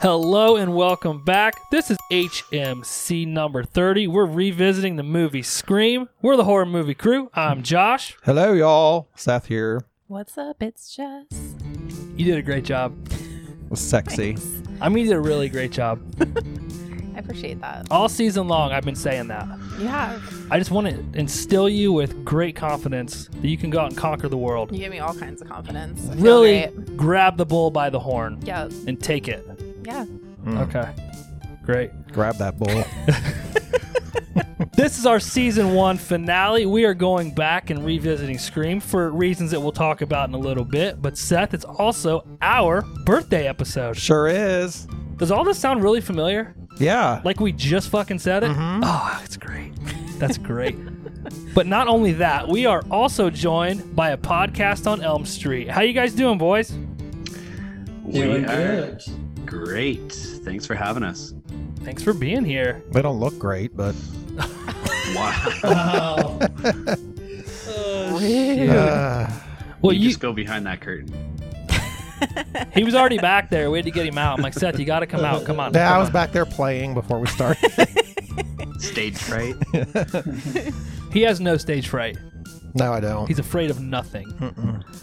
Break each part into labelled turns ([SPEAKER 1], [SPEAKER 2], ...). [SPEAKER 1] Hello and welcome back. This is HMC number 30. We're revisiting the movie Scream. We're the horror movie crew. I'm Josh.
[SPEAKER 2] Hello, y'all. Seth here.
[SPEAKER 3] What's up? It's Jess.
[SPEAKER 1] You did a great job.
[SPEAKER 2] Sexy.
[SPEAKER 1] I mean, you did a really great job.
[SPEAKER 3] I appreciate that.
[SPEAKER 1] All season long, I've been saying that.
[SPEAKER 3] You have.
[SPEAKER 1] I just want to instill you with great confidence that you can go out and conquer the world.
[SPEAKER 3] You give me all kinds of confidence. I feel
[SPEAKER 1] Really
[SPEAKER 3] great.
[SPEAKER 1] grab the bull by the horn
[SPEAKER 3] Yeah.
[SPEAKER 1] and take it.
[SPEAKER 3] Yeah.
[SPEAKER 2] Mm.
[SPEAKER 1] Okay. Great.
[SPEAKER 2] Grab that bull.
[SPEAKER 1] This is our season one finale. We are going back and revisiting Scream for reasons that we'll talk about in a little bit. But Seth, it's also our birthday episode.
[SPEAKER 2] sure is.
[SPEAKER 1] Does all this sound really familiar?
[SPEAKER 2] Yeah.
[SPEAKER 1] Like we just fucking said it?
[SPEAKER 2] Mm-hmm.
[SPEAKER 1] Oh, it's great. That's great. but not only that, we are also joined by a podcast on Elm Street. How you guys doing, boys?
[SPEAKER 4] We are great. Thanks for having us.
[SPEAKER 1] Thanks for being here.
[SPEAKER 2] They don't look great, but
[SPEAKER 4] Wow.
[SPEAKER 2] uh,
[SPEAKER 1] Well,
[SPEAKER 4] you,
[SPEAKER 1] you,
[SPEAKER 4] just go behind that curtain.
[SPEAKER 1] he was already back there. We had to get him out. I'm like, Seth, you got to come out. Come on.
[SPEAKER 2] yeah, I
[SPEAKER 1] come
[SPEAKER 2] was
[SPEAKER 1] on."
[SPEAKER 2] back there playing before we started.
[SPEAKER 4] Stage fright.
[SPEAKER 1] He has no stage fright.
[SPEAKER 2] no, I don't.
[SPEAKER 1] He's afraid of nothing.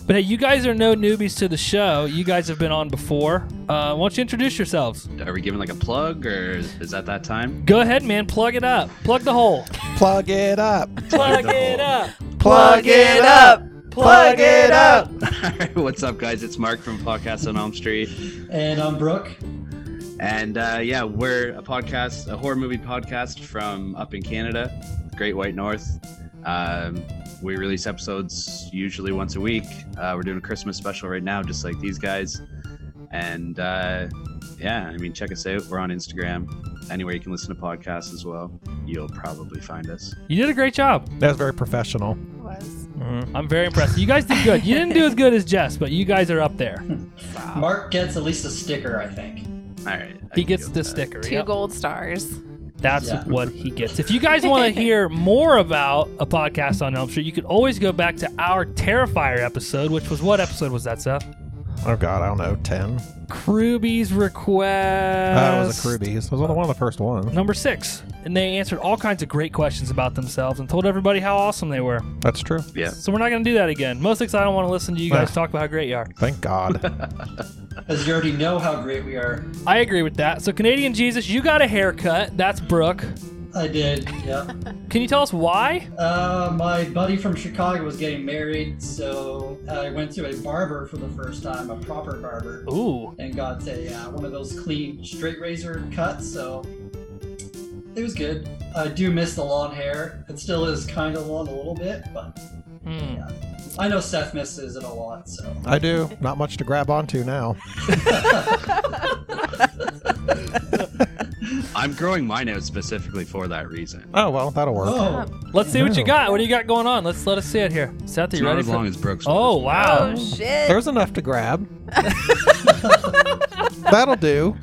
[SPEAKER 1] But hey, you guys are no newbies to the show. You guys have been on before. Uh, why don't you introduce yourselves?
[SPEAKER 4] Are we giving like a plug or is, is that that time?
[SPEAKER 1] Go ahead, man. Plug it up. Plug the hole.
[SPEAKER 2] Plug it up.
[SPEAKER 1] Plug
[SPEAKER 4] the hole.
[SPEAKER 1] it up.
[SPEAKER 2] Plug it up. Plug it up.
[SPEAKER 4] All right, What's up, guys? It's Mark from Podcast on Elm Street.
[SPEAKER 5] And I'm Brooke.
[SPEAKER 4] And uh, yeah, we're a podcast, a horror movie podcast from up in Canada, Great White North. Um, we release episodes usually once a week. Uh, we're doing a Christmas special right now, just like these guys. And uh, yeah, I mean, check us out. We're on Instagram. Anywhere you can listen to podcasts as well, you'll probably find us.
[SPEAKER 1] You did a great job.
[SPEAKER 2] That was very professional.
[SPEAKER 3] Was.
[SPEAKER 2] Mm-hmm.
[SPEAKER 1] I'm very impressed. You guys did good. You didn't do as good as Jess, but you guys are up there.
[SPEAKER 3] Wow.
[SPEAKER 5] Mark gets at least a sticker, I think.
[SPEAKER 4] All right. I uh,
[SPEAKER 1] He
[SPEAKER 4] can
[SPEAKER 1] gets
[SPEAKER 4] go
[SPEAKER 1] the
[SPEAKER 4] with that.
[SPEAKER 1] sticker.
[SPEAKER 3] Two
[SPEAKER 1] yep.
[SPEAKER 3] gold stars.
[SPEAKER 1] That's
[SPEAKER 5] Yeah.
[SPEAKER 1] what he gets. If you guys want to hear more about a podcast on Elm Street, you could always go back to our Terrifier episode, which was what episode was that, Seth?
[SPEAKER 2] Oh, God, I don't know. 10.
[SPEAKER 1] Krubby's request.
[SPEAKER 2] That was a Krubies. It was one of the first ones.
[SPEAKER 1] Number six. And they answered all kinds of great questions about themselves and told everybody how awesome they were.
[SPEAKER 2] That's true.
[SPEAKER 4] Yeah.
[SPEAKER 1] So we're not going to do that again. Most excited, I don't want to listen to you guys talk about how great you are.
[SPEAKER 2] Thank God.
[SPEAKER 5] Because you already know how great we are.
[SPEAKER 1] I agree with that. So, Canadian Jesus, you got a haircut. That's Brooke.
[SPEAKER 5] I did, yeah.
[SPEAKER 1] Can you tell us why?
[SPEAKER 5] Uh, my buddy from Chicago was getting married, so I went to a barber for the first time, a proper barber,
[SPEAKER 1] Ooh.
[SPEAKER 5] and got a uh, one of those clean straight razor cuts. So it was good. I do miss the long hair. It still is kind of long a little bit, but
[SPEAKER 1] Hmm.
[SPEAKER 5] I know Seth misses it a lot. So
[SPEAKER 2] I do. Not much to grab onto now.
[SPEAKER 4] I'm growing mine out specifically for that reason.
[SPEAKER 2] Oh, well, that'll work.
[SPEAKER 5] oh,
[SPEAKER 1] Let's see what you
[SPEAKER 2] No.
[SPEAKER 1] got. What do you got going on? Let's let us see it here. Seth, are
[SPEAKER 4] It's
[SPEAKER 1] you
[SPEAKER 4] not
[SPEAKER 1] ready
[SPEAKER 4] as
[SPEAKER 1] for?
[SPEAKER 4] long as Brooks.
[SPEAKER 1] oh wow!
[SPEAKER 3] Oh shit.
[SPEAKER 2] There's enough to grab. that'll do.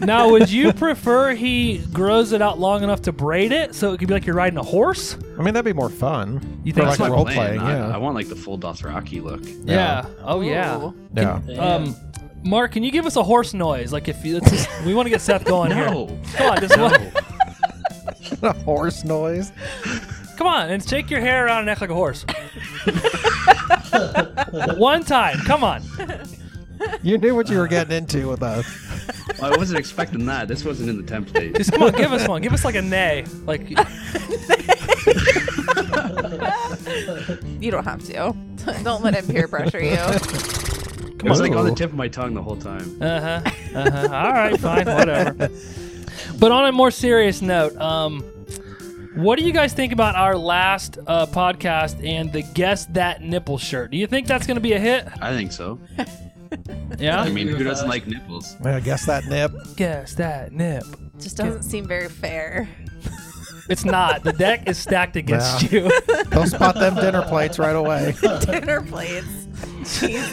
[SPEAKER 1] now, would you prefer he grows it out long enough to braid it, so it could be like you're riding a horse?
[SPEAKER 2] I mean, that'd be more fun.
[SPEAKER 1] You
[SPEAKER 2] For
[SPEAKER 1] think
[SPEAKER 2] like
[SPEAKER 1] so?
[SPEAKER 2] a
[SPEAKER 4] what
[SPEAKER 2] role
[SPEAKER 4] I'm
[SPEAKER 2] playing,
[SPEAKER 4] I-
[SPEAKER 2] yeah.
[SPEAKER 4] I, want like the full Dothraki look.
[SPEAKER 1] Yeah. Oh yeah.
[SPEAKER 3] Ooh.
[SPEAKER 2] Yeah.
[SPEAKER 1] Um, Mark, can you give us a horse noise? Like if you, let's just, we want to get Seth going here.
[SPEAKER 4] No.
[SPEAKER 1] Come on, just one-
[SPEAKER 2] a horse noise.
[SPEAKER 1] come on and shake your hair around and act like a horse. one time, come on.
[SPEAKER 2] You knew what you were getting into with us.
[SPEAKER 4] I wasn't expecting that. This wasn't in the template.
[SPEAKER 1] Just come on, give us one. Give us like a neigh. Like
[SPEAKER 3] You don't have to. don't let him peer pressure you.
[SPEAKER 4] It was like on the
[SPEAKER 2] Ooh.
[SPEAKER 4] tip of my tongue the whole time.
[SPEAKER 1] uh huh. Uh huh. All right, fine, whatever. But on a more serious note, um, what do you guys think about our last uh, podcast and the guess that nipple shirt? Do you think that's going to be a hit?
[SPEAKER 4] I think so. I
[SPEAKER 1] Yeah.
[SPEAKER 4] mean,
[SPEAKER 5] agree
[SPEAKER 4] who
[SPEAKER 5] with
[SPEAKER 4] doesn't
[SPEAKER 5] that.
[SPEAKER 4] like nipples?
[SPEAKER 2] I guess that nip.
[SPEAKER 1] Guess that nip.
[SPEAKER 3] Just doesn't seem very fair.
[SPEAKER 1] It's not. The deck is stacked against
[SPEAKER 2] Yeah.
[SPEAKER 1] you.
[SPEAKER 2] They'll spot them dinner plates right away.
[SPEAKER 3] Dinner plates. Jesus.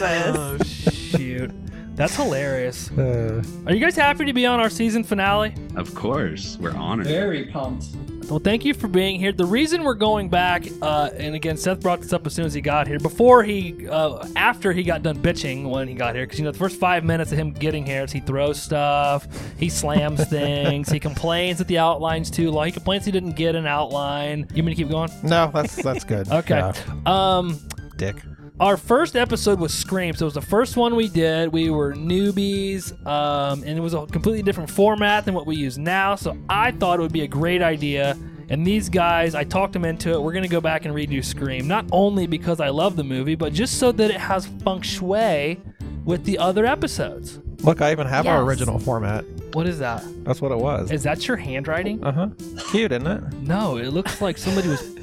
[SPEAKER 1] oh shoot. That's hilarious.
[SPEAKER 2] Uh,
[SPEAKER 1] Are you guys happy to be on our season finale?
[SPEAKER 4] Of course, we're honored.
[SPEAKER 5] very pumped.
[SPEAKER 1] Well, thank you for being here. The reason we're going back, uh, and again, Seth brought this up as soon as he got here. Before he, uh, after he got done bitching when he got here, because you know the first five minutes of him getting here is he throws stuff, he slams things, he complains that the outline's too long, he complains he didn't get an outline. You mean to keep going?
[SPEAKER 6] No, that's that's good.
[SPEAKER 1] Okay.
[SPEAKER 6] Yeah,
[SPEAKER 1] Um,
[SPEAKER 6] dick.
[SPEAKER 1] our first episode was Scream, so it was the first one we did. We were newbies, um, and it was a completely different format than what we use now. So I thought it would be a great idea. And these guys, I talked them into it. We're going to go back and redo Scream, not only because I love the movie, but just so that it has feng shui with the other episodes.
[SPEAKER 6] Look, I even have our
[SPEAKER 3] Yes.
[SPEAKER 6] original format.
[SPEAKER 1] What is that? Uh-huh.
[SPEAKER 6] That's what it was.
[SPEAKER 1] Is that your handwriting?
[SPEAKER 6] Uh huh. Cute, isn't it?
[SPEAKER 1] No, it looks like somebody was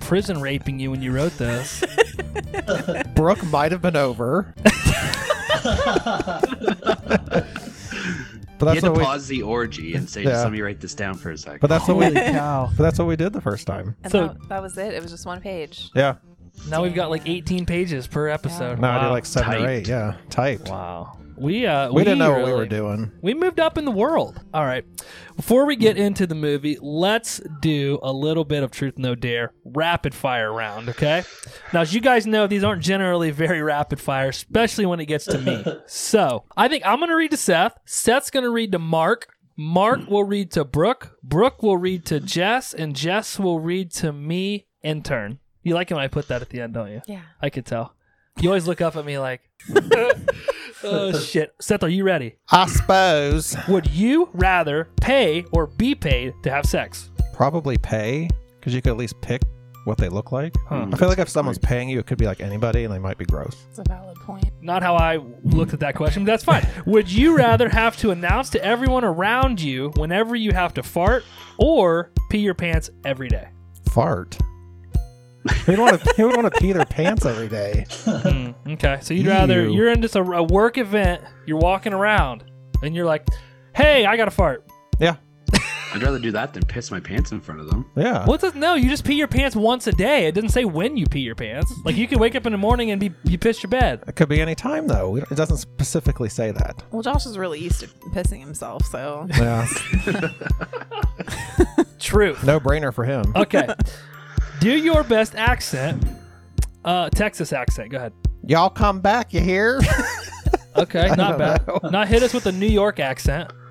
[SPEAKER 1] prison raping you when you wrote this.
[SPEAKER 6] Brooke might have been over, but
[SPEAKER 4] you
[SPEAKER 6] that's
[SPEAKER 4] had
[SPEAKER 6] what
[SPEAKER 4] to
[SPEAKER 6] we.
[SPEAKER 4] pause the orgy and say,
[SPEAKER 6] Yeah.
[SPEAKER 4] just let me write this down for a second.
[SPEAKER 6] But that's what we.
[SPEAKER 1] Holy
[SPEAKER 6] But
[SPEAKER 1] cow.
[SPEAKER 6] that's what we did the first time.
[SPEAKER 3] And
[SPEAKER 1] So-
[SPEAKER 3] that, that was it. It was just one page.
[SPEAKER 6] Yeah.
[SPEAKER 1] Now we've got like 18 pages per episode.
[SPEAKER 6] No,
[SPEAKER 1] wow.
[SPEAKER 6] I did like seven or
[SPEAKER 4] Typed.
[SPEAKER 6] eight. Yeah, typed.
[SPEAKER 1] Wow. We uh
[SPEAKER 6] We, didn't know what we
[SPEAKER 1] really-
[SPEAKER 6] were doing.
[SPEAKER 1] We moved up in the world. All right. Before we get into the movie, let's do a little bit of truth no dare rapid fire round, okay? Now, as you guys know, these aren't generally very rapid fire, especially when it gets to me. So, I think I'm going to read to Seth. Seth's going to read to Mark. Mark will read to Brooke. Brooke will read to Jess, and Jess will read to me in turn. You like it when I put that at the end, don't you?
[SPEAKER 3] Yeah.
[SPEAKER 1] I could tell. You always look up at me like, oh shit. Seth, are you ready?
[SPEAKER 6] I suppose
[SPEAKER 1] Would you rather pay or be paid to have sex?
[SPEAKER 6] probably pay because you could at least pick what they look like.
[SPEAKER 1] Huh.
[SPEAKER 6] I feel like if someone's paying you, it could be like anybody, and they might be gross.
[SPEAKER 3] That's a valid point.
[SPEAKER 1] Not how I looked at that question, but that's fine. Would you rather have to announce to everyone around you whenever you have to fart or pee your pants every day?
[SPEAKER 6] Fart. Who'd want to? Who would want to pee their pants every day?
[SPEAKER 1] Hmm, okay, so you'd rather
[SPEAKER 6] Ew.
[SPEAKER 1] you're in just a, a work event, you're walking around, and you're like, "Hey, I got to fart."
[SPEAKER 4] I'd rather do that than piss my pants in front of them.
[SPEAKER 6] Yeah.
[SPEAKER 1] What's this? No, you just pee your pants once a day. It doesn't say when you pee your pants. Like you could wake up in the morning and be you pissed your bed.
[SPEAKER 6] It could be any time though. We don't- It doesn't specifically say that.
[SPEAKER 3] Well, Josh is really used to pissing himself, so
[SPEAKER 6] Yeah.
[SPEAKER 1] True.
[SPEAKER 6] no brainer for him.
[SPEAKER 1] Okay. Do your best accent. Uh, Texas accent. Go ahead.
[SPEAKER 6] Y'all come back, you hear?
[SPEAKER 1] Okay, not
[SPEAKER 6] don't
[SPEAKER 1] bad.
[SPEAKER 6] know.
[SPEAKER 1] Not hit us with a New York accent.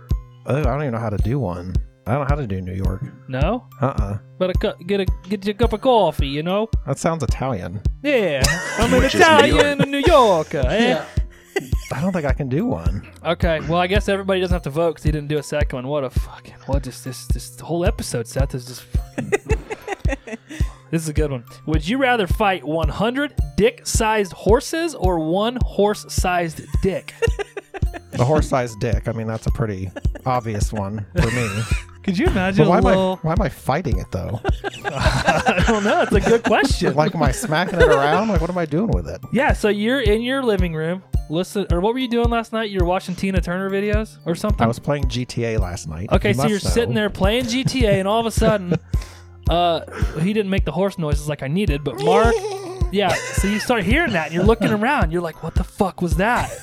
[SPEAKER 6] Oh, I don't even know how to do one. I don't know how to do New York.
[SPEAKER 1] No,
[SPEAKER 6] Uh uh
[SPEAKER 1] but a cu- get a get you a cup of coffee. You know.
[SPEAKER 6] That sounds Italian.
[SPEAKER 1] Yeah, I'm an
[SPEAKER 4] Which is New York.
[SPEAKER 1] Italian and New Yorker. Eh?
[SPEAKER 5] yeah.
[SPEAKER 6] I don't think I can do one.
[SPEAKER 1] Okay. Well, I guess everybody doesn't have to vote because he didn't do a second one. What a fucking what is this? This whole episode, Seth, is just. this is a good one. Would you rather fight 100 dick-sized horses or one horse-sized dick?
[SPEAKER 6] The horse sized dick. I mean, that's a pretty obvious one for me.
[SPEAKER 1] Could you imagine
[SPEAKER 6] But why
[SPEAKER 1] a
[SPEAKER 6] am, I,
[SPEAKER 1] little?
[SPEAKER 6] why am I fighting it though?
[SPEAKER 1] I don't know. It's a good question.
[SPEAKER 6] Like, am I smacking it around? Like, what am I doing with it?
[SPEAKER 1] Yeah, so you're in your living room. Listen, or what were you doing last night? You were watching Tina Turner videos or something?
[SPEAKER 6] I was playing GTA last night.
[SPEAKER 1] okay,
[SPEAKER 6] You
[SPEAKER 1] so
[SPEAKER 6] must
[SPEAKER 1] you're
[SPEAKER 6] know.
[SPEAKER 1] sitting there playing GTA, and all of a sudden, uh, he didn't make the horse noises like I needed, but Mark, yeah, so you start hearing that, and you're looking around. You're like, what the fuck was that?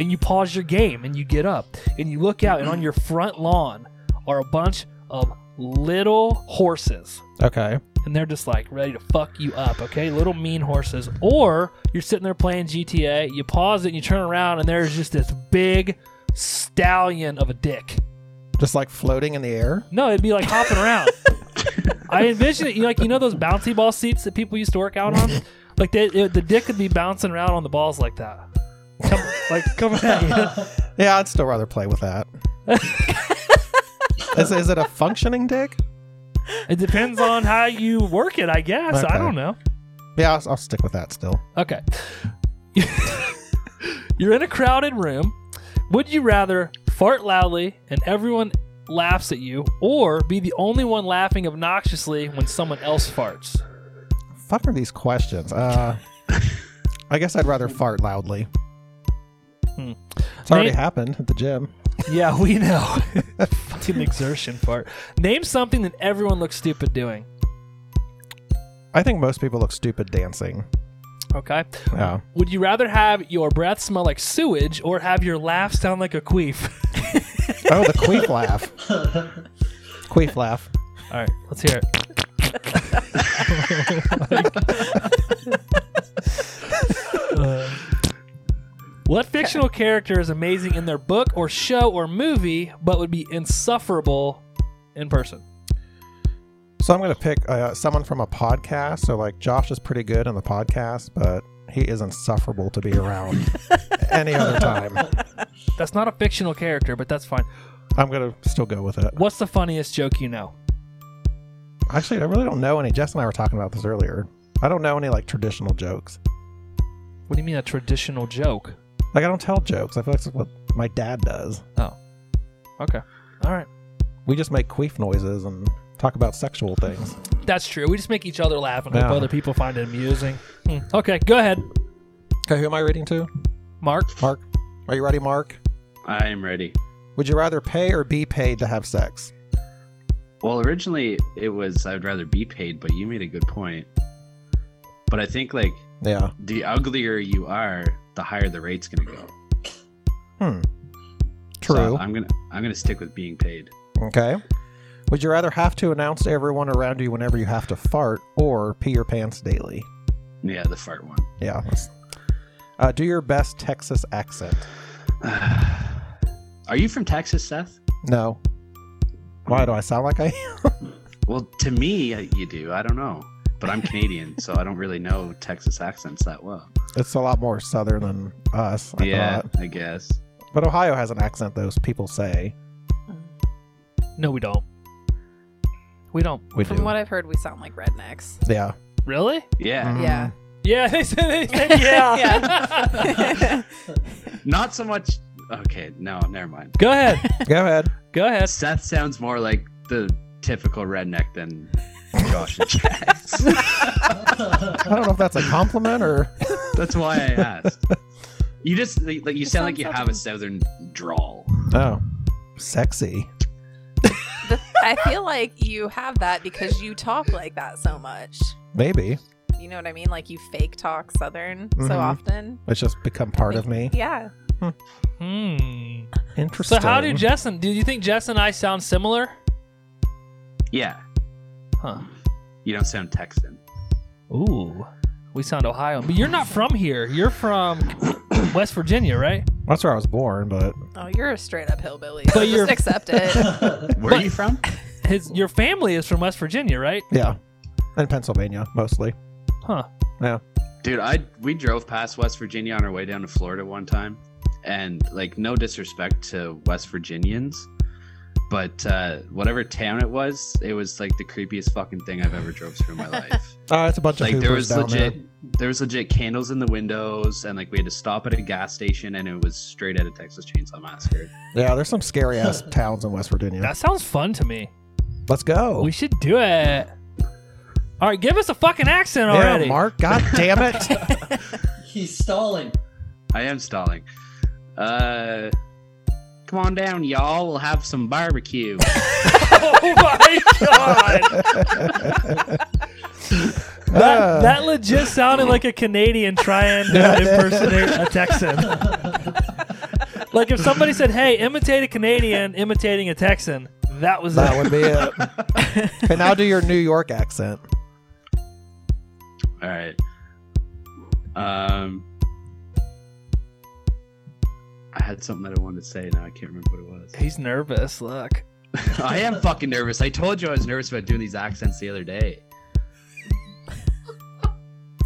[SPEAKER 1] And you pause your game, and you get up, and you look out, and on your front lawn are a bunch of little horses
[SPEAKER 6] Okay.
[SPEAKER 1] and they're just like ready to fuck you up, okay? Little mean horses. Or you're sitting there playing GTA, you pause it and you turn around and there's just this big stallion of a dick.
[SPEAKER 6] Just like floating in the air.
[SPEAKER 1] No, it'd be like hopping around. I envision it you like you know those bouncy ball seats that people used to work out on? Like they, it, the dick could be bouncing around on the balls like that. Come, like coming at you.
[SPEAKER 6] Yeah, I'd still rather play with that. is, is it a functioning dick?
[SPEAKER 1] It depends on how you work it, I guess. I
[SPEAKER 6] Okay.
[SPEAKER 1] don't know.
[SPEAKER 6] Yeah, I'll, I'll stick with that still.
[SPEAKER 1] Okay. You're in a crowded room. Would you rather fart loudly and everyone laughs at you, or be the only one laughing obnoxiously when someone else farts?
[SPEAKER 6] Fuck are these questions? Uh, I guess I'd rather fart loudly.
[SPEAKER 1] Hmm.
[SPEAKER 6] It's already
[SPEAKER 1] Nate-
[SPEAKER 6] happened at the gym.
[SPEAKER 1] Yeah, we know. Fucking exertion fart. Name something that everyone looks stupid doing.
[SPEAKER 6] I think most people look stupid dancing.
[SPEAKER 1] Okay.
[SPEAKER 6] Yeah.
[SPEAKER 1] Would you rather have your breath smell like sewage or have your laugh sound like a queef?
[SPEAKER 6] Oh, the queef laugh. Queef laugh.
[SPEAKER 1] All right, let's hear it. Uh, what fictional character is amazing in their book or show or movie, but would be insufferable in person?
[SPEAKER 6] So I'm going to pick uh, someone from a podcast. So like Josh is pretty good on the podcast, but he is insufferable to be around any other time.
[SPEAKER 1] That's not a fictional character, but that's fine.
[SPEAKER 6] I'm going to still go with it.
[SPEAKER 1] What's the funniest joke you know?
[SPEAKER 6] Actually, I really don't know any. Jess and I were talking about this earlier. I don't know any like traditional jokes.
[SPEAKER 1] What do you mean a traditional joke?
[SPEAKER 6] Like I don't tell jokes. I feel like that's what my dad does.
[SPEAKER 1] Okay. All right.
[SPEAKER 6] We just make queef noises and talk about sexual things.
[SPEAKER 1] That's true. We just make each other laugh and hope
[SPEAKER 6] Yeah.
[SPEAKER 1] other people find it amusing. Hmm. Okay, go ahead,
[SPEAKER 6] Okay, who am I reading to?
[SPEAKER 1] Mark.
[SPEAKER 6] Mark. Are you ready, Mark?
[SPEAKER 4] I am ready.
[SPEAKER 6] Would you rather pay or be paid to have sex?
[SPEAKER 4] Well, originally it was I'd rather be paid, but you made a good point. But I think like
[SPEAKER 6] Yeah.
[SPEAKER 4] the uglier you are, the higher the rate's gonna go.
[SPEAKER 6] True.
[SPEAKER 4] So I'm gonna I'm gonna stick with being paid.
[SPEAKER 6] Okay. Would you rather have to announce to everyone around you whenever you have to fart or pee your pants daily?
[SPEAKER 4] Yeah, the fart one.
[SPEAKER 6] Yeah. that's- Uh, do your best Texas accent.
[SPEAKER 4] Are you from Texas, Seth?
[SPEAKER 6] No. Why do I sound like I
[SPEAKER 4] Well, to me, uh, you do. I don't know, but I'm Canadian, so I don't really know Texas accents that well.
[SPEAKER 6] It's a lot more southern than us. I
[SPEAKER 4] yeah,
[SPEAKER 6] thought.
[SPEAKER 4] I guess.
[SPEAKER 6] But Ohio has an accent, those people say.
[SPEAKER 1] No, we don't. We don't.
[SPEAKER 6] We
[SPEAKER 3] From what I've heard, we sound like rednecks.
[SPEAKER 6] yeah.
[SPEAKER 1] Really?
[SPEAKER 4] Yeah,
[SPEAKER 6] Mhm.
[SPEAKER 3] Yeah.
[SPEAKER 1] Yeah, they said, they said yeah.
[SPEAKER 4] not so much. Okay, no, never mind.
[SPEAKER 1] Go ahead.
[SPEAKER 6] Go ahead.
[SPEAKER 1] Go ahead.
[SPEAKER 4] Seth sounds more like the typical redneck than Josh and Jax.
[SPEAKER 6] I don't know if that's a compliment or.
[SPEAKER 4] That's why I asked. You just like like, you
[SPEAKER 3] It
[SPEAKER 4] sound like
[SPEAKER 3] sounds
[SPEAKER 4] you
[SPEAKER 3] so
[SPEAKER 4] have a southern drawl.
[SPEAKER 6] Oh. Sexy.
[SPEAKER 3] I feel like you have that because you talk like that so much.
[SPEAKER 6] Maybe.
[SPEAKER 3] You know what I mean? Like you fake talk Southern so
[SPEAKER 1] Mm-hmm.
[SPEAKER 6] Mhm.
[SPEAKER 3] often.
[SPEAKER 6] It's just become part of me.
[SPEAKER 3] Yeah.
[SPEAKER 1] Hmm. So
[SPEAKER 6] Interesting.
[SPEAKER 1] how do Jess and do you think Jess and I sound similar?
[SPEAKER 4] Yeah,
[SPEAKER 1] Huh.
[SPEAKER 4] you don't sound Texan.
[SPEAKER 1] Ooh. We sound Ohio, but you're not from here. You're from West Virginia, right?
[SPEAKER 6] That's where I was born, but
[SPEAKER 3] Oh, you're a straight up hillbilly.
[SPEAKER 1] But
[SPEAKER 3] So
[SPEAKER 1] you're-
[SPEAKER 3] just accept it.
[SPEAKER 4] Where are
[SPEAKER 1] But-
[SPEAKER 4] you from?
[SPEAKER 1] His your family is from West Virginia, right?
[SPEAKER 6] yeah. In Pennsylvania, mostly.
[SPEAKER 1] Huh.
[SPEAKER 4] Dude, I we drove past West Virginia on our way down to Florida one time, and like no disrespect to West Virginians, but uh, whatever town it was, it was like the creepiest fucking thing I've ever drove through in my life.
[SPEAKER 6] Uh, it's a bunch of
[SPEAKER 4] like
[SPEAKER 6] Hoopers
[SPEAKER 4] there was
[SPEAKER 6] down
[SPEAKER 4] legit, there was legit candles in the windows, and like we had to stop at a gas station, and it was straight out of Texas Chainsaw Massacre.
[SPEAKER 6] there. Yeah, there's some scary ass towns in West Virginia.
[SPEAKER 1] That sounds fun to me.
[SPEAKER 6] Let's go.
[SPEAKER 1] We should do it. All right, give us a fucking accent
[SPEAKER 6] yeah,
[SPEAKER 1] already.
[SPEAKER 6] Mark. God damn it.
[SPEAKER 5] He's stalling.
[SPEAKER 4] I am stalling. Uh, come on down, y'all. We'll have some barbecue.
[SPEAKER 1] Oh my god.
[SPEAKER 6] Uh,
[SPEAKER 1] That, that legit sounded like a Canadian trying to impersonate a Texan. Like if somebody said, "Hey, imitate a Canadian imitating a Texan," that was
[SPEAKER 6] that
[SPEAKER 1] that.
[SPEAKER 6] would be it. okay, now do your New York accent.
[SPEAKER 4] All right. Um, I had something that I wanted to say. Now I can't remember what it was.
[SPEAKER 1] He's nervous. Look,
[SPEAKER 4] I am fucking nervous. I told you I was nervous about doing these accents the other day.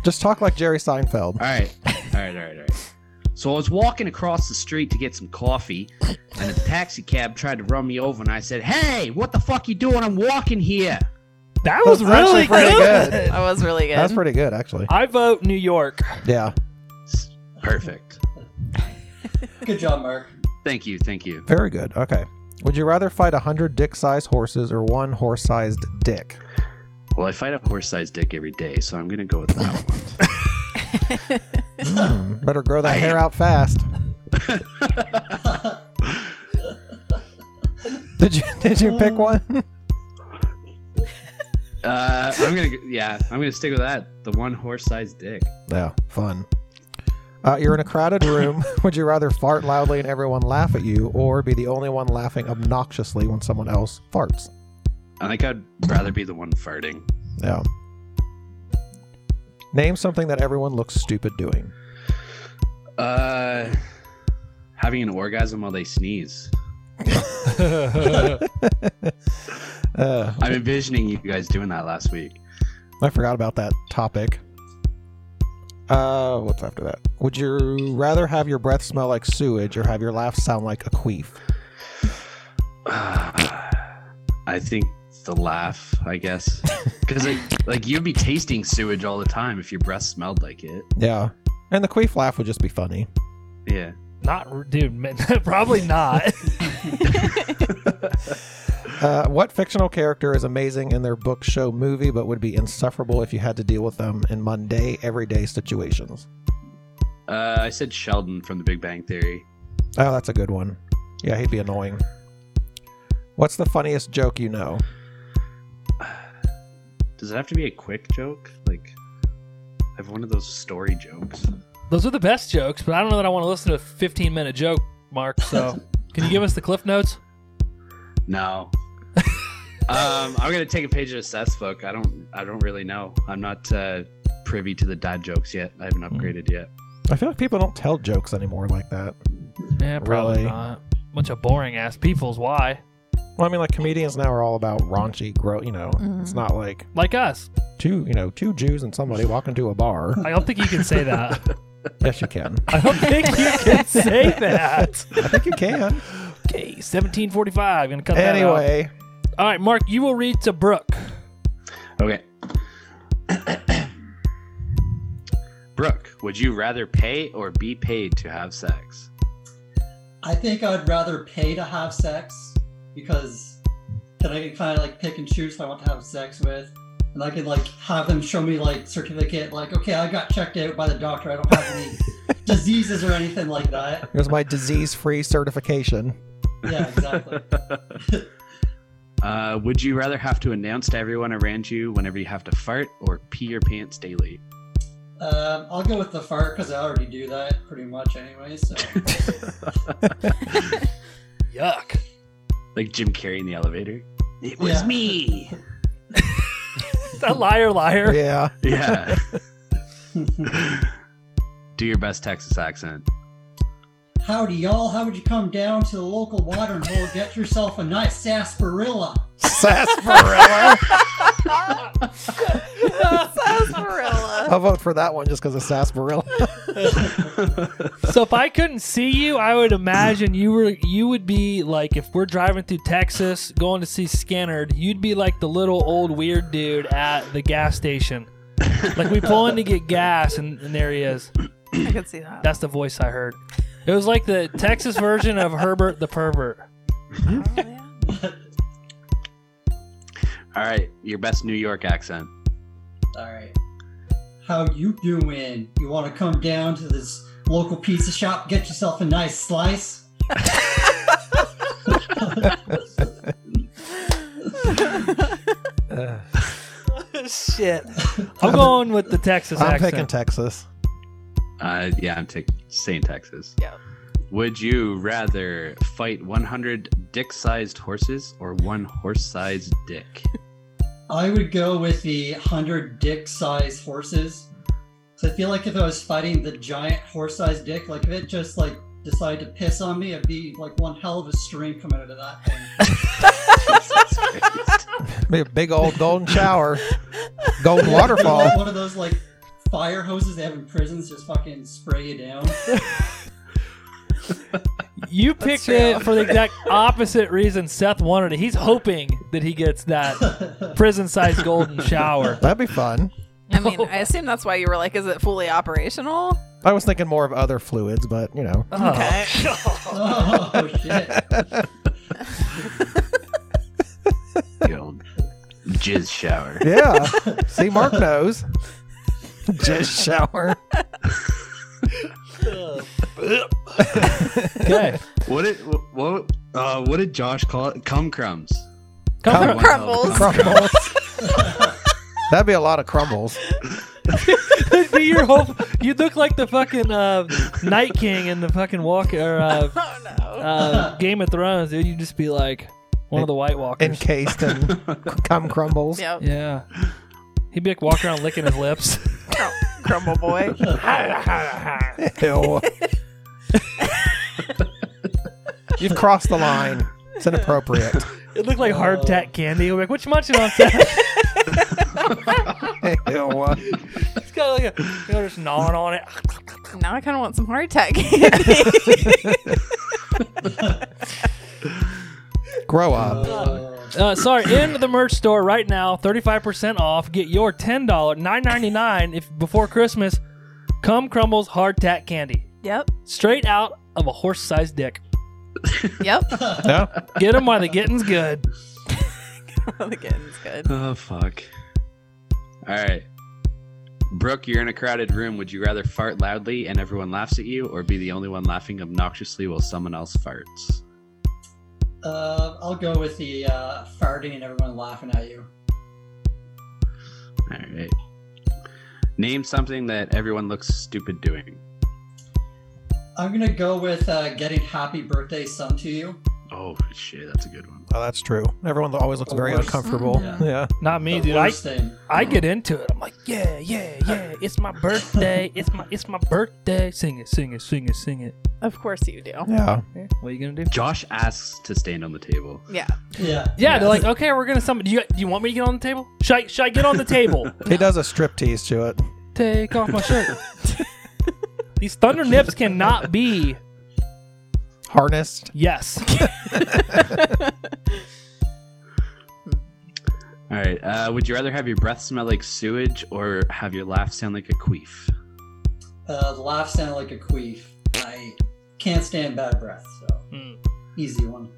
[SPEAKER 6] Just talk like Jerry Seinfeld.
[SPEAKER 4] All right. All right. All right. All right. So I was walking across the street to get some coffee, and a taxi cab tried to run me over, and I said, "Hey, what the fuck you doing? I'm walking here."
[SPEAKER 1] that was
[SPEAKER 6] That's actually
[SPEAKER 1] really
[SPEAKER 6] pretty
[SPEAKER 1] good.
[SPEAKER 6] good.
[SPEAKER 3] That was really good.
[SPEAKER 6] That's pretty good, actually.
[SPEAKER 1] I vote New York.
[SPEAKER 6] Yeah.
[SPEAKER 4] Perfect.
[SPEAKER 5] Good job, Mark.
[SPEAKER 4] Thank you. Thank you.
[SPEAKER 6] Very good. Okay. Would you rather fight a 100 dick sized horses or one horse sized dick?
[SPEAKER 4] Well, I fight a horse-sized dick every day, so I'm gonna go with that one.
[SPEAKER 6] Hmm, Better grow that hair out fast. did you did you pick one?
[SPEAKER 4] Uh, I'm gonna, go- yeah, I'm gonna stick with that. The one horse-sized dick.
[SPEAKER 6] yeah, fun. Uh, you're in a crowded room. Would you rather fart loudly and everyone laugh at you, or be the only one laughing obnoxiously when someone else farts?
[SPEAKER 4] I think I'd rather be the one farting.
[SPEAKER 6] Yeah. Name something that everyone looks stupid doing.
[SPEAKER 4] Uh, having an orgasm while they sneeze.
[SPEAKER 6] Uh,
[SPEAKER 4] I'm envisioning you guys doing that last week.
[SPEAKER 6] I forgot about that topic. Uh, what's after that? Would you rather have your breath smell like sewage or have your laugh sound like a queef?
[SPEAKER 4] Uh, I think the laugh, I guess, because like, like you'd be tasting sewage all the time if your breath smelled like it.
[SPEAKER 6] Yeah. And the queef laugh would just be funny.
[SPEAKER 4] Yeah.
[SPEAKER 1] Not, r- dude. man, Probably not.
[SPEAKER 6] Uh, what fictional character is amazing in their book, show, movie, but would be insufferable if you had to deal with them in mundane, everyday situations?
[SPEAKER 4] Uh, I said Sheldon from The Big Bang Theory.
[SPEAKER 6] Oh, that's a good one. Yeah, he'd be annoying. What's the funniest joke you know?
[SPEAKER 4] Does it have to be a quick joke? Like, I have one of those story jokes.
[SPEAKER 1] Those are the best jokes, but I don't know that I want to listen to a 15 minute joke, Mark. So, can you give us the cliff notes?
[SPEAKER 4] No. um, I'm gonna take a page out of Seth's book. I don't. I don't really know. I'm not uh, privy to the dad jokes yet. I haven't upgraded yet.
[SPEAKER 6] I feel like people don't tell jokes anymore like that.
[SPEAKER 1] Yeah, probably
[SPEAKER 6] Really?
[SPEAKER 1] not. Bunch of boring ass people's. Why?
[SPEAKER 6] Well, I mean, like comedians now are all about raunchy, grow. You know,
[SPEAKER 1] Mm-hmm.
[SPEAKER 6] it's not like
[SPEAKER 1] Like us.
[SPEAKER 6] two, you know, two Jews and somebody walk into a bar.
[SPEAKER 1] I don't think you can say that.
[SPEAKER 6] yes, you can.
[SPEAKER 1] I don't think you can say that.
[SPEAKER 6] I think you can.
[SPEAKER 1] Okay, 1745. Gonna cut that out.
[SPEAKER 6] anyway,
[SPEAKER 1] All right, Mark, you will read to Brooke.
[SPEAKER 4] Okay. Brooke, would you rather pay or be paid to have sex?
[SPEAKER 5] I think I'd rather pay to have sex because then I can kind of like pick and choose who I want to have sex with. And I can like have them show me like certificate, like, okay, I got checked out by the doctor. I don't have any diseases or anything like that.
[SPEAKER 6] here's my disease-free certification.
[SPEAKER 5] Yeah, exactly.
[SPEAKER 4] Uh, would you rather have to announce to everyone around you whenever you have to fart or pee your pants daily?
[SPEAKER 5] um, I'll go with the fart because I already do that pretty much anyway. So
[SPEAKER 1] Yuck.
[SPEAKER 4] Like Jim Carrey in the elevator. It was
[SPEAKER 5] Yeah.
[SPEAKER 4] me.
[SPEAKER 1] A liar, liar.
[SPEAKER 6] Yeah,
[SPEAKER 4] Yeah. Do your best Texas accent.
[SPEAKER 5] howdy, y'all. How would you come down to the local watering hole, get yourself a nice sarsaparilla?
[SPEAKER 6] sarsaparilla.
[SPEAKER 3] Sarsaparilla.
[SPEAKER 1] Oh.
[SPEAKER 6] I'll vote for that one just because of sarsaparilla.
[SPEAKER 1] So if I couldn't see you, I would imagine you were you would be like if we're driving through Texas going to see Skennard, you'd be like the little old weird dude at the gas station. Like we pull in to get gas and, and there he is.
[SPEAKER 3] I could see that.
[SPEAKER 1] That's the voice I heard. It was like the Texas version of Herbert the pervert.
[SPEAKER 3] Oh, yeah.
[SPEAKER 4] All right, your best New York accent.
[SPEAKER 5] All right. How you doing? You want to come down to this local pizza shop, get yourself a nice slice?
[SPEAKER 1] Shit. I'm going with the Texas
[SPEAKER 6] I'm
[SPEAKER 1] accent.
[SPEAKER 6] picking Texas.
[SPEAKER 4] Uh, yeah, I'm taking saying Texas.
[SPEAKER 3] Yeah.
[SPEAKER 4] Would you rather fight 100 dick-sized horses or one horse-sized dick?
[SPEAKER 5] I would go with the 100 dick size horses. So I feel like if I was fighting the giant horse sized dick, like if it just like decided to piss on me, it'd be like one hell of a stream coming out of that thing.
[SPEAKER 4] Jesus Christ.
[SPEAKER 6] Be a big old golden shower, golden waterfall.
[SPEAKER 5] Like one of those like fire hoses they have in prisons just fucking spray you down.
[SPEAKER 1] You picked it for the exact opposite reason Seth wanted it. He's hoping that he gets that prison sized golden shower.
[SPEAKER 6] That'd be fun.
[SPEAKER 3] I mean, I assume that's why you were like, is it fully operational?
[SPEAKER 6] I was thinking more of other fluids, but you know,
[SPEAKER 1] Oh.
[SPEAKER 3] Okay.
[SPEAKER 5] oh shit.
[SPEAKER 4] You old jizz shower.
[SPEAKER 6] yeah. See, Mark knows. Just shower.
[SPEAKER 1] Okay.
[SPEAKER 4] What did what uh, what did Josh call it? Cum crumbs.
[SPEAKER 1] Come
[SPEAKER 4] One
[SPEAKER 1] on.
[SPEAKER 4] hell of a cum
[SPEAKER 6] crumbles. That'd be a lot of crumbles.
[SPEAKER 1] That'd be your whole. You'd look like the fucking uh, Night King in the fucking walk or uh,
[SPEAKER 3] Oh no.
[SPEAKER 1] uh, Game of Thrones, dude. You'd just be like, One of the White Walkers.
[SPEAKER 6] encased in cum crumbles.
[SPEAKER 3] Yep.
[SPEAKER 1] yeah. He'd be like walking around licking his lips.
[SPEAKER 3] Crumble boy.
[SPEAKER 6] Ew. You've crossed the line. It's inappropriate.
[SPEAKER 1] It looked like
[SPEAKER 5] hard tack
[SPEAKER 1] candy. like, what you munching on? it's
[SPEAKER 6] Ew.
[SPEAKER 1] got like a, you know, just gnawing on it.
[SPEAKER 3] now I kind of want some hardtack.
[SPEAKER 6] Grow up.
[SPEAKER 1] Uh, sorry, in the merch store right now, 35% off. Get your $10, $9.99 if before Christmas. Cum Crumbles Hard Tack Candy.
[SPEAKER 3] yep.
[SPEAKER 1] Straight out of a horse sized dick.
[SPEAKER 3] Yep.
[SPEAKER 5] Oh.
[SPEAKER 6] No?
[SPEAKER 1] Get them while the getting's good.
[SPEAKER 3] the kitten's good.
[SPEAKER 4] Oh fuck. All right. Brooke, you're in a crowded room. Would you rather fart loudly and everyone laughs at you, or be the only one laughing obnoxiously while someone else farts?
[SPEAKER 5] Uh, I'll go with the uh, farting and everyone laughing at you.
[SPEAKER 4] All right. Name something that everyone looks stupid doing.
[SPEAKER 5] I'm gonna go with uh, getting happy birthday sun to you.
[SPEAKER 4] Oh shit, that's a good one.
[SPEAKER 6] Oh, that's true. Everyone always looks very
[SPEAKER 5] Worse.
[SPEAKER 6] uncomfortable.
[SPEAKER 3] Mm-hmm.
[SPEAKER 5] Yeah.
[SPEAKER 6] Yeah.
[SPEAKER 1] Not me,
[SPEAKER 5] the
[SPEAKER 1] dude. I,
[SPEAKER 5] worst thing.
[SPEAKER 1] I get into it. I'm like, yeah, yeah, yeah. It's my birthday. It's my it's my birthday. Sing it, sing it, sing it, sing it.
[SPEAKER 3] Of course you do.
[SPEAKER 6] Yeah.
[SPEAKER 1] Yeah, What are you gonna do?
[SPEAKER 4] Josh asks to stand on the table.
[SPEAKER 3] Yeah.
[SPEAKER 5] Yeah.
[SPEAKER 1] Yeah, they're like, okay, we're gonna summon. Do you, do you want me to get on the table? Should I, should I get on the table?
[SPEAKER 6] He does a strip tease to it.
[SPEAKER 1] Take off my shirt. These thunder nips cannot be.
[SPEAKER 6] Harnessed.
[SPEAKER 1] Yes.
[SPEAKER 4] All right. Uh, would you rather have your breath smell like sewage or have your laugh sound like a queef?
[SPEAKER 5] Uh, the laugh sounded like a queef. I can't stand bad breath, so
[SPEAKER 1] Mm.
[SPEAKER 5] easy one.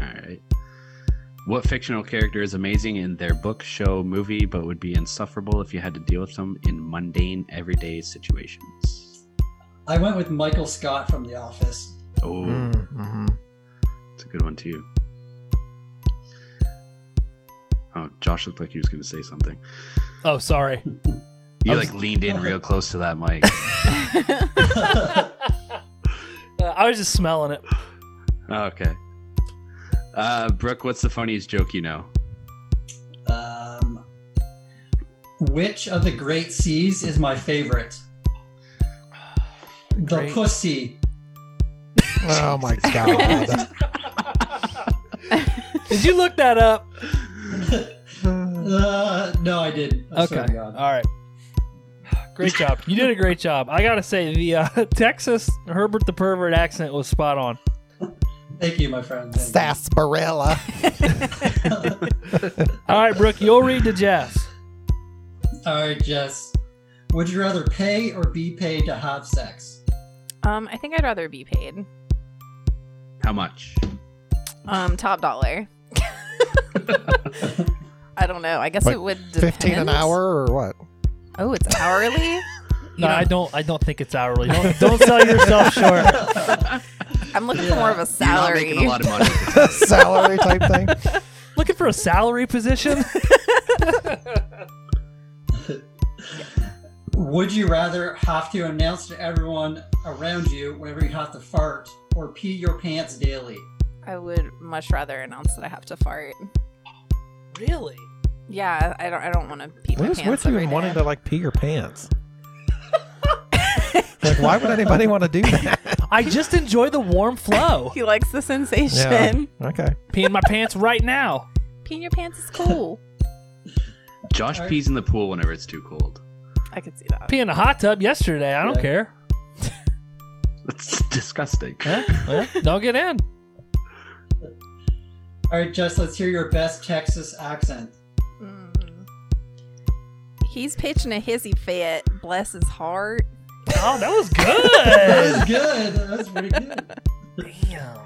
[SPEAKER 4] All right. What fictional character is amazing in their book, show, movie, but would be insufferable if you had to deal with them in mundane, everyday situations?
[SPEAKER 5] I went with Michael Scott from The Office.
[SPEAKER 4] Oh,
[SPEAKER 6] Mm-hmm.
[SPEAKER 4] it's a good one too. Oh, Josh looked like he was going to say something.
[SPEAKER 1] Oh, sorry.
[SPEAKER 4] You
[SPEAKER 1] I
[SPEAKER 4] like leaned in real close to that mic.
[SPEAKER 1] Uh, I was just smelling it.
[SPEAKER 4] Oh, okay. Uh, Brooke, what's the funniest joke you know?
[SPEAKER 5] Um, which of the great seas is my favorite? The
[SPEAKER 1] Great.
[SPEAKER 5] pussy.
[SPEAKER 6] Oh my god.
[SPEAKER 1] Did you look that up?
[SPEAKER 5] Uh, no, I didn't. I
[SPEAKER 1] Okay.
[SPEAKER 5] swear to God.
[SPEAKER 1] All right. Great job. You did a great job. I gotta say, the uh, Texas Herbert the Pervert accent was spot on.
[SPEAKER 5] Thank you, my friend. Thank you.
[SPEAKER 6] Sarsaparilla.
[SPEAKER 1] All right, Brooke, you'll read to Jess.
[SPEAKER 5] All right, Jess. Would you rather pay or be paid to have sex?
[SPEAKER 3] Um, I think I'd rather be paid.
[SPEAKER 4] How much?
[SPEAKER 3] Um, top dollar. I don't know. I guess
[SPEAKER 6] Like
[SPEAKER 3] it would depend.
[SPEAKER 6] 15 an hour or what?
[SPEAKER 3] Oh, it's hourly.
[SPEAKER 1] No, I don't. I don't think it's hourly. Don't, don't sell yourself short.
[SPEAKER 3] I'm looking for more of a
[SPEAKER 4] You're not
[SPEAKER 3] salary.
[SPEAKER 4] making a lot of money.
[SPEAKER 6] Salary type thing?
[SPEAKER 1] Looking for a salary position?
[SPEAKER 5] Would you rather have to announce to everyone around you whenever you have to fart or pee your pants daily?
[SPEAKER 3] I would much rather announce that I have to fart.
[SPEAKER 1] really?
[SPEAKER 3] Yeah, I don't. I don't want to pee my
[SPEAKER 6] What is
[SPEAKER 3] pants
[SPEAKER 6] with you
[SPEAKER 3] every
[SPEAKER 6] and wanting
[SPEAKER 3] day.
[SPEAKER 6] to like pee your pants? like, why would anybody want to do that?
[SPEAKER 1] I just enjoy the warm flow.
[SPEAKER 3] He likes the sensation.
[SPEAKER 6] Okay.
[SPEAKER 1] Peeing my pants right now.
[SPEAKER 3] Peeing your pants is cool.
[SPEAKER 4] Josh pees in the pool whenever it's too cold.
[SPEAKER 3] I could see that.
[SPEAKER 1] Peeing in a hot tub yesterday. I don't
[SPEAKER 5] Yeah.
[SPEAKER 1] care.
[SPEAKER 4] That's disgusting.
[SPEAKER 1] Huh? Well, don't get in.
[SPEAKER 5] All right, Jess, let's hear your best Texas accent.
[SPEAKER 3] Mm. He's pitching a hissy fit. Bless his heart.
[SPEAKER 1] Oh, that was
[SPEAKER 5] That
[SPEAKER 1] good.
[SPEAKER 5] was good. That was pretty good.
[SPEAKER 1] Damn.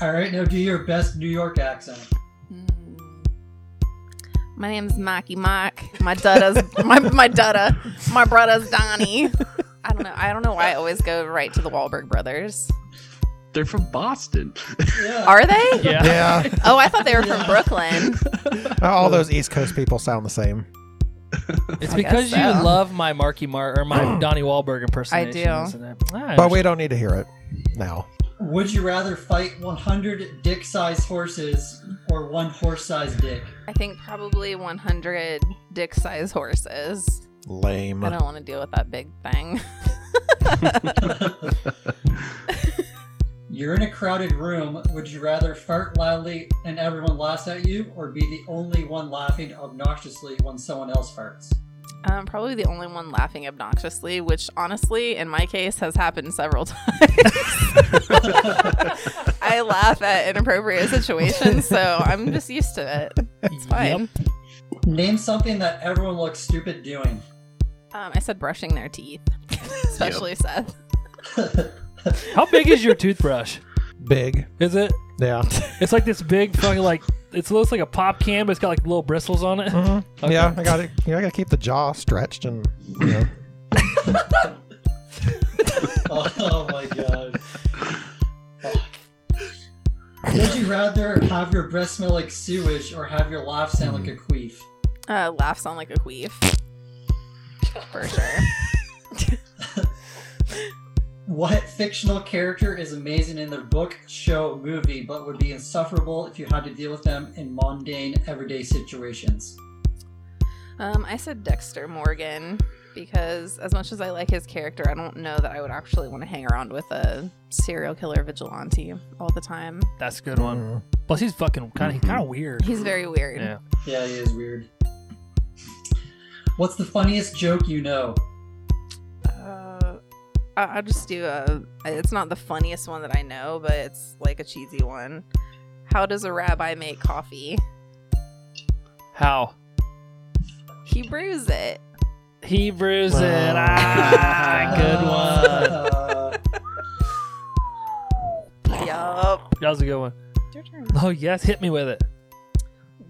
[SPEAKER 5] All right, now do your best New York accent.
[SPEAKER 3] Mm. My name's Mikey Mike. My dutta's my my dutta. My brother's Donnie. I don't know. I don't know why I always go right to the Wahlberg brothers.
[SPEAKER 4] They're from Boston.
[SPEAKER 5] Yeah.
[SPEAKER 3] Are they?
[SPEAKER 1] Yeah.
[SPEAKER 6] Yeah.
[SPEAKER 3] Oh, I thought they were from Brooklyn.
[SPEAKER 6] All those East Coast people sound the same.
[SPEAKER 1] It's
[SPEAKER 3] I
[SPEAKER 1] because
[SPEAKER 3] guess
[SPEAKER 1] you
[SPEAKER 3] so.
[SPEAKER 1] love my Marky Mark or my Donnie Wahlberg impersonation.
[SPEAKER 3] I do.
[SPEAKER 6] But we don't need to hear it now.
[SPEAKER 5] Would you rather fight 100 dick-sized horses or one horse-sized dick?
[SPEAKER 3] I think probably 100 dick sized horses.
[SPEAKER 6] Lame.
[SPEAKER 3] I don't want to deal with that big thing.
[SPEAKER 5] You're in a crowded room. Would you rather fart loudly and everyone laughs at you, or be the only one laughing obnoxiously when someone else farts?
[SPEAKER 3] I'm Um, probably the only one laughing obnoxiously, which honestly, in my case, has happened several times. I laugh at inappropriate situations, so I'm just used to it. It's fine.
[SPEAKER 5] Name something that everyone looks stupid doing.
[SPEAKER 3] Um, I said brushing their teeth, especially Seth.
[SPEAKER 1] How big is your toothbrush?
[SPEAKER 6] Big.
[SPEAKER 1] Is it?
[SPEAKER 6] Yeah.
[SPEAKER 1] It's like this big fucking like. It looks like a pop can, but it's got like little bristles on it.
[SPEAKER 6] Mhm.
[SPEAKER 1] Okay.
[SPEAKER 6] Yeah, I got to you know, I got to keep the jaw stretched and you know,
[SPEAKER 5] oh, oh my god. Would you rather have your breath smell like sewage or have your laugh sound like a queef?
[SPEAKER 3] Uh, laugh sound like a queef. For sure.
[SPEAKER 5] What fictional character is amazing in their book, show, movie, but would be insufferable if you had to deal with them in mundane, everyday situations?
[SPEAKER 3] Um, I said Dexter Morgan because as much as I like his character, I don't know that I would actually want to hang around with a serial killer vigilante all the time.
[SPEAKER 1] That's a good one.
[SPEAKER 6] mm,
[SPEAKER 1] Plus, he's fucking kind of kind of weird.
[SPEAKER 3] He's very weird.
[SPEAKER 1] Yeah.
[SPEAKER 5] Yeah, he is weird. What's the funniest joke you know?
[SPEAKER 3] Uh, I- I'll just do a. It's not the funniest one that I know, but it's like a cheesy one. How does a rabbi make coffee?
[SPEAKER 1] How
[SPEAKER 3] He brews it.
[SPEAKER 1] he brews it.
[SPEAKER 6] Wow.
[SPEAKER 1] Ah, good one.
[SPEAKER 5] Uh,
[SPEAKER 3] Yup.
[SPEAKER 1] That was a good one.
[SPEAKER 3] Your turn.
[SPEAKER 1] Oh yes, hit me with it.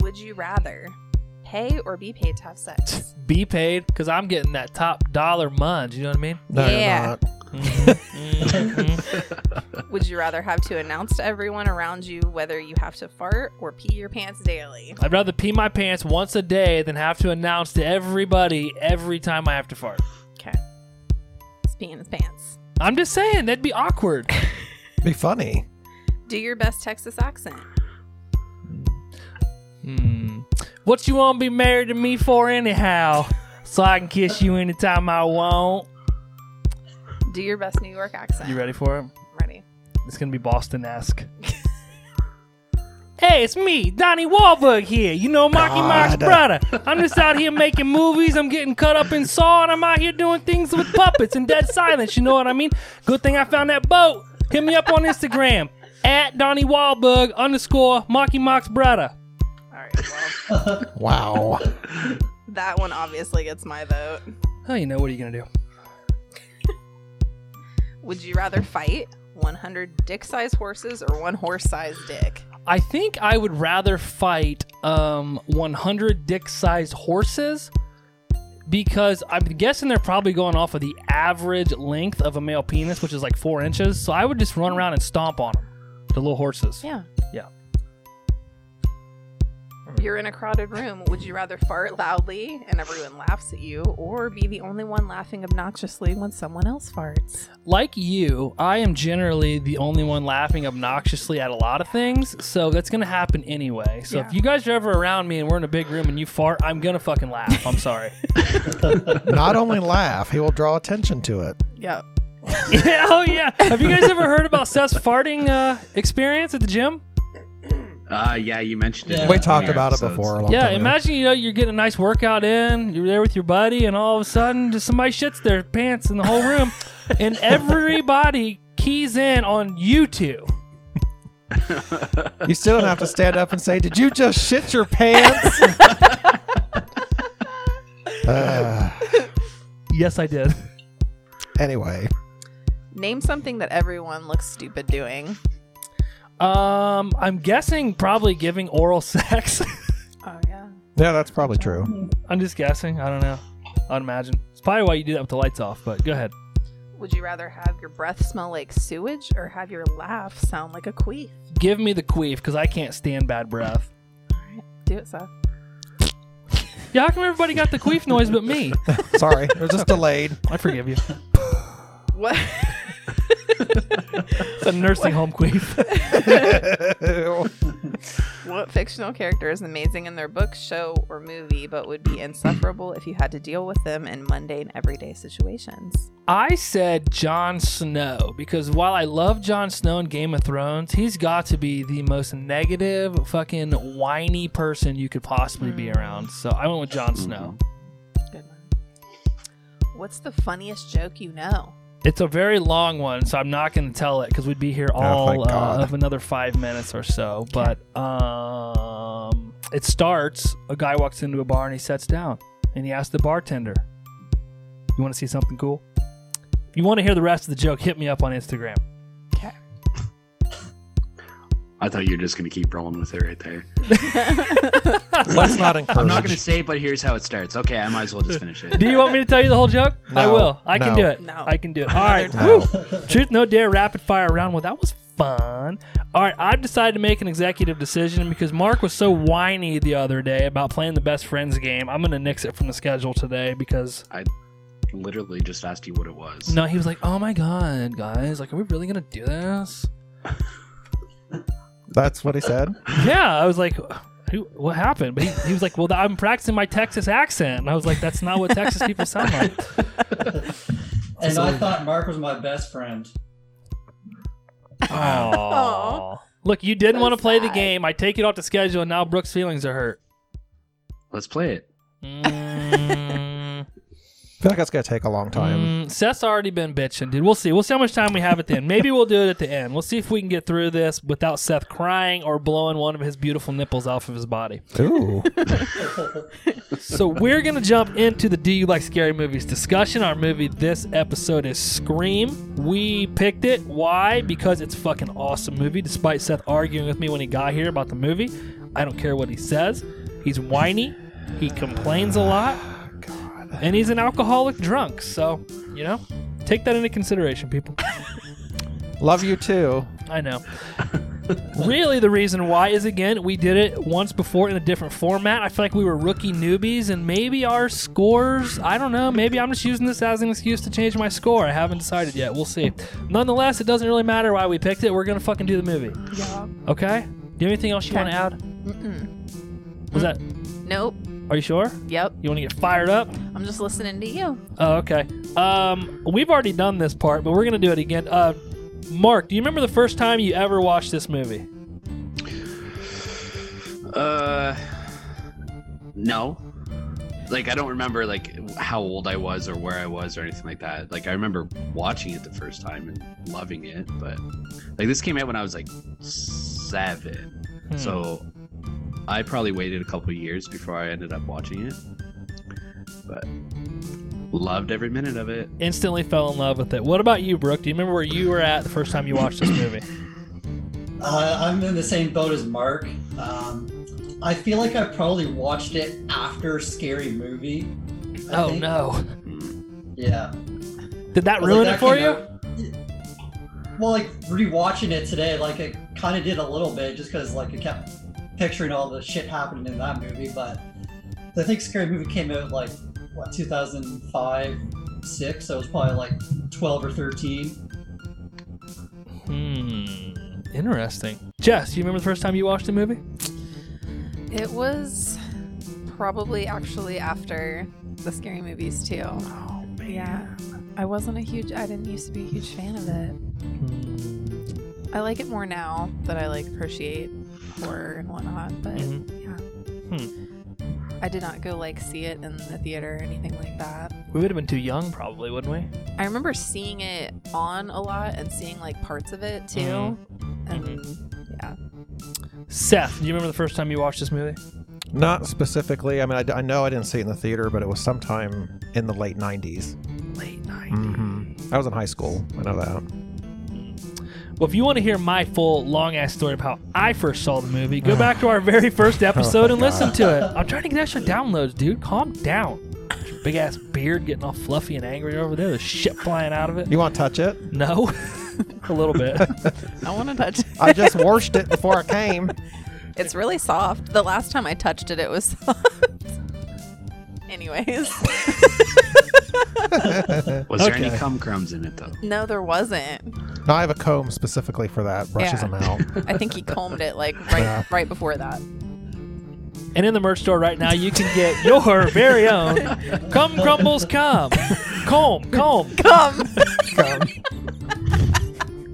[SPEAKER 3] Would you rather pay or be paid to have sex?
[SPEAKER 1] Be paid because I'm getting that top dollar munch. You know what I mean?
[SPEAKER 6] no, you're
[SPEAKER 3] Yeah.
[SPEAKER 6] not.
[SPEAKER 1] Mhm. Mhm.
[SPEAKER 3] Would you rather have to announce to everyone around you whether you have to fart or pee your pants daily?
[SPEAKER 1] I'd rather pee my pants once a day than have to announce to everybody every time I have to fart.
[SPEAKER 3] Okay. He's peeing his pants.
[SPEAKER 1] I'm just saying that'd be awkward.
[SPEAKER 6] Be funny.
[SPEAKER 3] Do your best Texas accent.
[SPEAKER 1] Hmm. What you want to be married to me for anyhow? So I can kiss you anytime I want.
[SPEAKER 3] Do your best New York accent.
[SPEAKER 1] You ready for it?
[SPEAKER 3] I'm ready.
[SPEAKER 1] It's gonna be Boston-esque. hey, it's me, Donnie Wahlberg here. You know, Marky Mark's brother.
[SPEAKER 6] God.
[SPEAKER 1] I'm just out here making movies. I'm getting cut up in Saw, and I'm out here doing things with puppets and dead silence. You know what I mean? Good thing I found that boat. Hit me up on Instagram at Donnie Wahlberg underscore Marky Mark's brother.
[SPEAKER 3] All right.
[SPEAKER 6] Wow.
[SPEAKER 3] Well, that one obviously gets my vote.
[SPEAKER 1] Oh, you know what are you gonna do?
[SPEAKER 3] Would you rather fight 100 dick-sized horses or one horse-sized dick?
[SPEAKER 1] I think I would rather fight um, 100 dick-sized horses because I'm guessing they're probably going off of the average length of a male penis, which is like four inches. So I would just run around and stomp on them, the little horses.
[SPEAKER 3] Yeah.
[SPEAKER 1] Yeah.
[SPEAKER 3] You're in a crowded room. Would you rather fart loudly and everyone laughs at you, or be the only one laughing obnoxiously when someone else farts?
[SPEAKER 1] Like you, I am generally the only one laughing obnoxiously at a lot of things, so that's gonna happen anyway. So
[SPEAKER 3] Yeah.
[SPEAKER 1] if you guys are ever around me and we're in a big room and you fart, I'm gonna fucking laugh. I'm sorry.
[SPEAKER 6] not only laugh, he will draw attention to it.
[SPEAKER 3] Yep.
[SPEAKER 1] yeah, oh yeah. Have you guys ever heard about Seth's farting uh, experience at the gym?
[SPEAKER 4] Uh, yeah, you mentioned it.
[SPEAKER 5] Yeah.
[SPEAKER 4] in
[SPEAKER 6] We
[SPEAKER 4] one of
[SPEAKER 6] talked
[SPEAKER 4] your
[SPEAKER 6] about it
[SPEAKER 4] episodes.
[SPEAKER 6] before. a long
[SPEAKER 1] yeah,
[SPEAKER 6] time ago.
[SPEAKER 1] imagine you know you're getting a nice workout in, you're there with your buddy, and all of a sudden just somebody shits their pants in the whole room, and everybody keys in on you two.
[SPEAKER 6] You still don't have to stand up and say, "Did you just shit your pants?" Uh,
[SPEAKER 1] Yes, I did.
[SPEAKER 6] anyway,
[SPEAKER 3] Name something that everyone looks stupid doing.
[SPEAKER 1] Um, I'm guessing probably giving oral sex.
[SPEAKER 3] Oh yeah.
[SPEAKER 6] yeah, that's probably true.
[SPEAKER 1] I'm just guessing. I don't know. I'd imagine it's probably why you do that with the lights off. But go ahead.
[SPEAKER 3] Would you rather have your breath smell like sewage or have your laugh sound like a queef?
[SPEAKER 1] Give me the queef because I can't stand bad breath.
[SPEAKER 3] Do it, Seth.
[SPEAKER 1] Yeah, how come everybody got the queef noise but me?
[SPEAKER 6] Sorry, it was just delayed.
[SPEAKER 1] I forgive you.
[SPEAKER 3] What?
[SPEAKER 1] It's a nursing home queef.
[SPEAKER 3] What fictional character is amazing in their book, show, or movie, but would be insufferable if you had to deal with them in mundane, everyday situations?
[SPEAKER 1] I said Jon Snow because while I love Jon Snow in Game of Thrones, he's got to be the most negative, fucking whiny person you could possibly be around. So I went with Jon Snow.
[SPEAKER 3] Good one. What's the funniest joke you know?
[SPEAKER 1] It's a very long one, so I'm not going to tell it because we'd be here all
[SPEAKER 6] thank
[SPEAKER 1] uh,
[SPEAKER 6] God.
[SPEAKER 1] of another five minutes or so. But um, it starts a guy walks into a bar and he sets down and he asks the bartender, You want to see something cool? If you want to hear the rest of the joke, hit me up on Instagram.
[SPEAKER 4] I thought you were just gonna keep rolling with it right there.
[SPEAKER 6] Let's not encourage.
[SPEAKER 4] I'm not gonna say, but here's how it starts. Okay, I might as well just finish it.
[SPEAKER 1] Do you want me to tell you the whole joke? I
[SPEAKER 6] No.
[SPEAKER 1] will. I can
[SPEAKER 6] No.
[SPEAKER 1] do it.
[SPEAKER 3] No.
[SPEAKER 1] I can do it. All right.
[SPEAKER 6] No.
[SPEAKER 1] Woo. Truth, no dare, rapid fire round one. That was fun. All right. I've decided to make an executive decision because Mark was so whiny the other day about playing the best friends game. I'm going to nix it from the schedule today because.
[SPEAKER 4] Literally just asked you what it was.
[SPEAKER 1] No, he was like, oh my God, guys. Like, are we really going to do this?
[SPEAKER 6] That's what he said.
[SPEAKER 1] Yeah. I was like, who, what happened? But he, he was like, well, I'm practicing my Texas accent. And I was like, that's not what Texas people sound like.
[SPEAKER 5] And I thought Mark was my best friend.
[SPEAKER 1] Aww. Look, you didn't
[SPEAKER 3] So
[SPEAKER 1] want to play the
[SPEAKER 3] sad.
[SPEAKER 1] game. I take it off the schedule, and now Brooke's feelings are hurt.
[SPEAKER 4] Let's play it.
[SPEAKER 1] Mm,
[SPEAKER 6] I feel like that's gonna take a long time.
[SPEAKER 1] mm, Seth's already been bitching, dude. We'll see. We'll see how much time we have at the end. Maybe we'll do it at the end. We'll see if we can get through this without Seth crying or blowing one of his beautiful nipples off of his body.
[SPEAKER 6] Ooh.
[SPEAKER 1] So we're gonna jump into the Do You Like Scary Movies discussion. Our movie this episode is Scream. We picked it. Why? Because it's a fucking awesome movie. Despite Seth arguing with me when he got here about the movie, I don't care what he says. He's whiny. He complains a lot. And he's an alcoholic drunk. So you know, take that into consideration, people.
[SPEAKER 6] Love you too.
[SPEAKER 1] I know. really, the reason why is again, we did it once before in a different format. I feel like we were rookie newbies, and maybe our scores, I don't know, maybe I'm just using this as an excuse to change my score. I haven't decided yet. We'll see. Nonetheless, it doesn't really matter why we picked it. We're going to fucking do the movie.
[SPEAKER 3] Yeah.
[SPEAKER 1] Okay? Do you have anything else you want to add?
[SPEAKER 3] Mm-mm.
[SPEAKER 1] Was that,
[SPEAKER 3] Nope.
[SPEAKER 1] are you sure?
[SPEAKER 3] Yep.
[SPEAKER 1] You want to get fired up?
[SPEAKER 3] I'm just listening to you.
[SPEAKER 1] Oh, okay. Um, we've already done this part, but we're going to do it again. Uh, Mark, do you remember the first time you ever watched this movie?
[SPEAKER 4] Uh, no. Like I don't remember like how old I was or where I was or anything like that. Like I remember watching it the first time and loving it, but like this came out when I was like seven,
[SPEAKER 1] Hmm.
[SPEAKER 4] so I probably waited a couple years before I ended up watching it. But loved every minute of it.
[SPEAKER 1] instantly fell in love with it. What about you, Brooke? Do you remember where you were at the first time you watched this movie?
[SPEAKER 5] Uh, I'm in the same boat as Mark. Um, I feel like I probably watched it after Scary Movie. I
[SPEAKER 1] oh
[SPEAKER 5] think.
[SPEAKER 1] no!
[SPEAKER 4] Mm.
[SPEAKER 5] Yeah.
[SPEAKER 1] Did that
[SPEAKER 5] But,
[SPEAKER 1] ruin
[SPEAKER 5] like,
[SPEAKER 1] it for
[SPEAKER 5] came
[SPEAKER 1] you?
[SPEAKER 5] out- Well, like rewatching it today, like it kind of did a little bit, just because like I kept picturing all the shit happening in that movie. But I think Scary Movie came out like what 2005, six. So it was probably like 12 or 13.
[SPEAKER 1] Hmm. Interesting. Jess, you remember the first time you watched the movie?
[SPEAKER 3] It was probably actually after the scary movies too.
[SPEAKER 1] Oh
[SPEAKER 3] Yeah. I wasn't a huge I didn't used to be a huge fan of it.
[SPEAKER 1] Hmm.
[SPEAKER 3] I like it more now that I like appreciate horror and whatnot, but
[SPEAKER 6] Mm-hmm.
[SPEAKER 3] yeah.
[SPEAKER 6] Hmm.
[SPEAKER 3] I did not go like see it in the theater or anything like that.
[SPEAKER 1] We would have been too young, probably, wouldn't we?
[SPEAKER 3] I remember seeing it on a lot and seeing like parts of it too.
[SPEAKER 1] Mhm.
[SPEAKER 6] Mm-hmm.
[SPEAKER 3] And yeah.
[SPEAKER 1] Seth, do you remember the first time you watched this movie?
[SPEAKER 6] Not specifically. I mean, I, d- I know I didn't see it in the theater, but it was sometime in the late '90s.
[SPEAKER 1] Late night.
[SPEAKER 6] Mm-hmm. I was in high school. I know that.
[SPEAKER 1] Well, if you want to hear my full long ass story of how I first saw the movie, go back to our very first episode and listen to it. I'm trying to get extra downloads, dude. Calm down. Big ass beard getting all fluffy and angry over there. There's shit flying out of it.
[SPEAKER 6] You want to touch it?
[SPEAKER 1] No, a little bit.
[SPEAKER 3] I want to touch it.
[SPEAKER 6] I just washed it before I came.
[SPEAKER 3] It's really soft. The last time I touched it, it was soft. Anyways.
[SPEAKER 4] Was there any cum crumbs in it though?
[SPEAKER 3] No, there wasn't.
[SPEAKER 6] Now I have a comb specifically for that. Brushes
[SPEAKER 3] Yeah.
[SPEAKER 6] them out.
[SPEAKER 3] I think he combed it like right
[SPEAKER 6] Yeah.
[SPEAKER 3] right before that.
[SPEAKER 1] And in the merch store right now, you can get your very own Come Crumbles Come. Comb, comb.
[SPEAKER 3] Come.
[SPEAKER 6] Comb.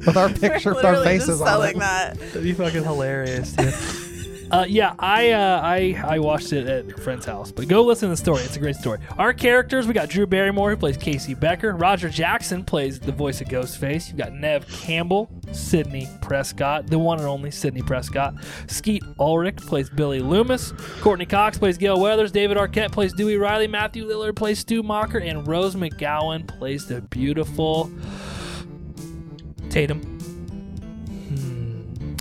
[SPEAKER 6] With our picture, with our faces on it.
[SPEAKER 3] that.
[SPEAKER 1] That'd be fucking hilarious. dude. Uh, yeah, I, uh, I I watched it at a friend's house, but go listen to the story. It's a great story. Our characters: we got Drew Barrymore who plays Casey Becker, Roger Jackson plays the voice of Ghostface. You've got Nev Campbell, Sidney Prescott, the one and only Sidney Prescott. Skeet Ulrich plays Billy Loomis. Courtney Cox plays Gail Weathers. David Arquette plays Dewey Riley. Matthew Lillard plays Stu Mocker, and Rose McGowan plays the beautiful Tatum.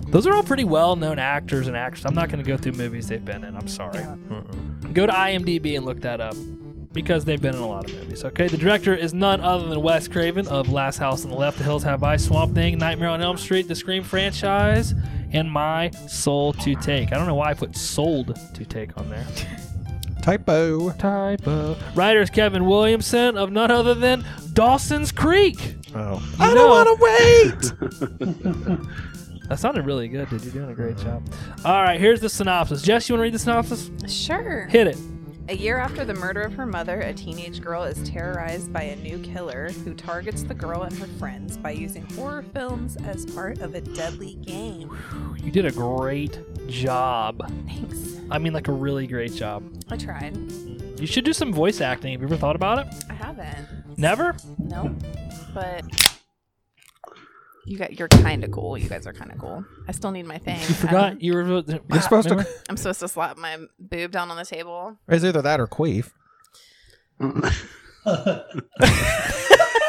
[SPEAKER 1] Those are all pretty well known actors and actresses. I'm not going to go through movies they've been in. I'm sorry. Go to IMDb and look that up because they've been in a lot of movies. Okay. The director is none other than Wes Craven of Last House on the Left, The Hills Have Eyes, Swamp Thing, Nightmare on Elm Street, The Scream franchise, and My Soul to Take. I don't know why I put sold to take on there.
[SPEAKER 6] Typo.
[SPEAKER 1] Typo. Writers Kevin Williamson of none other than Dawson's Creek.
[SPEAKER 6] Oh,
[SPEAKER 1] I don't want to
[SPEAKER 6] wait.
[SPEAKER 1] That sounded really good, dude. You're doing a great job. All right, here's the synopsis. Jess, you want to read the synopsis?
[SPEAKER 3] Sure.
[SPEAKER 1] Hit it.
[SPEAKER 3] A year after the murder of her mother, a teenage girl is terrorized by a new killer who targets the girl and her friends by using horror films as part of a deadly game.
[SPEAKER 1] You did a great job.
[SPEAKER 3] Thanks.
[SPEAKER 1] I mean, like a really great job.
[SPEAKER 3] I tried.
[SPEAKER 1] You should do some voice acting. Have you ever thought about it?
[SPEAKER 3] I haven't.
[SPEAKER 1] Never?
[SPEAKER 3] No. But you got you're kind of cool. You guys are kind of cool. I still need my thing.
[SPEAKER 1] You forgot you were.
[SPEAKER 6] You're supposed to.
[SPEAKER 3] I'm supposed to slap my boob down on the table.
[SPEAKER 6] It's either that or queef.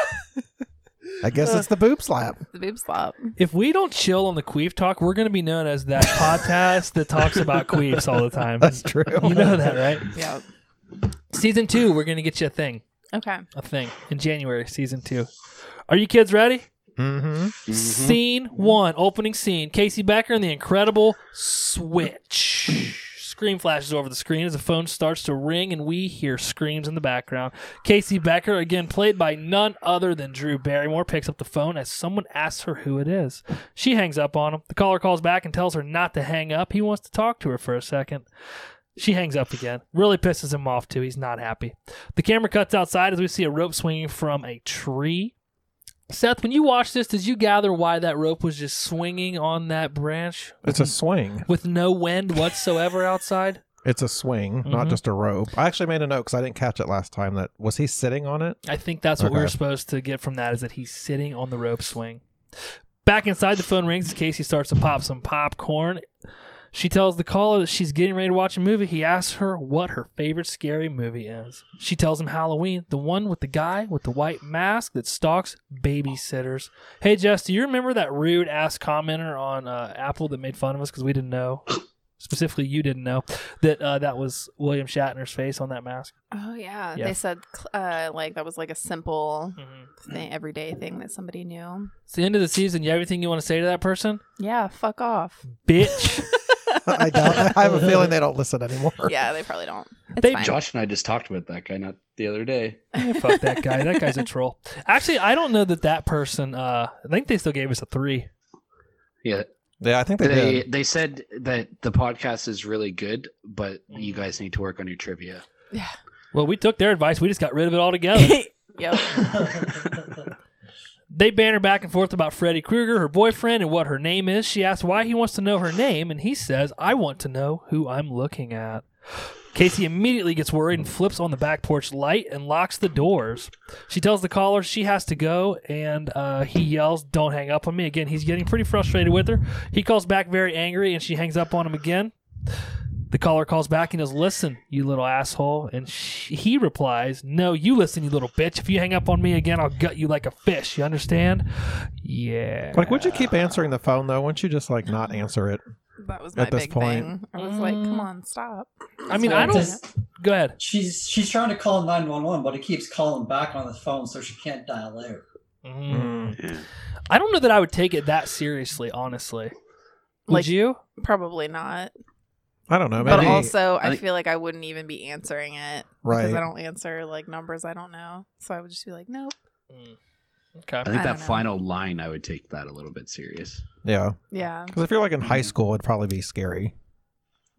[SPEAKER 6] I guess it's the boob slap.
[SPEAKER 3] The boob slap.
[SPEAKER 1] If we don't chill on the queef talk, we're going to be known as that podcast that talks about queefs all the time.
[SPEAKER 6] That's true.
[SPEAKER 1] You know that, right?
[SPEAKER 3] Yep.
[SPEAKER 1] Season two, we're going to get you a thing.
[SPEAKER 3] Okay.
[SPEAKER 1] A thing in January, season two. Are you kids ready?
[SPEAKER 6] Mm-hmm.
[SPEAKER 1] Scene one, opening scene. Casey Becker and the Incredible Switch. Screen flashes over the screen as the phone starts to ring and we hear screams in the background. Casey Becker, again played by none other than Drew Barrymore, picks up the phone as someone asks her who it is. She hangs up on him. The caller calls back and tells her not to hang up. He wants to talk to her for a second. She hangs up again. Really pisses him off, too. He's not happy. The camera cuts outside as we see a rope swinging from a tree. Seth, when you watched this, did you gather why that rope was just swinging on that branch
[SPEAKER 6] It's a swing.
[SPEAKER 1] with no wind whatsoever outside?
[SPEAKER 6] It's a swing, not
[SPEAKER 3] Mm-hmm.
[SPEAKER 1] Mhm.
[SPEAKER 6] just a rope. I actually made a note because I didn't catch it last time. That was he sitting on it?
[SPEAKER 1] I think that's what we
[SPEAKER 6] Okay.
[SPEAKER 1] were supposed to get from that is that he's sitting on the rope swing. Back inside, the phone rings as Casey starts to pop some popcorn. She tells the caller that she's getting ready to watch a movie. He asks her what her favorite scary movie is. She tells him Halloween, the one with the guy with the white mask that stalks babysitters. Hey, Jess, do you remember that rude ass commenter on uh, Apple that made fun of us because we didn't know? Specifically, you didn't know that uh, that was William Shatner's face on that mask.
[SPEAKER 3] Oh yeah.
[SPEAKER 1] Yeah.
[SPEAKER 3] They said cl- uh, like that was like a simple thing, everyday thing that somebody knew.
[SPEAKER 1] It's the end of the season. You have anything you want to say to that person?
[SPEAKER 3] Yeah. Fuck off.
[SPEAKER 1] Bitch.
[SPEAKER 6] I don't. I have a feeling they don't listen anymore.
[SPEAKER 3] yeah. They probably don't. It's
[SPEAKER 1] They
[SPEAKER 3] fine.
[SPEAKER 4] Josh and I just talked about that guy not the other day.
[SPEAKER 1] Fuck that guy. That guy's a troll. Actually, I don't know that that person. Uh, I think they still gave us a three.
[SPEAKER 4] Yeah,
[SPEAKER 6] Yeah, I think they,
[SPEAKER 4] they
[SPEAKER 6] did.
[SPEAKER 4] they said that the podcast is really good, but you
[SPEAKER 1] Mm.
[SPEAKER 4] guys need to work on your trivia.
[SPEAKER 3] yeah.
[SPEAKER 1] Well, we took their advice. We just got rid of it altogether.
[SPEAKER 3] yep.
[SPEAKER 1] They banter back and forth about Freddy Krueger, her boyfriend, and what her name is. She asks why he wants to know her name, and he says, I want to know who I'm looking at. Casey immediately gets worried and flips on the back porch light and locks the doors. She tells the caller she has to go, and uh, he yells, Don't hang up on me. Again, he's getting pretty frustrated with her. He calls back very angry, and she hangs up on him again. The caller calls back and goes, Listen, you little asshole. And she, he replies, No, you listen, you little bitch. If you hang up on me again, I'll gut you like a fish. You understand? Yeah.
[SPEAKER 6] Like, would you keep answering the phone though? Wouldn't you just like not answer it?
[SPEAKER 3] That was my
[SPEAKER 6] At this
[SPEAKER 3] big
[SPEAKER 6] point-
[SPEAKER 3] thing. I was like, come
[SPEAKER 1] Mm.
[SPEAKER 3] on, stop.
[SPEAKER 1] I mean,
[SPEAKER 3] So
[SPEAKER 1] I don't.
[SPEAKER 5] Just-
[SPEAKER 1] Go ahead.
[SPEAKER 5] she's she's trying to call 911, but it keeps calling back on the phone, so she can't dial out.
[SPEAKER 1] Mm-hmm. I don't know that I would take it that seriously, honestly. Would
[SPEAKER 3] Like-
[SPEAKER 1] you?
[SPEAKER 3] Probably not.
[SPEAKER 6] I don't know. Maybe
[SPEAKER 3] But also, I,
[SPEAKER 4] I think-
[SPEAKER 3] feel like I wouldn't even be answering it because I
[SPEAKER 6] right.
[SPEAKER 3] don't answer like numbers I don't know. So I would just be like, nope.
[SPEAKER 1] Mm. Okay.
[SPEAKER 4] I think
[SPEAKER 3] I
[SPEAKER 4] that
[SPEAKER 3] don't know.
[SPEAKER 4] final line, I would take that a little bit serious.
[SPEAKER 6] Yeah,
[SPEAKER 3] Yeah,
[SPEAKER 6] because if you're like in high
[SPEAKER 3] Mm-hmm.
[SPEAKER 6] school, it'd probably be scary.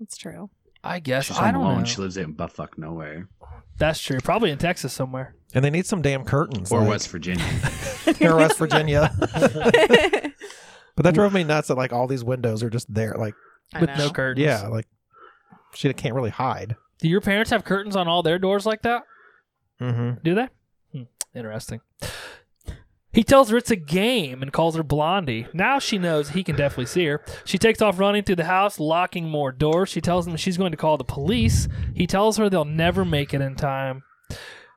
[SPEAKER 3] that's true.
[SPEAKER 1] I guess
[SPEAKER 4] She's
[SPEAKER 1] I
[SPEAKER 4] home
[SPEAKER 1] don't
[SPEAKER 4] alone.
[SPEAKER 1] know.
[SPEAKER 4] She lives out in buttfuck nowhere
[SPEAKER 1] That's true. Probably in Texas somewhere.
[SPEAKER 6] And they need some damn curtains.
[SPEAKER 4] or
[SPEAKER 6] like-
[SPEAKER 4] West Virginia.
[SPEAKER 6] or West Virginia.
[SPEAKER 3] I
[SPEAKER 6] but that drove me nuts that like all these windows are just there. Like
[SPEAKER 1] with
[SPEAKER 3] know.
[SPEAKER 1] no curtains.
[SPEAKER 6] yeah, like she can't really hide.
[SPEAKER 1] Do your parents have curtains on all their doors like that?
[SPEAKER 6] Mm-hmm.
[SPEAKER 1] Do they? Hmm. Interesting. He tells her it's a game and calls her Blondie. Now she knows he can definitely see her. She takes off running through the house, locking more doors. She tells him she's going to call the police. He tells her they'll never make it in time.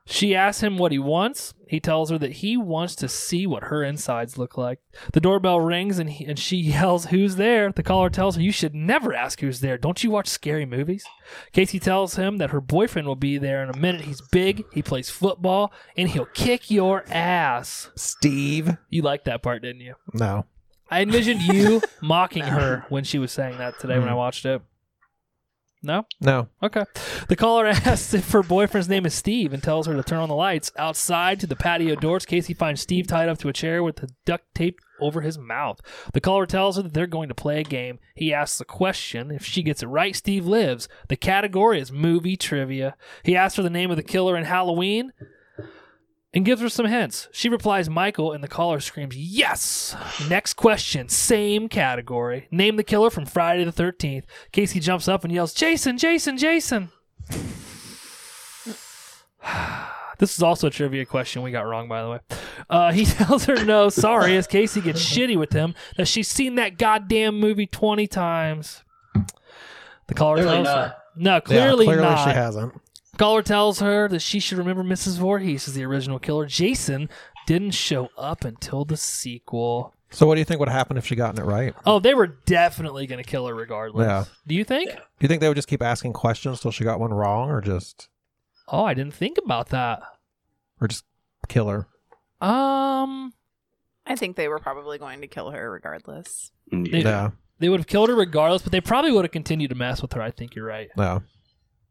[SPEAKER 1] She asks him what he wants. He tells her that he wants to see what her insides look like. The doorbell rings and, he, and she yells, Who's there? The caller tells her, You should never ask who's there. Don't you watch scary movies? Casey tells him that her boyfriend will be there in a minute. He's big, he plays football, and he'll kick your ass.
[SPEAKER 6] Steve.
[SPEAKER 1] You liked that part, didn't you?
[SPEAKER 6] No.
[SPEAKER 1] I envisioned you mocking her when she was saying that today when I watched it. No?
[SPEAKER 6] No.
[SPEAKER 1] Okay. The caller asks if her boyfriend's name is Steve and tells her to turn on the lights. Outside to the patio doors, Casey finds Steve tied up to a chair with the duct tape over his mouth. The caller tells her that they're going to play a game. He asks a question. If she gets it right, Steve lives. The category is movie trivia. He asks her the name of the killer in Halloween and gives her some hints. She replies Michael, and the caller screams, Yes! Next question, same category. Name the killer from Friday the 13th. Casey jumps up and yells, Jason, Jason, Jason! This is also a trivia question we got wrong, by the way. Uh, he tells her no, sorry, as Casey gets shitty with him, that she's seen that goddamn movie 20 times. The caller
[SPEAKER 5] Clearly
[SPEAKER 1] tells her.
[SPEAKER 5] not.
[SPEAKER 1] No,
[SPEAKER 6] Yeah,
[SPEAKER 1] clearly,
[SPEAKER 6] clearly
[SPEAKER 1] not.
[SPEAKER 6] she hasn't.
[SPEAKER 1] Caller tells her that she should remember Mrs. Voorhees as the original killer. Jason didn't show up until the sequel.
[SPEAKER 6] So what do you think would happen if she gotten it right?
[SPEAKER 1] Oh, they were definitely going to kill her regardless.
[SPEAKER 6] Yeah.
[SPEAKER 1] Do you think?
[SPEAKER 6] Do you think they would just keep asking questions till she got one wrong, or just
[SPEAKER 1] Oh, I didn't think about that.
[SPEAKER 6] or just kill her?
[SPEAKER 1] Um,
[SPEAKER 3] I think they were probably going to kill her regardless.
[SPEAKER 4] Mm,
[SPEAKER 1] They-
[SPEAKER 6] Yeah.
[SPEAKER 1] they would have killed her regardless, but they probably would have continued to mess with her. I think you're right.
[SPEAKER 6] No.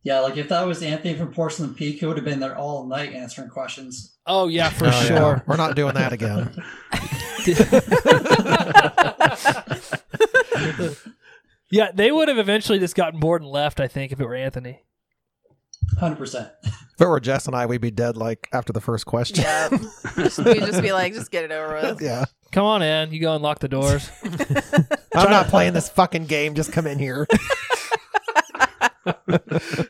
[SPEAKER 5] Yeah, like if that was Anthony from Porcelain Peak, he would have been there all night answering questions.
[SPEAKER 1] Oh yeah, for
[SPEAKER 6] Oh, yeah.
[SPEAKER 1] sure.
[SPEAKER 6] We're not doing that again.
[SPEAKER 1] yeah, they would have eventually just gotten bored and left. I think if it were Anthony.
[SPEAKER 5] 100%.
[SPEAKER 6] if it were Jess and I, we'd be dead like after the first question.
[SPEAKER 3] Yeah, just, we just be like, just get it over with.
[SPEAKER 6] yeah.
[SPEAKER 1] Come on in. You go and lock the doors.
[SPEAKER 6] I'm not playing this fucking game. Just come in here.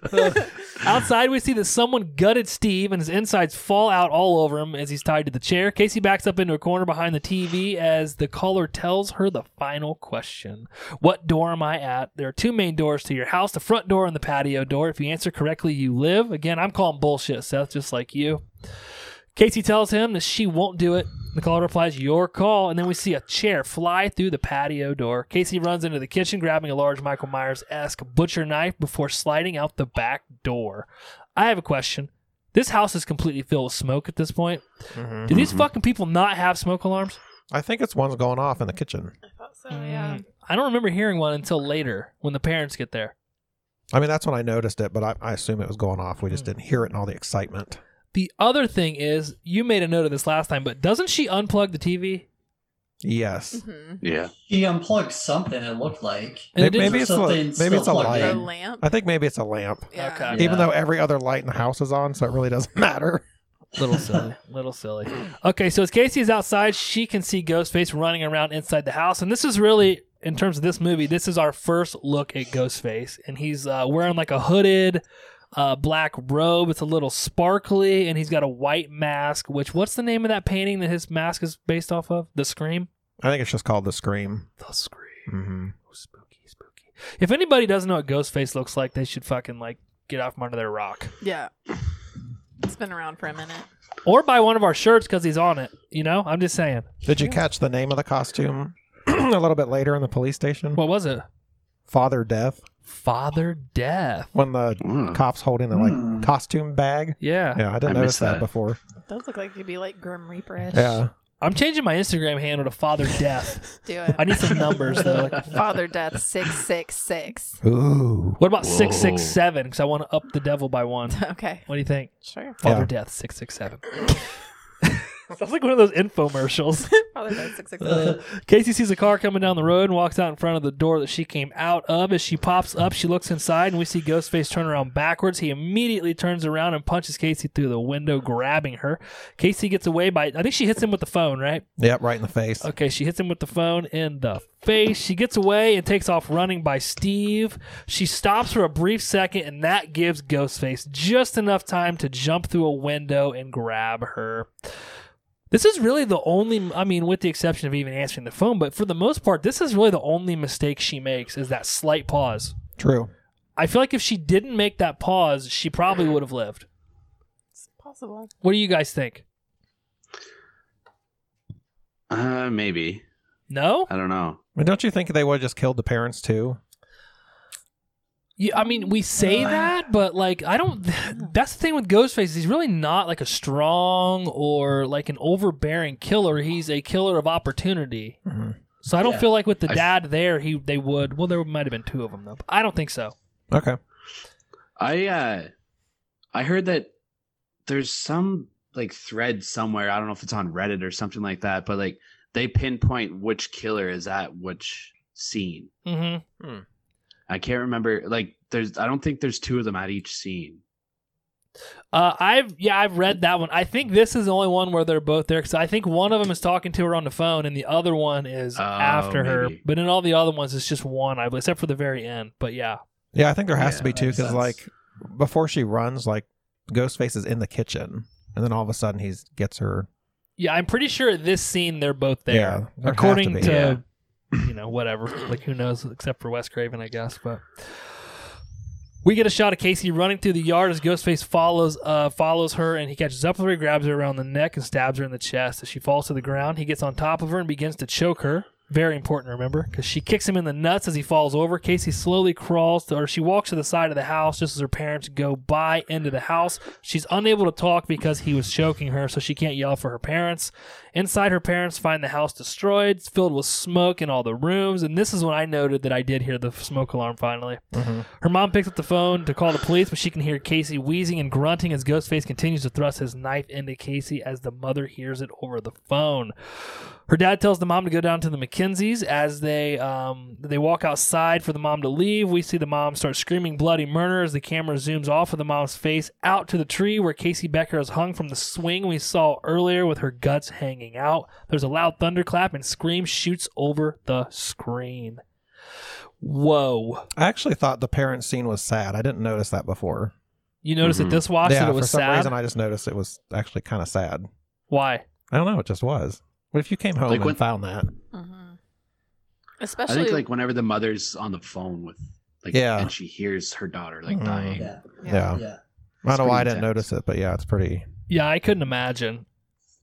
[SPEAKER 1] Outside, we see that someone gutted Steve and his insides fall out all over him as he's tied to the chair. Casey backs up into a corner behind the TV as the caller tells her the final question What door am I at? There are two main doors to your house the front door and the patio door. If you answer correctly, you live. Again, I'm calling bullshit, Seth, just like you. Casey tells him that she won't do it. The caller replies, Your call. And then we see a chair fly through the patio door. Casey runs into the kitchen, grabbing a large Michael Myers esque butcher knife before sliding out the back door. I have a question. This house is completely filled with smoke at this point. Do these fucking people not have smoke alarms?
[SPEAKER 6] I think it's one's going off in the kitchen.
[SPEAKER 3] I thought so. Yeah.
[SPEAKER 1] Mm, I don't remember hearing one until later when the parents get there.
[SPEAKER 6] I mean, that's when I noticed it, but I, I assume it was going off. We just didn't hear it in all the excitement.
[SPEAKER 1] The other thing is, you made a note of this last time, but doesn't she unplug the TV?
[SPEAKER 6] Yes.
[SPEAKER 3] hmm
[SPEAKER 4] yeah.
[SPEAKER 5] He unplugged something, it looked like.
[SPEAKER 1] And it
[SPEAKER 6] May-
[SPEAKER 1] didn't-
[SPEAKER 6] maybe it's a,
[SPEAKER 5] Something
[SPEAKER 6] maybe
[SPEAKER 5] still
[SPEAKER 6] it's a
[SPEAKER 5] plugged
[SPEAKER 3] The
[SPEAKER 5] in.
[SPEAKER 6] light.
[SPEAKER 3] lamp.
[SPEAKER 6] I think maybe it's a lamp.
[SPEAKER 3] Yeah.
[SPEAKER 1] Okay.
[SPEAKER 5] Yeah.
[SPEAKER 6] Even though every other light in the house is on, so it really doesn't matter.
[SPEAKER 1] little silly, little silly. Okay, so as Casey is outside, she can see Ghostface running around inside the house, and this is really, in terms of this movie, this is our first look at Ghostface, and he's uh, wearing like a hooded uh, black robe. It's a little sparkly, and he's got a white mask. Which, what's the name of that painting that his mask is based off of? The Scream.
[SPEAKER 6] I think it's just called the scream.
[SPEAKER 1] The Scream.
[SPEAKER 6] Mm-hmm.
[SPEAKER 1] Oh, spooky, spooky. If anybody doesn't know what Ghostface looks like, they should fucking like get off from under their rock,
[SPEAKER 3] Yeah. It's been around for a minute.
[SPEAKER 1] or buy one of our shirts because he's on it. You know, I'm just saying.
[SPEAKER 6] Did you catch the name of the costume a little bit later in the police station?
[SPEAKER 1] What was it?
[SPEAKER 6] Father Death.
[SPEAKER 1] Father Death.
[SPEAKER 6] When the
[SPEAKER 4] Mm.
[SPEAKER 6] cops holding the like
[SPEAKER 5] Hmm.
[SPEAKER 6] costume bag.
[SPEAKER 1] Yeah.
[SPEAKER 6] Yeah, I didn't
[SPEAKER 4] I
[SPEAKER 6] notice
[SPEAKER 4] missed
[SPEAKER 6] that.
[SPEAKER 4] that.
[SPEAKER 6] before.
[SPEAKER 3] It does look like it could be like Grim Reaperish.
[SPEAKER 6] Yeah.
[SPEAKER 1] I'm changing my Instagram handle to Father Death.
[SPEAKER 3] Do it.
[SPEAKER 1] I need some numbers though. Like,
[SPEAKER 3] Father Death six six six.
[SPEAKER 6] Ooh.
[SPEAKER 1] what about
[SPEAKER 4] Whoa.
[SPEAKER 1] six six seven? Because I want to up the devil by one.
[SPEAKER 3] Okay,
[SPEAKER 1] What do you think?
[SPEAKER 3] sure.
[SPEAKER 1] Father
[SPEAKER 6] Yeah.
[SPEAKER 1] Death six six seven. Sounds like one of those infomercials.
[SPEAKER 3] Father Death six six
[SPEAKER 1] Uh,
[SPEAKER 3] six.
[SPEAKER 1] Casey sees a car coming down the road and walks out in front of the door that she came out of. As she pops up, she looks inside and we see Ghostface turn around backwards. He immediately turns around and punches Casey through the window, grabbing her. Casey gets away by, I think she hits him with the phone, right?
[SPEAKER 6] Yep, right in the face.
[SPEAKER 1] Okay, she hits him with the phone in the face. She gets away and takes off running by Steve. She stops for a brief second, and that gives Ghostface just enough time to jump through a window and grab her. This is really the only, I mean, with the exception of even answering the phone, but for the most part, this is really the only mistake she makes is that slight pause.
[SPEAKER 6] True.
[SPEAKER 1] I feel like if she didn't make that pause, she probably would have lived.
[SPEAKER 3] It's possible.
[SPEAKER 1] What do you guys think?
[SPEAKER 4] Uh, maybe.
[SPEAKER 1] No?
[SPEAKER 4] I don't know.
[SPEAKER 6] I mean, don't you think they would have just killed the parents too?
[SPEAKER 1] Yeah, I mean, we say that, but like, I don't. That's the thing with Ghostface; is he's really not like a strong or like an overbearing killer. He's a killer of opportunity.
[SPEAKER 6] Mhm.
[SPEAKER 1] So I don't
[SPEAKER 5] Yeah.
[SPEAKER 1] feel like with the
[SPEAKER 4] I-
[SPEAKER 1] dad there, he they would. Well, there might have been two of them though. But I don't think so.
[SPEAKER 6] Okay.
[SPEAKER 4] I uh I heard that there's some like thread somewhere, I don't know if it's on Reddit or something like that, but like they pinpoint which killer is at which scene.
[SPEAKER 1] hmm
[SPEAKER 4] I can't remember like there's I don't think there's two of them at each scene.
[SPEAKER 1] Uh, I've yeah, I've read that one. I think this is the only one where they're both there because I think one of them is talking to her on the phone, and the other one is
[SPEAKER 4] Oh,
[SPEAKER 1] after her.
[SPEAKER 4] maybe.
[SPEAKER 1] But in all the other ones, it's just one, I believe, except for the very end. But yeah,
[SPEAKER 6] Yeah, I think there has to
[SPEAKER 4] Yeah,
[SPEAKER 6] be two
[SPEAKER 5] makes
[SPEAKER 6] because
[SPEAKER 5] sense.
[SPEAKER 6] like before she runs, like Ghostface is in the kitchen, and then all of a sudden he gets her.
[SPEAKER 1] Yeah, I'm pretty sure at this scene they're both
[SPEAKER 6] Yeah,
[SPEAKER 1] there.
[SPEAKER 6] there have
[SPEAKER 1] according
[SPEAKER 6] to
[SPEAKER 1] to,
[SPEAKER 6] be.
[SPEAKER 1] you know, whatever. Like who knows except for Wes Craven, I guess, but we get a shot of Casey running through the yard as Ghostface follows uh, follows her and he catches up with her, grabs her around the neck and stabs her in the chest. As she falls to the ground, he gets on top of her and begins to choke her. Very important, to remember, because she kicks him in the nuts as he falls over. Casey slowly crawls, to, or she walks to the side of the house just as her parents go by into the house. She's unable to talk because he was choking her, so she can't yell for her parents. Inside, her parents find the house destroyed, filled with smoke in all the rooms. And this is when I noted that I did hear the smoke alarm finally. Her mom picks up the phone to call the police, but she can hear Casey wheezing and grunting as Ghostface continues to thrust his knife into Casey as the mother hears it over the phone. Her dad tells the mom to go down to the McKenzie's as they um, they walk outside for the mom to leave. We see the mom start screaming bloody murder as the camera zooms off of the mom's face out to the tree where Casey Becker is hung from the swing we saw earlier with her guts hanging out. There's a loud thunderclap and scream shoots over the screen. Whoa.
[SPEAKER 6] I actually thought the parent scene was sad. I didn't notice that before.
[SPEAKER 1] You noticed
[SPEAKER 4] Mhm.
[SPEAKER 1] at this watch
[SPEAKER 6] Mm-hmm. yeah,
[SPEAKER 1] that it
[SPEAKER 6] for
[SPEAKER 1] was
[SPEAKER 6] some
[SPEAKER 1] sad.
[SPEAKER 6] reason I just noticed it was actually kind of sad.
[SPEAKER 1] Why?
[SPEAKER 6] I don't know. It just was. What if you came home
[SPEAKER 4] Like
[SPEAKER 6] and
[SPEAKER 4] when-
[SPEAKER 6] found that?
[SPEAKER 3] Mm-hmm.
[SPEAKER 4] I
[SPEAKER 3] Especially
[SPEAKER 4] think like whenever the mother's on the phone with like
[SPEAKER 6] Yeah.
[SPEAKER 4] and she hears her daughter like
[SPEAKER 1] Mm.
[SPEAKER 6] Mhm.
[SPEAKER 4] dying.
[SPEAKER 5] Yeah,
[SPEAKER 6] Yeah.
[SPEAKER 5] yeah.
[SPEAKER 6] I don't know why I didn't
[SPEAKER 4] Scream text.
[SPEAKER 6] notice it, but yeah, it's pretty.
[SPEAKER 1] Yeah, I couldn't imagine.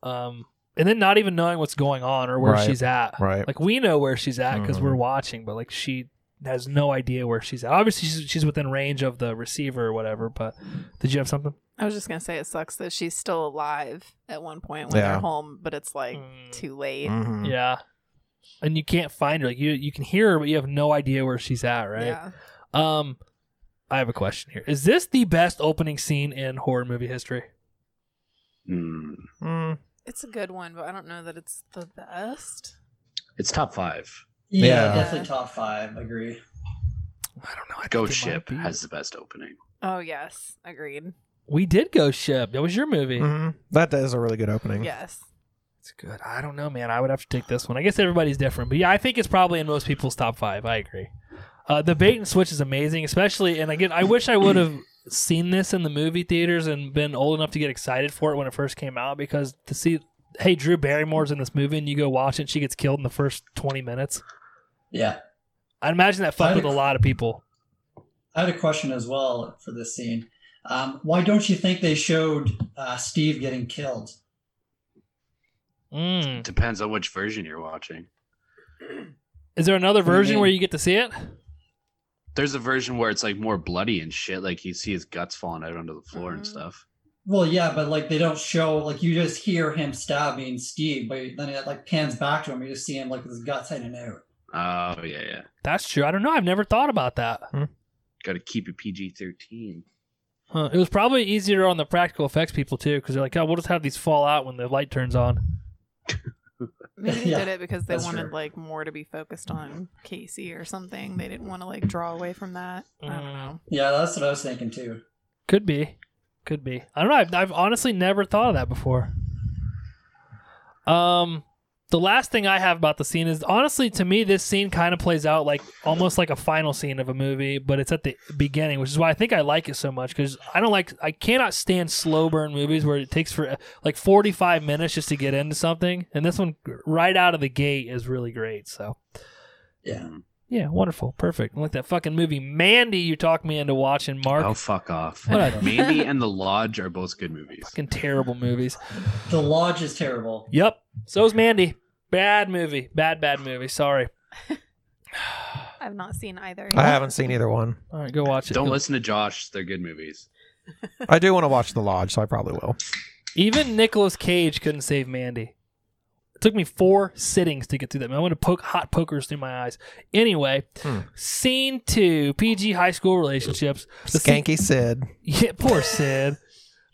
[SPEAKER 1] Um, and then not even knowing what's going on or where
[SPEAKER 6] Right,
[SPEAKER 1] she's at.
[SPEAKER 6] Right.
[SPEAKER 1] Uh, Like we know where she's at because we're
[SPEAKER 6] Mhm.
[SPEAKER 1] watching, but like she has no idea where she's at. Obviously, she's, she's within range of the receiver or whatever. But did you have something?
[SPEAKER 3] I was just gonna say it sucks that she's still alive at one point when
[SPEAKER 6] Yeah.
[SPEAKER 3] they're home, but it's like
[SPEAKER 1] Mm,
[SPEAKER 3] too late.
[SPEAKER 6] Mhm.
[SPEAKER 1] Yeah. And you can't find her. Like you, you can hear her, but you have no idea where she's at. Right.
[SPEAKER 3] Yeah.
[SPEAKER 1] Um, I have a question here. Is this the best opening scene in horror movie history?
[SPEAKER 4] Mm.
[SPEAKER 6] Mm.
[SPEAKER 3] It's a good one, but I don't know that it's the best.
[SPEAKER 4] It's top five.
[SPEAKER 5] Yeah,
[SPEAKER 6] Yeah.
[SPEAKER 5] definitely top five. Agree.
[SPEAKER 1] I don't know. I think
[SPEAKER 4] Ghost
[SPEAKER 1] it might
[SPEAKER 4] Ship
[SPEAKER 1] be.
[SPEAKER 4] has the best opening.
[SPEAKER 3] Oh yes, agreed.
[SPEAKER 1] We did Ghost Ship. That was your movie.
[SPEAKER 6] Mhm. That is a really good opening.
[SPEAKER 3] Yes.
[SPEAKER 1] It's good. I don't know, man. I would have to take this one. I guess everybody's different, but yeah, I think it's probably in most people's top five. I agree. Uh, the bait and switch is amazing, especially. And again, I wish I would have seen this in the movie theaters and been old enough to get excited for it when it first came out because to see, hey, Drew Barrymore's in this movie and you go watch it, she gets killed in the first twenty minutes.
[SPEAKER 5] Yeah.
[SPEAKER 1] I'd imagine that fucked with a lot of people.
[SPEAKER 5] I had a question as well for this scene. Um, why don't you think they showed uh, Steve getting killed?
[SPEAKER 1] Mm.
[SPEAKER 4] Depends on which version you're watching.
[SPEAKER 1] Is there another
[SPEAKER 5] do you
[SPEAKER 1] version
[SPEAKER 5] mean?
[SPEAKER 1] where you get to see it?
[SPEAKER 5] Mm-hmm.
[SPEAKER 4] There's a version where it's like more bloody and shit, like you see his guts falling out onto the floor and
[SPEAKER 3] Mhm.
[SPEAKER 4] stuff.
[SPEAKER 5] Well, yeah, but like they don't show like you just hear him stabbing Steve, but then it like pans back to him. You just see him like with his guts hanging out.
[SPEAKER 4] Oh yeah, yeah.
[SPEAKER 1] That's true. I don't know. I've never thought about that.
[SPEAKER 4] Got to keep it PG thirteen.
[SPEAKER 1] Huh. It was probably easier on the practical effects people too, because they're like, "Oh, we'll just have these fall out when the light turns on."
[SPEAKER 3] Maybe they
[SPEAKER 5] Yeah,
[SPEAKER 3] did it because they
[SPEAKER 5] that's
[SPEAKER 3] wanted
[SPEAKER 5] true.
[SPEAKER 3] like more to be focused on Casey or something. They didn't want to like draw away from that. I don't know.
[SPEAKER 5] Yeah, that's what I was thinking too.
[SPEAKER 1] Could be, could be. I don't know. I've, I've honestly never thought of that before. Um, the last thing I have about the scene is honestly to me, this scene kind of plays out like almost like a final scene of a movie, but it's at the beginning, which is why I think I like it so much because I don't like I cannot stand slow burn movies where it takes for like forty five minutes just to get into something, and this one right out of the gate is really great. So.
[SPEAKER 5] Yeah.
[SPEAKER 1] Yeah, wonderful, perfect. Like that fucking movie Mandy you talked me into watching, Mark.
[SPEAKER 4] Oh fuck off.
[SPEAKER 1] What a-
[SPEAKER 4] Mandy and The Lodge are both good movies.
[SPEAKER 1] fucking terrible movies.
[SPEAKER 5] The lodge is terrible.
[SPEAKER 1] Yep. So's Mandy. Bad movie. Bad, bad movie. Sorry.
[SPEAKER 3] I've not seen either.
[SPEAKER 6] I haven't seen either one.
[SPEAKER 1] All right, go watch it.
[SPEAKER 4] Don't
[SPEAKER 1] Go-
[SPEAKER 4] listen to Josh. They're good movies.
[SPEAKER 6] I do want to watch The Lodge, so I probably will.
[SPEAKER 1] Even Nicolas Cage couldn't save Mandy. It took me four sittings to get through that. I want to poke hot pokers through my eyes. Anyway,
[SPEAKER 6] Hmm.
[SPEAKER 1] scene two: PG high school relationships. The scene-
[SPEAKER 6] Skanky Sid.
[SPEAKER 1] Yeah, poor Sid.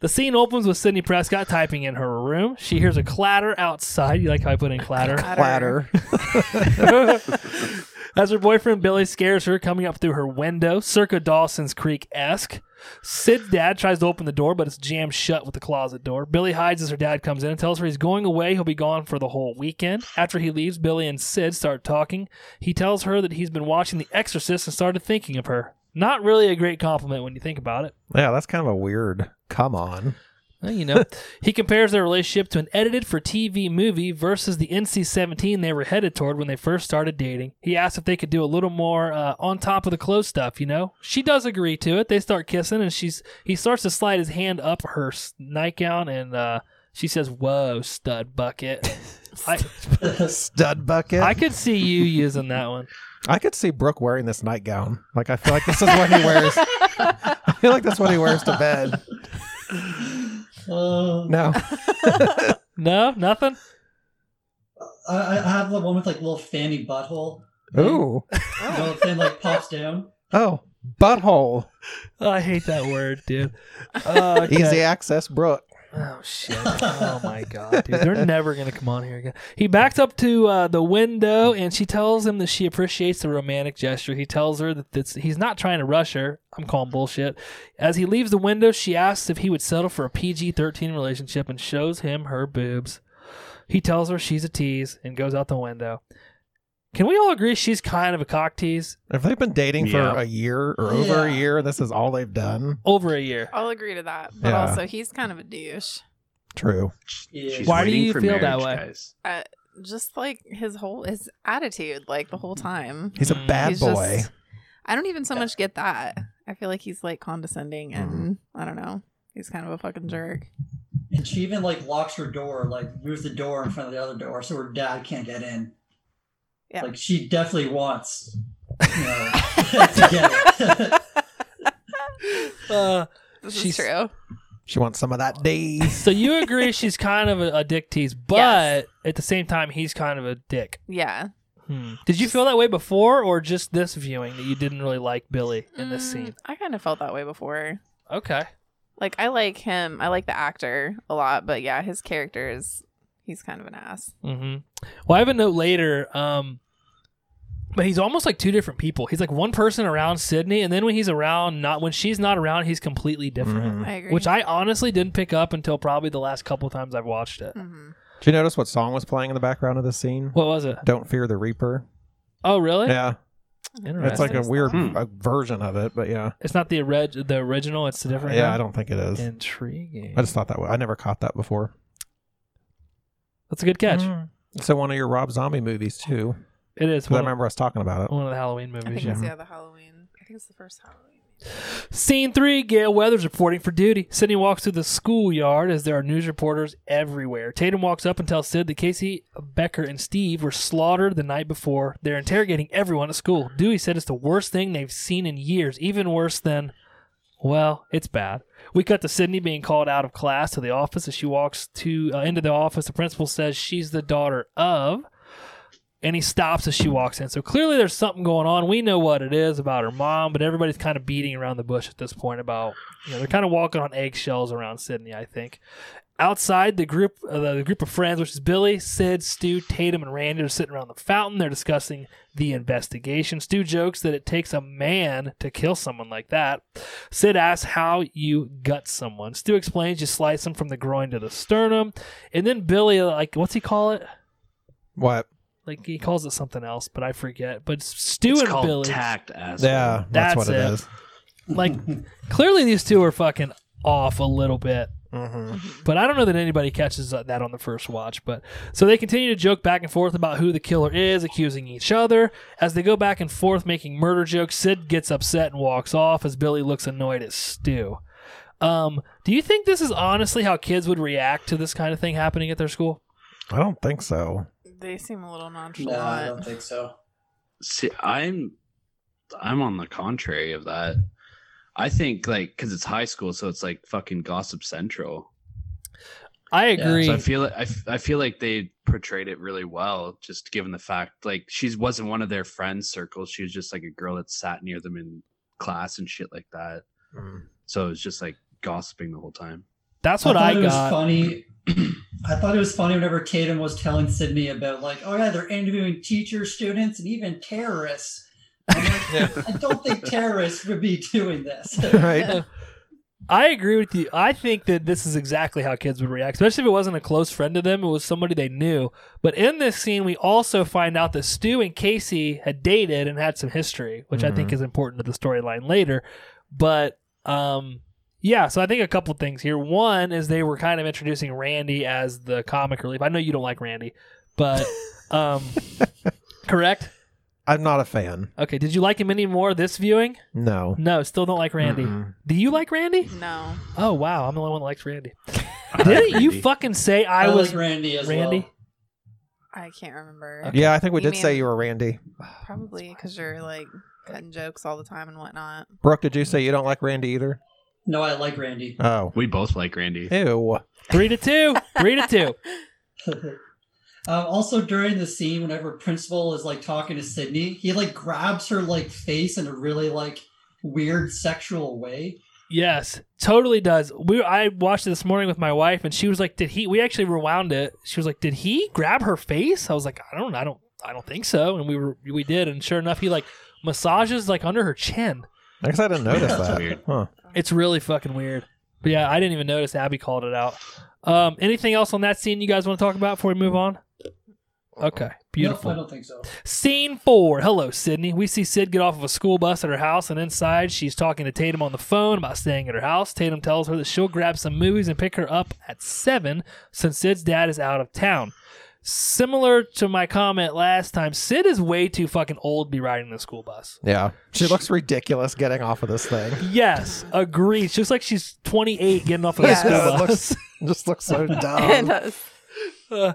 [SPEAKER 1] the scene opens with Sydney Prescott typing in her room. She hears a clatter outside. You like how I put in clatter?
[SPEAKER 6] Clatter.
[SPEAKER 1] As her boyfriend Billy scares her, coming up through her window, circa Dawson's Creek esque. Sid's dad tries to open the door, but it's jammed shut with the closet door. Billy hides as her dad comes in and tells her he's going away. He'll be gone for the whole weekend. After he leaves, Billy and Sid start talking. He tells her that he's been watching The Exorcist and started thinking of her. Not really a great compliment when you think about it.
[SPEAKER 6] Yeah, that's kind of a weird. Come on.
[SPEAKER 1] Well, you know, he compares their relationship to an edited for TV movie versus the NC 17 they were headed toward when they first started dating. He asked if they could do a little more uh, on top of the clothes stuff, you know? She does agree to it. They start kissing, and she's he starts to slide his hand up her s- nightgown, and uh, she says, Whoa, stud bucket. I,
[SPEAKER 6] Stud bucket.
[SPEAKER 1] I
[SPEAKER 6] I,
[SPEAKER 1] could see you using that one.
[SPEAKER 6] could see Brooke wearing this nightgown. Like I feel like this is what he wears. I feel like that's what he wears to bed.
[SPEAKER 5] Uh,
[SPEAKER 6] No.
[SPEAKER 1] No, nothing?
[SPEAKER 5] I, I have the one with like little fanny butthole.
[SPEAKER 6] Ooh.
[SPEAKER 5] You know, the thing like pops down.
[SPEAKER 6] Oh. Butthole.
[SPEAKER 1] Oh, I hate that word, dude. Uh, okay.
[SPEAKER 6] Easy access Brooke.
[SPEAKER 1] Oh shit! Oh my god, dude, they're never gonna come on here again. He backs up to uh, the window, and she tells him that she appreciates the romantic gesture. He tells her that that's, he's not trying to rush her. I'm calling bullshit. As he leaves the window, she asks if he would settle for a PG-13 relationship and shows him her boobs. He tells her she's a tease and goes out the window. Can we all agree she's kind of a cock tease?
[SPEAKER 6] If they've been dating
[SPEAKER 4] Yeah.
[SPEAKER 6] for a year or over a
[SPEAKER 5] Yeah.
[SPEAKER 6] year, this is all they've done.
[SPEAKER 1] Over a year.
[SPEAKER 3] I'll agree to that. But
[SPEAKER 6] Yeah.
[SPEAKER 3] also, he's kind of a douche.
[SPEAKER 6] True.
[SPEAKER 5] Yeah.
[SPEAKER 4] She's
[SPEAKER 1] Why do
[SPEAKER 4] waiting
[SPEAKER 1] you
[SPEAKER 4] for
[SPEAKER 1] feel that
[SPEAKER 4] marriage,
[SPEAKER 1] way?
[SPEAKER 4] Guys.
[SPEAKER 3] Just like his whole his attitude, like the whole time.
[SPEAKER 6] He's a
[SPEAKER 1] Mm.
[SPEAKER 6] bad
[SPEAKER 3] He's
[SPEAKER 6] boy.
[SPEAKER 3] just- I don't even so much get that. I feel like he's like condescending and
[SPEAKER 6] Mm-hmm.
[SPEAKER 3] I don't know. He's kind of a fucking jerk.
[SPEAKER 5] And she even like locks her door, like moves the door in front of the other door so her dad can't get in.
[SPEAKER 3] Yeah.
[SPEAKER 5] Like she definitely wants you know to get it.
[SPEAKER 1] Uh,
[SPEAKER 3] This
[SPEAKER 1] She's-
[SPEAKER 3] is true.
[SPEAKER 6] She wants some of that D.
[SPEAKER 1] so you agree she's kind of a, a dick tease, but
[SPEAKER 3] Yes.
[SPEAKER 1] at the same time, he's kind of a dick.
[SPEAKER 3] Yeah.
[SPEAKER 1] Hmm. Did you feel that way before, or just this viewing that you didn't really like Billy in this
[SPEAKER 3] Mm,
[SPEAKER 1] scene?
[SPEAKER 3] I kind of felt that way before.
[SPEAKER 1] Okay.
[SPEAKER 3] Like I like him. I like the actor a lot, but yeah, his character is he's kind of an ass.
[SPEAKER 1] hmm Well, I have a note later, um, but he's almost like two different people. He's like one person around Sydney, and then when he's around, not when she's not around, he's completely different.
[SPEAKER 6] Mhm.
[SPEAKER 3] I agree.
[SPEAKER 1] Which I honestly didn't pick up until probably the last couple times I've watched it.
[SPEAKER 3] hmm
[SPEAKER 6] Did you notice what song was playing in the background of this scene?
[SPEAKER 1] What was it?
[SPEAKER 6] Don't Fear the Reaper.
[SPEAKER 1] Oh, really?
[SPEAKER 6] Yeah.
[SPEAKER 3] Mm-hmm.
[SPEAKER 6] It's like a
[SPEAKER 1] Interesting.
[SPEAKER 6] weird
[SPEAKER 4] Hmm.
[SPEAKER 6] uh version of it, but yeah.
[SPEAKER 1] It's not the orig- the original. It's the different.
[SPEAKER 6] Yeah,
[SPEAKER 1] one?
[SPEAKER 6] I don't think it is.
[SPEAKER 1] Intriguing.
[SPEAKER 6] I just thought that was, I never caught that before.
[SPEAKER 1] That's a good catch.
[SPEAKER 6] Mm. So one of your Rob Zombie movies too.
[SPEAKER 1] It is.
[SPEAKER 6] 'cause I
[SPEAKER 1] One,
[SPEAKER 6] remember us talking about it.
[SPEAKER 1] one of the Halloween
[SPEAKER 3] I think
[SPEAKER 1] movies.
[SPEAKER 3] it's
[SPEAKER 1] yeah.
[SPEAKER 3] the other Halloween. I think it's the first Halloween.
[SPEAKER 1] Scene three Gail Weathers reporting for duty. Sydney walks through the schoolyard as there are news reporters everywhere. Tatum walks up and tells Sid that Casey, Becker, and Steve were slaughtered the night before. They're interrogating everyone at school. Dewey said it's the worst thing they've seen in years, even worse than Well, it's bad. We cut to Sydney being called out of class to the office. As she walks to uh, into the office, the principal says she's the daughter of, and he stops as she walks in. So clearly, there's something going on. We know what it is about her mom, but everybody's kind of beating around the bush at this point. About you know, they're kind of walking on eggshells around Sydney. I think. Outside the group, uh, the group of friends, which is Billy, Sid, Stu, Tatum, and Randy, are sitting around the fountain. They're discussing the investigation. Stu jokes that it takes a man to kill someone like that. Sid asks how you gut someone. Stu explains you slice them from the groin to the sternum, and then Billy, like, what's he call it?
[SPEAKER 6] What?
[SPEAKER 1] Like he calls it something else, but I forget. But Stu
[SPEAKER 4] It's
[SPEAKER 1] and
[SPEAKER 4] called
[SPEAKER 1] Billy,
[SPEAKER 4] tact, as
[SPEAKER 6] Yeah, that's,
[SPEAKER 1] That's
[SPEAKER 6] what
[SPEAKER 1] it.
[SPEAKER 6] it is.
[SPEAKER 1] like, clearly these two are fucking off a little bit.
[SPEAKER 6] Mm-hmm.
[SPEAKER 1] But I don't know that anybody catches that on the first watch. But so they continue to joke back and forth about who the killer is, accusing each other. As they go back and forth making murder jokes, Sid gets upset and walks off as Billy looks annoyed at Stu. Um, do you think this is honestly how kids would react to this kind of thing happening at their school?
[SPEAKER 6] I don't think so.
[SPEAKER 3] They seem a little
[SPEAKER 5] No, I
[SPEAKER 3] nonchalant.
[SPEAKER 5] don't think so.
[SPEAKER 4] See, I'm I'm on the contrary of that. I think like because it's high school, so it's like fucking Gossip Central.
[SPEAKER 1] I
[SPEAKER 5] Yeah, so
[SPEAKER 1] agree.
[SPEAKER 4] So I feel I, f- I feel like they portrayed it really well, just given the fact like she wasn't one of their friends' circles. She was just like a girl that sat near them in class and shit like that. So it was just like gossiping the whole time.
[SPEAKER 1] That's what
[SPEAKER 5] I
[SPEAKER 1] I,
[SPEAKER 5] thought it was
[SPEAKER 1] got.
[SPEAKER 5] funny. I thought it was funny whenever Tatum was telling Sydney about like, oh yeah, they're interviewing teachers, students, and even terrorists. I'm like, I don't think terrorists would be doing this.
[SPEAKER 6] right?
[SPEAKER 1] I agree with you. I think that this is exactly how kids would react, especially if it wasn't a close friend to them, it was somebody they knew. But in this scene, we also find out that Stu and Casey had dated and had some history, which I think
[SPEAKER 6] Mhm.
[SPEAKER 1] is important to the storyline later. But um, yeah, so I think a couple things here. One is they were kind of introducing Randy as the comic relief. I know you don't like Randy, but um, correct?
[SPEAKER 6] I'm not a fan.
[SPEAKER 1] Okay, did you like him any more this viewing?
[SPEAKER 6] No.
[SPEAKER 1] No, still don't like Randy.
[SPEAKER 6] Mm-mm.
[SPEAKER 1] Do you like Randy?
[SPEAKER 3] No.
[SPEAKER 1] Oh wow, I'm the only one that likes Randy.
[SPEAKER 4] I like
[SPEAKER 1] Didn't you
[SPEAKER 4] Randy.
[SPEAKER 1] fucking say I,
[SPEAKER 5] I,
[SPEAKER 1] was?
[SPEAKER 5] like Randy as
[SPEAKER 1] Randy?
[SPEAKER 5] well.
[SPEAKER 3] I can't remember.
[SPEAKER 6] Yeah, I think we
[SPEAKER 3] You
[SPEAKER 6] did say
[SPEAKER 3] mean-
[SPEAKER 6] you were Randy.
[SPEAKER 3] Probably because you're like cutting jokes all the time and whatnot.
[SPEAKER 6] Brooke, did you say you don't like Randy either?
[SPEAKER 5] No, I like Randy.
[SPEAKER 6] Oh.
[SPEAKER 4] We both like Randy.
[SPEAKER 6] Ew.
[SPEAKER 1] three to two, three to two.
[SPEAKER 5] um, also, during the scene, whenever Principal is like talking to Sydney, he like grabs her like face in a really like weird sexual way.
[SPEAKER 1] Yes, totally does. We I watched it this morning with my wife, and she was like, "Did he?" We actually rewound it. She was like, "Did he grab her face?" I was like, "I don't, I don't, I don't think so." And we were, we did, and sure enough, he like massages like under her chin.
[SPEAKER 6] I guess I didn't notice
[SPEAKER 4] That's
[SPEAKER 6] that.
[SPEAKER 4] weird.
[SPEAKER 6] Huh.
[SPEAKER 1] It's really fucking weird. But yeah, I didn't even notice. Abby called it out. Um, anything else on that scene you guys want to talk about before we move on? Okay, beautiful.
[SPEAKER 5] No, I don't think so.
[SPEAKER 6] Hmm.
[SPEAKER 1] Scene four. Hello, Sydney. We see Sid get off of a school bus at her house, and inside, she's talking to Tatum on the phone about staying at her house. Tatum tells her that she'll grab some movies and pick her up at seven since Sid's dad is out of town. Similar to my comment last time, Sid is way too fucking old to be riding the school bus.
[SPEAKER 6] Yeah. She looks ridiculous getting off of this thing.
[SPEAKER 1] Yes, agreed. She's like she's 28 getting off of
[SPEAKER 3] Yes.
[SPEAKER 1] the
[SPEAKER 6] Yeah, it
[SPEAKER 1] school bus.
[SPEAKER 6] looks, just looks so
[SPEAKER 3] And
[SPEAKER 6] dumb.
[SPEAKER 3] us.
[SPEAKER 1] Uh,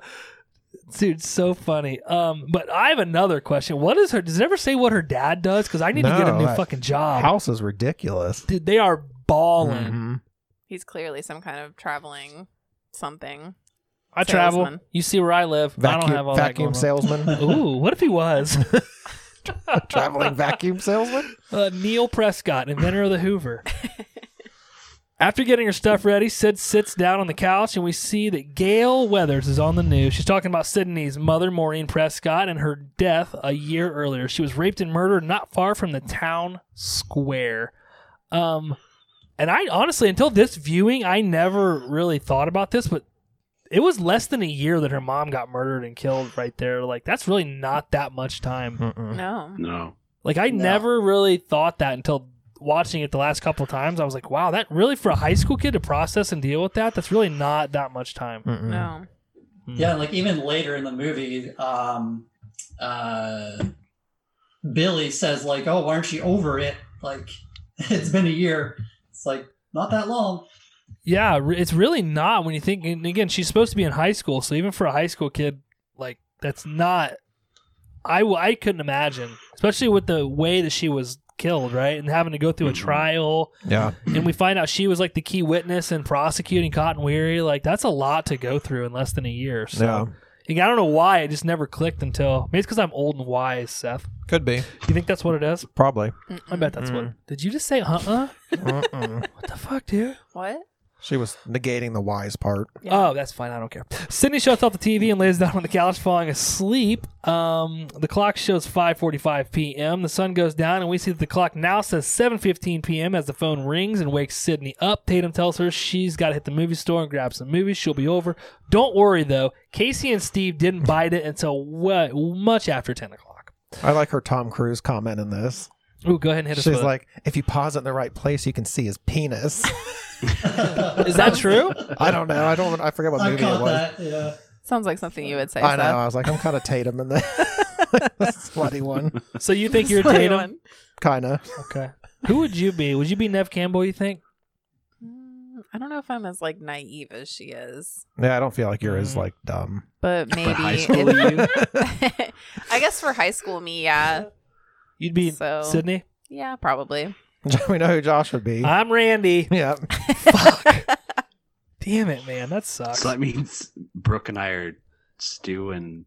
[SPEAKER 1] dude, so funny. Um, but I have another question. What is her? Does it ever say what her dad does? Because I need to get a
[SPEAKER 6] No,
[SPEAKER 1] new
[SPEAKER 6] I-
[SPEAKER 1] fucking job.
[SPEAKER 6] House is ridiculous.
[SPEAKER 1] Dude, they are balling.
[SPEAKER 6] Mhm.
[SPEAKER 3] He's clearly some kind of traveling something.
[SPEAKER 1] I travel.
[SPEAKER 3] Salesman.
[SPEAKER 1] You see where I live. I
[SPEAKER 6] Mm-hmm. Vacuum,
[SPEAKER 1] don't have all
[SPEAKER 6] vacuum
[SPEAKER 1] that
[SPEAKER 6] salesman.
[SPEAKER 1] going on. Ooh, what if he was
[SPEAKER 6] Traveling vacuum salesman?
[SPEAKER 1] uh, Neil Prescott, inventor of the Hoover? After getting her stuff ready, Sid sits down on the couch and we see that Gail Weathers is on the news. She's talking about Sydney's mother, Maureen Prescott, and her death a year earlier. She was raped and murdered not far from the town square. Um, and I honestly, until this viewing, I never really thought about this, but it was less than a year that her mom got murdered and killed right there. Like, that's really not that much time.
[SPEAKER 6] Mm-mm.
[SPEAKER 3] No.
[SPEAKER 4] No.
[SPEAKER 1] Like, I
[SPEAKER 5] No.
[SPEAKER 1] never really thought that until watching it the last couple of times. I was like, wow, that really, for a high school kid to process and deal with that, that's really not that much time.
[SPEAKER 6] Mm-mm.
[SPEAKER 3] No.
[SPEAKER 5] Yeah, like even later in the movie, um, uh, Billy says like, "Oh, why aren't you over it? Like, it's been a year. It's like not that long."
[SPEAKER 1] Yeah, re- it's really not when you think. And again, she's supposed to be in high school, so even for a high school kid, like that's not. I w- I couldn't imagine, especially with the way that she was killed, right? And having to go through a
[SPEAKER 4] Mhm.
[SPEAKER 1] trial,
[SPEAKER 6] Yeah.
[SPEAKER 1] and we find out she was like the key witness in prosecuting Cotton Weary. Like that's a lot to go through in less than a year. So
[SPEAKER 6] yeah.
[SPEAKER 1] Like, I don't know why it just never clicked until maybe it's because I'm old and wise, Seth.
[SPEAKER 6] Could be.
[SPEAKER 1] You think that's what it is?
[SPEAKER 6] Probably.
[SPEAKER 1] I bet that's
[SPEAKER 6] Mm.
[SPEAKER 1] what. Did you just say uh uh
[SPEAKER 6] Mm-mm.
[SPEAKER 1] What the fuck, dude?
[SPEAKER 3] What?
[SPEAKER 6] she was negating the wise part.
[SPEAKER 1] Oh, that's fine. I don't care. Sydney shuts off the TV and lays down on the couch, falling asleep. Um, the clock shows 5:45 p.m. The sun goes down, and we see that the clock now says 7:15 p.m. As the phone rings and wakes Sydney up. Tatum tells her she's got to hit the movie store and grab some movies. She'll be over. Don't worry though. Casey and Steve didn't bite it until what much after 10 o'clock.
[SPEAKER 6] I like her Tom Cruise comment in this.
[SPEAKER 1] Ooh, go ahead and hit us.
[SPEAKER 6] She's
[SPEAKER 1] with it.
[SPEAKER 6] like, if you pause it in the right place, you can see his penis.
[SPEAKER 1] Is that true?
[SPEAKER 6] I don't know. I don't. I forget what
[SPEAKER 5] I
[SPEAKER 6] movie it
[SPEAKER 5] caught
[SPEAKER 6] was.
[SPEAKER 5] that. Yeah.
[SPEAKER 3] Sounds like something you would say.
[SPEAKER 6] I know.
[SPEAKER 3] Seth.
[SPEAKER 6] I was like, I'm kind of Tatum in the, the sweaty one,
[SPEAKER 1] So you think you're
[SPEAKER 3] Sorry,
[SPEAKER 1] Tatum?
[SPEAKER 3] one.
[SPEAKER 6] kind of.
[SPEAKER 1] Okay. Who would you be? Would you be Nev Campbell? You think?
[SPEAKER 3] Mm, I don't know if I'm as like naive as she is,
[SPEAKER 6] Yeah, I don't feel like you're as like dumb.
[SPEAKER 3] but maybe.
[SPEAKER 4] high school
[SPEAKER 3] if-
[SPEAKER 4] you?
[SPEAKER 3] I guess for high school me, yeah,
[SPEAKER 1] You'd be
[SPEAKER 3] uh, So-
[SPEAKER 1] Sydney.
[SPEAKER 3] yeah, probably.
[SPEAKER 6] we know who Josh would be.
[SPEAKER 1] I'm Randy.
[SPEAKER 6] yeah,
[SPEAKER 1] Damn it, man. That sucks.
[SPEAKER 4] So that means Brooke and I are Stu and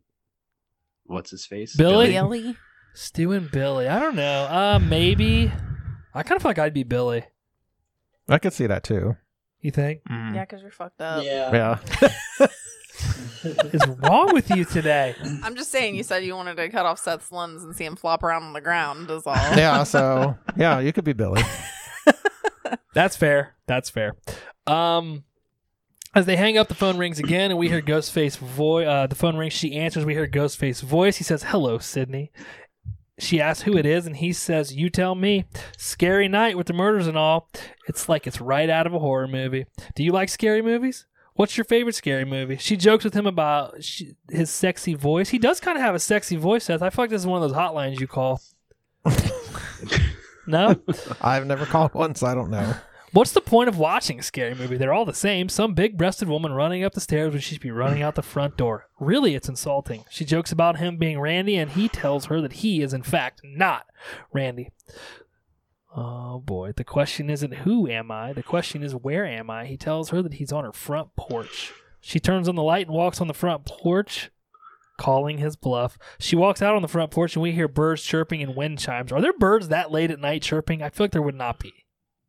[SPEAKER 4] what's his face?
[SPEAKER 1] Billy?
[SPEAKER 3] Really?
[SPEAKER 1] Stu and Billy. I don't know. Uh, maybe. I kind of feel like I'd be Billy.
[SPEAKER 6] I could see that too.
[SPEAKER 1] You think?
[SPEAKER 4] Mm.
[SPEAKER 6] Mm.
[SPEAKER 3] Yeah, because you're fucked
[SPEAKER 1] Uh,
[SPEAKER 3] up.
[SPEAKER 5] Yeah.
[SPEAKER 6] Yeah,
[SPEAKER 1] Is wrong with you today?
[SPEAKER 3] I'm just saying. You said you wanted to cut off Seth's limbs and see him flop around on the ground. Is all.
[SPEAKER 6] yeah. So yeah, you could be Billy.
[SPEAKER 1] That's fair. That's fair. Um, as they hang up, the phone rings again, and we hear Ghostface voice. Uh, the phone rings. She answers. We hear Ghostface voice. He says, "Hello, Sydney." She asks who it is, and he says, "You tell me." Scary night with the murders and all. It's like it's right out of a horror movie. Do you like scary movies? What's your favorite scary movie? She jokes with him about sh his sexy voice. He does kind of have a sexy voice, Seth. I feel like this is one of those hotlines you call. no,
[SPEAKER 6] I've never called one, so I don't know.
[SPEAKER 1] What's the point of watching a scary movie? They're all the same. Some big breasted woman running up the stairs when she should be running out the front door. Really, it's insulting. She jokes about him being Randy, and he tells her that he is, in fact, not Randy. Oh boy, the question isn't who am I, the question is where am I. He tells her that he's on her front porch. She turns on the light and walks on the front porch, calling his bluff. She walks out on the front porch, and we hear birds chirping and wind chimes. Are there birds that late at night chirping? I feel like there would not be.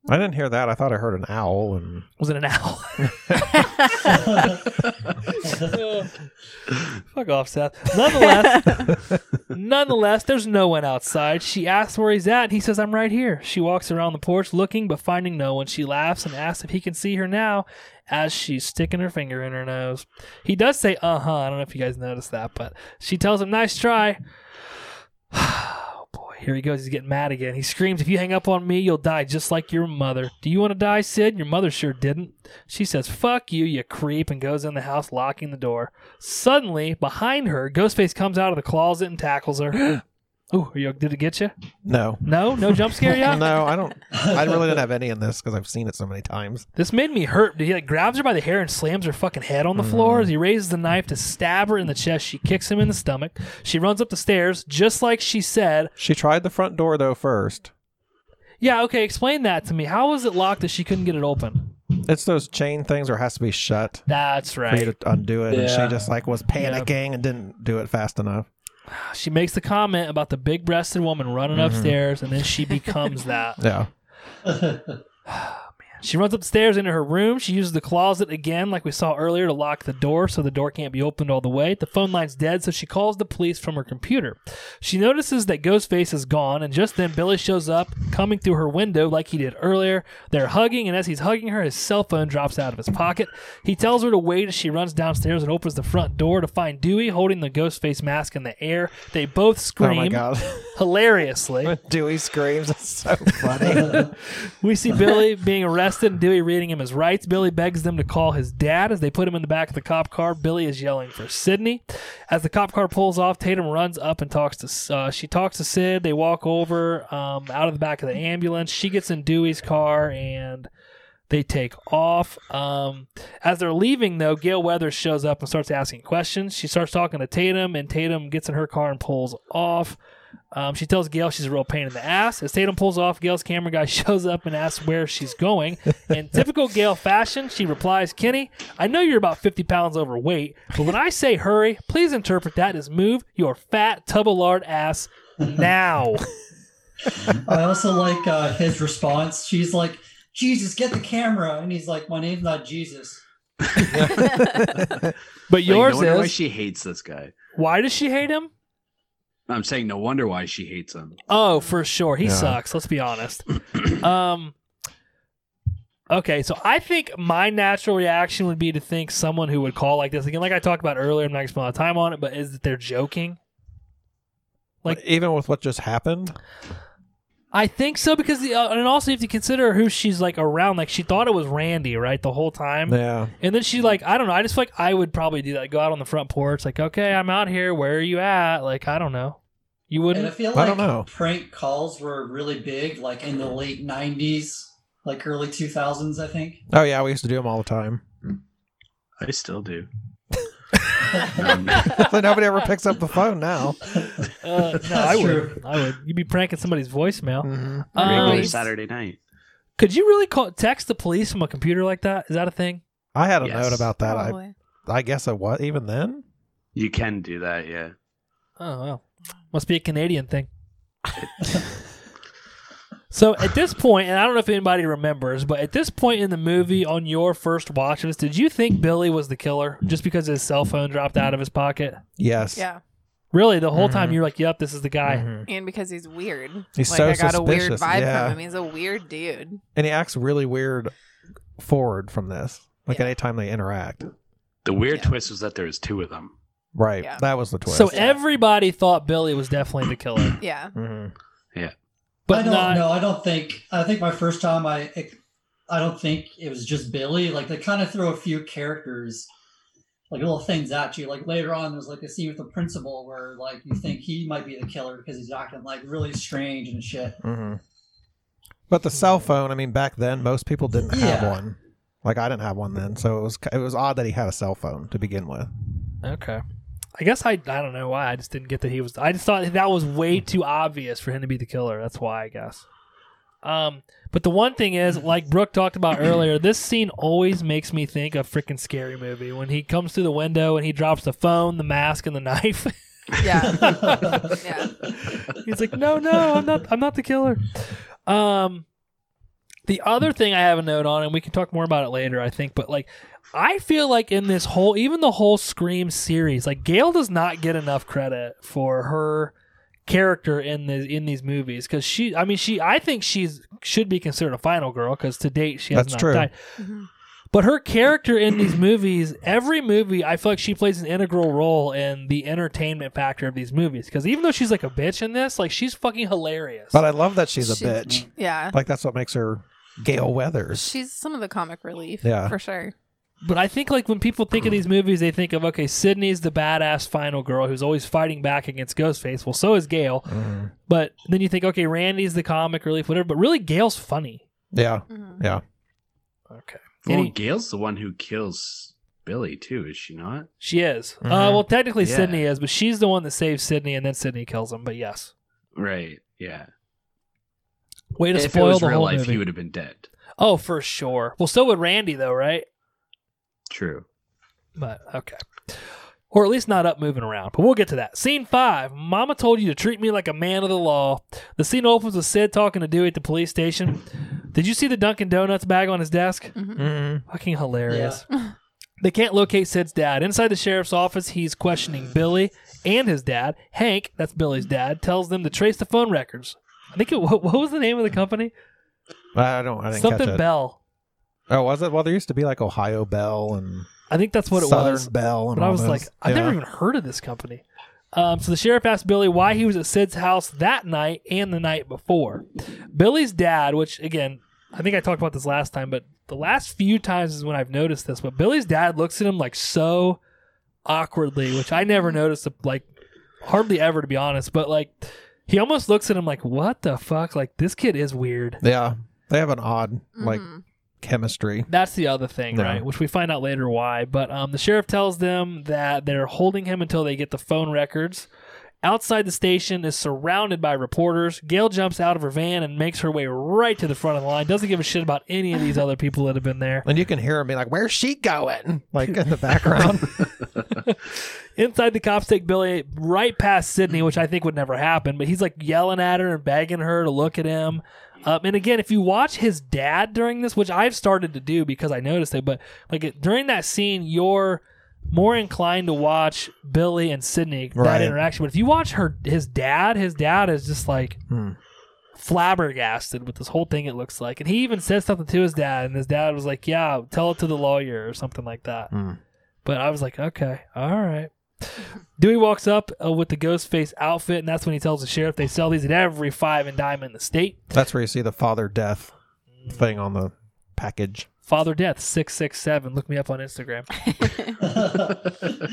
[SPEAKER 6] I didn't hear that. I thought I heard an owl, and
[SPEAKER 1] Was it an owl? Fuck off, Seth. Nonetheless, nonetheless, there's no one outside. She asks where he's at, and he says, "I'm right here." She walks around the porch looking, but finding no one. She laughs and asks if he can see her now, as she's sticking her finger in her nose. He does say, "Uh huh." I don't know if you guys noticed that, but she tells him, "Nice try." Oh boy, Here he goes. He's getting mad again. He screams, If you hang up on me, you'll die just like your mother. Do you want to die, Sid? Your mother sure didn't. She says, Fuck you, you creep, and goes in the house, locking the door. Suddenly, behind her, Ghostface comes out of the closet and tackles her. Ooh, are you, did it get you?
[SPEAKER 6] no,
[SPEAKER 1] No, no jump scare yet.
[SPEAKER 6] no, I don't. I really didn't have any in this because I've seen it so many times.
[SPEAKER 1] This made me hurt. He like grabs her by the hair and slams her fucking head on the floor. As he raises the knife to stab her in the chest, she kicks him in the stomach. She runs up the stairs, just like she said.
[SPEAKER 6] She tried the front door though first.
[SPEAKER 1] Yeah, okay, explain that to me. How was it locked that she couldn't get it open?
[SPEAKER 6] It's those chain things where it has to be shut
[SPEAKER 1] That's
[SPEAKER 6] for
[SPEAKER 1] right.
[SPEAKER 6] you to undo it, and she
[SPEAKER 5] Yeah.
[SPEAKER 6] just like was panicking and didn't do it fast enough.
[SPEAKER 1] She makes the comment about the big-breasted woman running
[SPEAKER 6] Mm-hmm.
[SPEAKER 1] upstairs, and then she becomes that.
[SPEAKER 6] Yeah,
[SPEAKER 1] She runs upstairs into her room. She uses the closet again, like we saw earlier, to lock the door so the door can't be opened all the way. The phone line's dead, so she calls the police from her computer. She notices that Ghostface is gone, and just then Billy shows up, coming through her window like he did earlier. They're hugging, and as he's hugging her, his cell phone drops out of his pocket. He tells her to wait as she runs downstairs and opens the front door to find Dewey holding the Ghostface mask in the air. They both
[SPEAKER 6] Oh my
[SPEAKER 1] scream
[SPEAKER 6] god.
[SPEAKER 1] hilariously.
[SPEAKER 6] When Dewey screams, it's so funny.
[SPEAKER 1] We see Billy being arrested and Dewey reading him his rights. Billy begs them to call his dad. As they put him in the back of the cop car, Billy is yelling for Sydney. As the cop car pulls off, Tatum runs up and talks to. Uh, she talks to Sid. They walk over um, out of the back of the ambulance. She gets in Dewey's car and they take off. Um, as they're leaving, though, Gail Weathers shows up and starts asking questions. She starts talking to Tatum, and Tatum gets in her car and pulls off. Um, she tells Gail she's a real pain in the ass. As Tatum pulls off, Gail's camera guy shows up and asks where she's going. In typical Gail fashion, she replies, Kenny, I know you're about 50 pounds overweight, but when I say hurry, please interpret that as move your fat, tub of lard ass now.
[SPEAKER 5] I also like uh, his response. She's like, Jesus, get the camera. And he's like, My name's not Jesus.
[SPEAKER 1] But
[SPEAKER 4] Like,
[SPEAKER 1] yours
[SPEAKER 4] no wonder why
[SPEAKER 1] is,
[SPEAKER 4] she hates this guy.
[SPEAKER 1] why does she hate him?
[SPEAKER 4] I'm saying no wonder why she hates him.
[SPEAKER 1] Oh, for sure. He
[SPEAKER 6] Yeah.
[SPEAKER 1] sucks. Let's be honest. um, okay, so I think my natural reaction would be to think someone who would call like this again, like I talked about earlier. I'm not going to spend a lot of time on it, but is that they're joking?
[SPEAKER 6] Like
[SPEAKER 1] Like-
[SPEAKER 6] even with what just happened,
[SPEAKER 1] I think so because the, uh, and also if you consider who she's like around, like she thought it was Randy, right, the whole time,
[SPEAKER 6] yeah,
[SPEAKER 1] and then she like I don't know. I just feel like I would probably do that. Go out on the front porch, like okay, I'm out here. Where are you at? Like I don't know. You
[SPEAKER 5] And I
[SPEAKER 1] wouldn't.
[SPEAKER 5] feel
[SPEAKER 6] I
[SPEAKER 5] like
[SPEAKER 6] don't know.
[SPEAKER 5] prank calls were really big, like in the late 90s, like early 2000s, I think.
[SPEAKER 6] oh yeah, we used to do them all the time.
[SPEAKER 4] I still do. Um,
[SPEAKER 6] so nobody ever picks up the phone now.
[SPEAKER 1] Uh, no, I
[SPEAKER 5] That's
[SPEAKER 1] would.
[SPEAKER 5] true.
[SPEAKER 1] I would. You'd be pranking somebody's voicemail.
[SPEAKER 6] hmm
[SPEAKER 1] Um,
[SPEAKER 4] Regular
[SPEAKER 3] Nice.
[SPEAKER 4] Saturday night.
[SPEAKER 1] Could you really call text the police from a computer like that? Is that a thing?
[SPEAKER 6] I had a
[SPEAKER 4] Yes.
[SPEAKER 6] note about that. I,
[SPEAKER 3] Probably.
[SPEAKER 6] I guess it was even then.
[SPEAKER 4] You can do that, yeah.
[SPEAKER 1] Oh wow, must be a Canadian thing. so at this point, and I don't know if anybody remembers, but at this point in the movie, on your first watch of this, did you think Billy was the killer just because his cell phone dropped out of his pocket?
[SPEAKER 6] Yes.
[SPEAKER 3] Yeah,
[SPEAKER 1] Really, the whole time
[SPEAKER 6] Mhm.
[SPEAKER 1] you're like, "Yep, this is the guy."
[SPEAKER 6] Mhm.
[SPEAKER 3] and because he's weird.
[SPEAKER 6] He's
[SPEAKER 3] like
[SPEAKER 6] so
[SPEAKER 3] I got a weird
[SPEAKER 6] suspicious,
[SPEAKER 3] vibe
[SPEAKER 6] yeah.
[SPEAKER 3] from him. He's a weird dude.
[SPEAKER 6] And he acts really weird forward from this. Like
[SPEAKER 3] Yeah.
[SPEAKER 6] anytime they interact.
[SPEAKER 4] The weird
[SPEAKER 3] Yeah.
[SPEAKER 4] twist was that there was two of them.
[SPEAKER 6] Right.
[SPEAKER 3] Yeah.
[SPEAKER 6] That was the twist.
[SPEAKER 1] So everybody thought Billy was definitely the killer,
[SPEAKER 3] Yeah,
[SPEAKER 6] Mhm.
[SPEAKER 1] but
[SPEAKER 5] I don't
[SPEAKER 1] not.
[SPEAKER 5] know. I don't think. I think my first time, I I don't think it was just Billy. Like they kind of throw a few characters, like little things at you. Like later on, there's like a scene with the principal where like you think he might be the killer because he's acting like really strange and shit.
[SPEAKER 6] Mhm. But the cell phone, I mean, back then most people didn't have
[SPEAKER 5] Yeah.
[SPEAKER 6] one. Like I didn't have one then, so it was it was odd that he had a cell phone to begin with.
[SPEAKER 1] Okay. I guess I I don't know why I just didn't get that he was. I just thought that was way too obvious for him to be the killer. That's why I guess. Um, but the one thing is, like Brooke talked about earlier, this scene always makes me think of freaking scary movie when he comes through the window and he drops the phone, the mask, and the knife.
[SPEAKER 3] yeah, yeah.
[SPEAKER 1] He's like, no, no, I'm not. I'm not the killer. Um, the other thing I have a note on, and we can talk more about it later, I think. But like, I feel like in this whole, even the whole Scream series, like Gail does not get enough credit for her character in the in these movies because she, I mean, she, I think she's should be considered a final girl because to date she has
[SPEAKER 6] That's
[SPEAKER 1] not
[SPEAKER 6] true.
[SPEAKER 1] died.
[SPEAKER 3] Mhm.
[SPEAKER 1] But her character in these movies, every movie, I feel like she plays an integral role in the entertainment factor of these movies. Because even though she's like a bitch in this, like she's fucking hilarious.
[SPEAKER 6] But I love that she's a
[SPEAKER 3] She's-
[SPEAKER 6] bitch.
[SPEAKER 3] yeah.
[SPEAKER 6] Like that's what makes her Gail Weathers.
[SPEAKER 3] She's some of the comic relief,
[SPEAKER 6] Yeah.
[SPEAKER 3] for sure.
[SPEAKER 1] But I think like when people think of these movies, they think of okay, Sydney's the badass final girl who's always fighting back against Ghostface. Well, so is Gail.
[SPEAKER 6] Mhm.
[SPEAKER 1] But then you think okay, Randy's the comic relief, whatever. But really, Gail's funny.
[SPEAKER 6] Yeah.
[SPEAKER 3] Mhm.
[SPEAKER 6] Yeah.
[SPEAKER 1] Okay,
[SPEAKER 4] Well,
[SPEAKER 1] Any-
[SPEAKER 4] Gail's the one who kills Billy too, is she not?
[SPEAKER 1] she is.
[SPEAKER 6] Mhm.
[SPEAKER 1] Uh, well, technically
[SPEAKER 4] Yeah.
[SPEAKER 1] Sydney is, but she's the one that saves Sydney, and then Sydney kills him. But yes,
[SPEAKER 4] Right. Yeah.
[SPEAKER 1] way to
[SPEAKER 4] if it
[SPEAKER 1] spoil
[SPEAKER 4] was
[SPEAKER 1] the
[SPEAKER 4] real
[SPEAKER 1] whole
[SPEAKER 4] life,
[SPEAKER 1] movie.
[SPEAKER 4] he would have been dead.
[SPEAKER 1] Oh, for sure. Well, so would Randy, though, right?
[SPEAKER 4] True.
[SPEAKER 1] But okay. Or at least not up moving around. But we'll get to that. Scene five Mama told you to treat me like a man of the law. The scene opens with Sid talking to Dewey at the police station. Did you see the Dunkin' Donuts bag on his desk?
[SPEAKER 3] Mm-hmm.
[SPEAKER 6] Mhm.
[SPEAKER 1] Fucking hilarious. they can't locate Sid's dad. Inside the sheriff's office, he's questioning Billy and his dad. Hank, that's Billy's dad, tells them to trace the phone records. I think it, what, what was the name of the company?
[SPEAKER 6] I don't. I didn't
[SPEAKER 1] Something
[SPEAKER 6] catch it.
[SPEAKER 1] Bell.
[SPEAKER 6] oh, was it? Well, there used to be like Ohio Bell and
[SPEAKER 1] I think that's what it
[SPEAKER 6] Southern
[SPEAKER 1] was.
[SPEAKER 6] Bell, and
[SPEAKER 1] But I
[SPEAKER 6] all
[SPEAKER 1] was
[SPEAKER 6] those.
[SPEAKER 1] like, I've
[SPEAKER 6] Yeah.
[SPEAKER 1] never even heard of this company. Um, so the sheriff asked Billy why he was at Sid's house that night and the night before. Billy's dad, which again, I think I talked about this last time, but the last few times is when I've noticed this. But Billy's dad looks at him like so awkwardly, which I never noticed, like hardly ever, to be honest. But like, he almost looks at him like, "What the fuck? Like this kid is weird."
[SPEAKER 6] yeah, they have an odd like
[SPEAKER 3] Mhm.
[SPEAKER 6] chemistry.
[SPEAKER 1] That's the other thing,
[SPEAKER 6] No.
[SPEAKER 1] right? Which we find out later why. But um, the sheriff tells them that they're holding him until they get the phone records. Outside the station is surrounded by reporters. Gail jumps out of her van and makes her way right to the front of the line. Doesn't give a shit about any of these other people that have been there.
[SPEAKER 6] And you can hear him be like, "Where's she going?" Like in the background.
[SPEAKER 1] Inside the cops take Billy right past Sydney, which I think would never happen, but he's like yelling at her and begging her to look at him. Um, and again, if you watch his dad during this, which I've started to do because I noticed it, but like it- during that scene, you're more inclined to watch Billy and Sydney
[SPEAKER 6] Right.
[SPEAKER 1] that interaction. But if you watch her, his dad, his dad is just like
[SPEAKER 6] Hmm.
[SPEAKER 1] flabbergasted with this whole thing. It looks like, and he even said something to his dad, and his dad was like, "Yeah, tell it to the lawyer" or something like that.
[SPEAKER 6] Hmm.
[SPEAKER 1] But I was like, "Okay, all right." Dewey walks up uh, with the ghost face outfit, and that's when he tells the sheriff they sell these at every five and dime in the state.
[SPEAKER 6] That's where you see the father death thing on the package.
[SPEAKER 1] Father Death six six seven. Look me up on Instagram.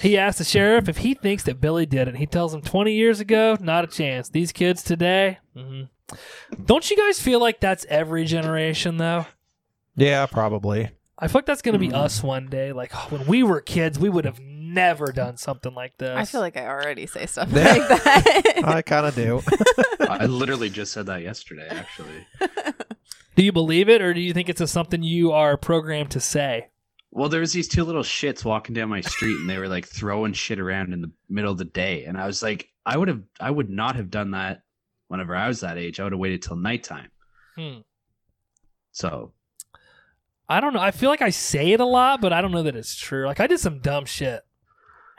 [SPEAKER 1] He asks the sheriff if he thinks that Billy did it. He tells him twenty years ago, not a chance. These kids today. mhm. Don't you guys feel like that's every generation though?
[SPEAKER 6] Yeah, probably.
[SPEAKER 1] I feel like that's gonna be us one day. Like when we were kids, we would have never done something like this.
[SPEAKER 3] I feel like I already say stuff
[SPEAKER 6] Yeah.
[SPEAKER 3] like that.
[SPEAKER 6] I kind of do.
[SPEAKER 4] I literally just said that yesterday, actually.
[SPEAKER 1] Do you believe it, or do you think it's just something you are programmed to say?
[SPEAKER 4] Well, there was these two little shits walking down my street, and they were like throwing shit around in the middle of the day, and I was like, I would have, I would not have done that whenever I was that age. I would have waited till nighttime.
[SPEAKER 1] Hmm.
[SPEAKER 4] So
[SPEAKER 1] I don't know. I feel like I say it a lot, but I don't know that it's true. Like I did some dumb shit.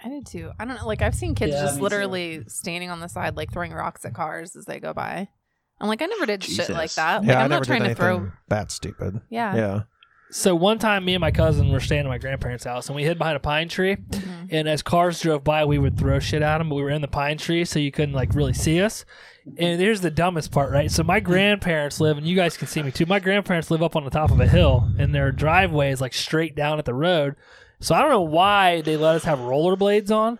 [SPEAKER 3] I did too. I don't know. Like I've seen kids
[SPEAKER 5] Yeah, me
[SPEAKER 3] just
[SPEAKER 5] too.
[SPEAKER 3] literally standing on the side, like throwing rocks at cars as they go by. I'm like, I never did shit like
[SPEAKER 4] Jesus.
[SPEAKER 3] that. Like
[SPEAKER 6] yeah, I
[SPEAKER 3] I'm
[SPEAKER 6] never
[SPEAKER 3] not
[SPEAKER 6] did
[SPEAKER 3] trying to
[SPEAKER 6] anything
[SPEAKER 3] throw.
[SPEAKER 6] that stupid.
[SPEAKER 3] Yeah.
[SPEAKER 6] Yeah.
[SPEAKER 1] So one time, me and my cousin were staying at my grandparents' house, and we hid behind a pine tree.
[SPEAKER 3] Mhm.
[SPEAKER 1] And as cars drove by, we would throw shit at them, but we were in the pine tree, so you couldn't like really see us. And here's the dumbest part, right? So my grandparents live, and you guys can see me too. My grandparents live up on the top of a hill, and their driveway is like straight down at the road. So I don't know why they let us have rollerblades on,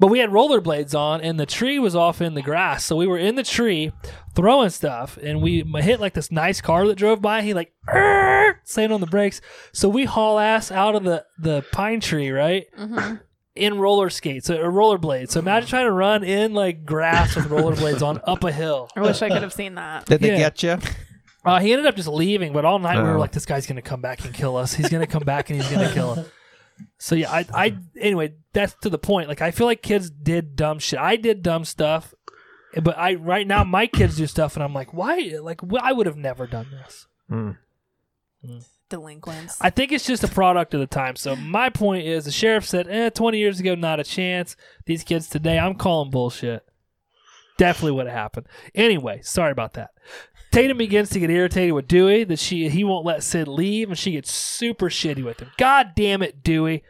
[SPEAKER 1] but we had rollerblades on, and the tree was off in the grass. So we were in the tree throwing stuff, and we m- hit like this nice car that drove by. He like "Arr!" slammed on the brakes, so we haul ass out of the the pine tree, right?
[SPEAKER 3] Mhm.
[SPEAKER 1] in roller skates, so, or rollerblades. So imagine trying to run in like grass with rollerblades on up a hill.
[SPEAKER 3] I wish I could have seen that.
[SPEAKER 6] Did they
[SPEAKER 1] Yeah.
[SPEAKER 6] get you?
[SPEAKER 1] Uh, he ended up just leaving, but all night we
[SPEAKER 6] Oh.
[SPEAKER 1] were like, this guy's going to come back and kill us. He's going to come back and he's going to kill us. So yeah, I, I, anyway, that's to the point. Like, I feel like kids did dumb shit. I did dumb stuff, but I, right now, my kids do stuff, and I'm like, why? Like, wh- I would have never done this.
[SPEAKER 3] Delinquents.
[SPEAKER 1] I think it's just a product of the time. So my point is, the sheriff said, "Eh, twenty years ago, not a chance. These kids today, I'm calling bullshit. Definitely would have happened. Anyway, sorry about that." Tatum begins to get irritated with Dewey that she he won't let Sid leave, and she gets super shitty with him. God damn it, Dewey!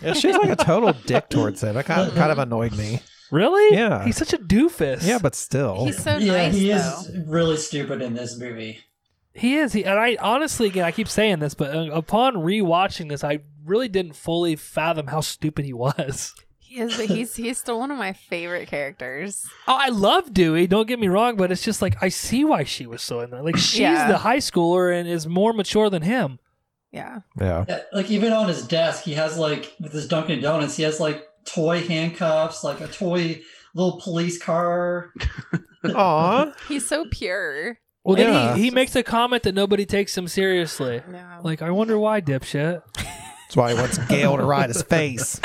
[SPEAKER 6] Yeah, she's like a total dick towards him. It kind of, kind of annoyed me.
[SPEAKER 1] Really?
[SPEAKER 6] Yeah.
[SPEAKER 1] He's such a doofus.
[SPEAKER 6] Yeah, but still.
[SPEAKER 3] He's so
[SPEAKER 5] yeah,
[SPEAKER 3] nice
[SPEAKER 5] he
[SPEAKER 3] though.
[SPEAKER 5] is really stupid in this movie.
[SPEAKER 1] he is. He and I honestly, again, I keep saying this, but uh, upon rewatching this, I really didn't fully fathom how stupid he was.
[SPEAKER 3] He is. He's he's still one of my favorite characters.
[SPEAKER 1] Oh, I love Dewey. Don't get me wrong, but it's just like I see why she was so in there. Like she's
[SPEAKER 3] Yeah.
[SPEAKER 1] the high schooler and is more mature than him.
[SPEAKER 3] Yeah.
[SPEAKER 6] yeah.
[SPEAKER 5] Yeah, Like even on his desk, he has like with his Dunkin' Donuts, he has like toy handcuffs, like a toy little police car.
[SPEAKER 6] Aw.
[SPEAKER 3] He's so pure.
[SPEAKER 1] Well, then
[SPEAKER 6] Yeah.
[SPEAKER 1] he, he makes a comment that nobody takes him seriously.
[SPEAKER 3] Yeah.
[SPEAKER 1] Like I wonder why, dipshit.
[SPEAKER 6] That's why he wants Gail to ride his face.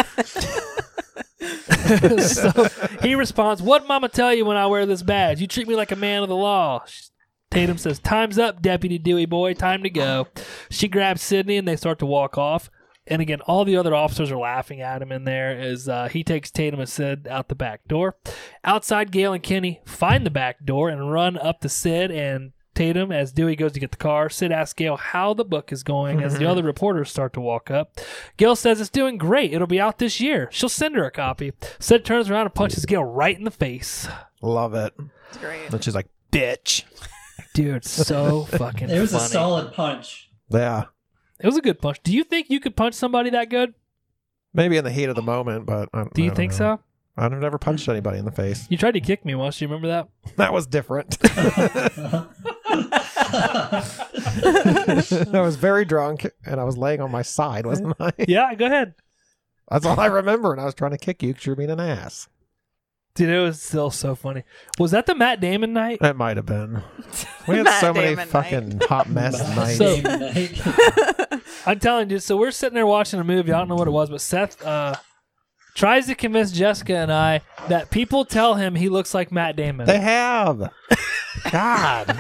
[SPEAKER 1] so he responds, "What Mama tell you when I wear this badge? You treat me like a man of the law." Sh- Tatum says, "Time's up, Deputy Dewey boy. Time to go." She grabs Sydney and they start to walk off. And again, all the other officers are laughing at him in there as uh, he takes Tatum and Sid out the back door. Outside, Gail and Kenny find the back door and run up to Sid and Tatum as Dewey goes to get the car. Sid asks Gail how the book is going as
[SPEAKER 5] Mm-hmm.
[SPEAKER 1] the other reporters start to walk up. Gail says it's doing great. It'll be out this year. She'll send her a copy. Sid turns around and punches Gail right in the face.
[SPEAKER 6] Love it.
[SPEAKER 3] It's great.
[SPEAKER 6] And she's like, bitch.
[SPEAKER 1] Dude, it's so fucking
[SPEAKER 5] It was
[SPEAKER 1] funny.
[SPEAKER 5] a solid punch.
[SPEAKER 6] Yeah.
[SPEAKER 1] it was a good punch. Do you think you could punch somebody that good?
[SPEAKER 6] Maybe in the heat of the moment, but I,
[SPEAKER 1] Do
[SPEAKER 6] I
[SPEAKER 1] you
[SPEAKER 6] don't
[SPEAKER 1] think
[SPEAKER 6] know.
[SPEAKER 1] so?
[SPEAKER 6] I've never punched anybody in the face.
[SPEAKER 1] You tried to kick me once. Do you remember that?
[SPEAKER 6] That was different. I was very drunk and I was laying on my side, wasn't I?
[SPEAKER 1] Yeah, go ahead.
[SPEAKER 6] That's all I remember. And I was trying to kick you because you're being an ass.
[SPEAKER 1] Dude, it was still so funny. Was that the Matt Damon night?
[SPEAKER 6] That might have been. We had
[SPEAKER 3] Matt
[SPEAKER 6] so many
[SPEAKER 3] Damon night.
[SPEAKER 6] fucking hot mess nights.
[SPEAKER 1] So-
[SPEAKER 5] Night.
[SPEAKER 1] I'm telling you. So we're sitting there watching a movie. I don't know what it was, but Seth uh, tries to convince Jessica and I that people tell him he looks like Matt Damon.
[SPEAKER 6] They have. God.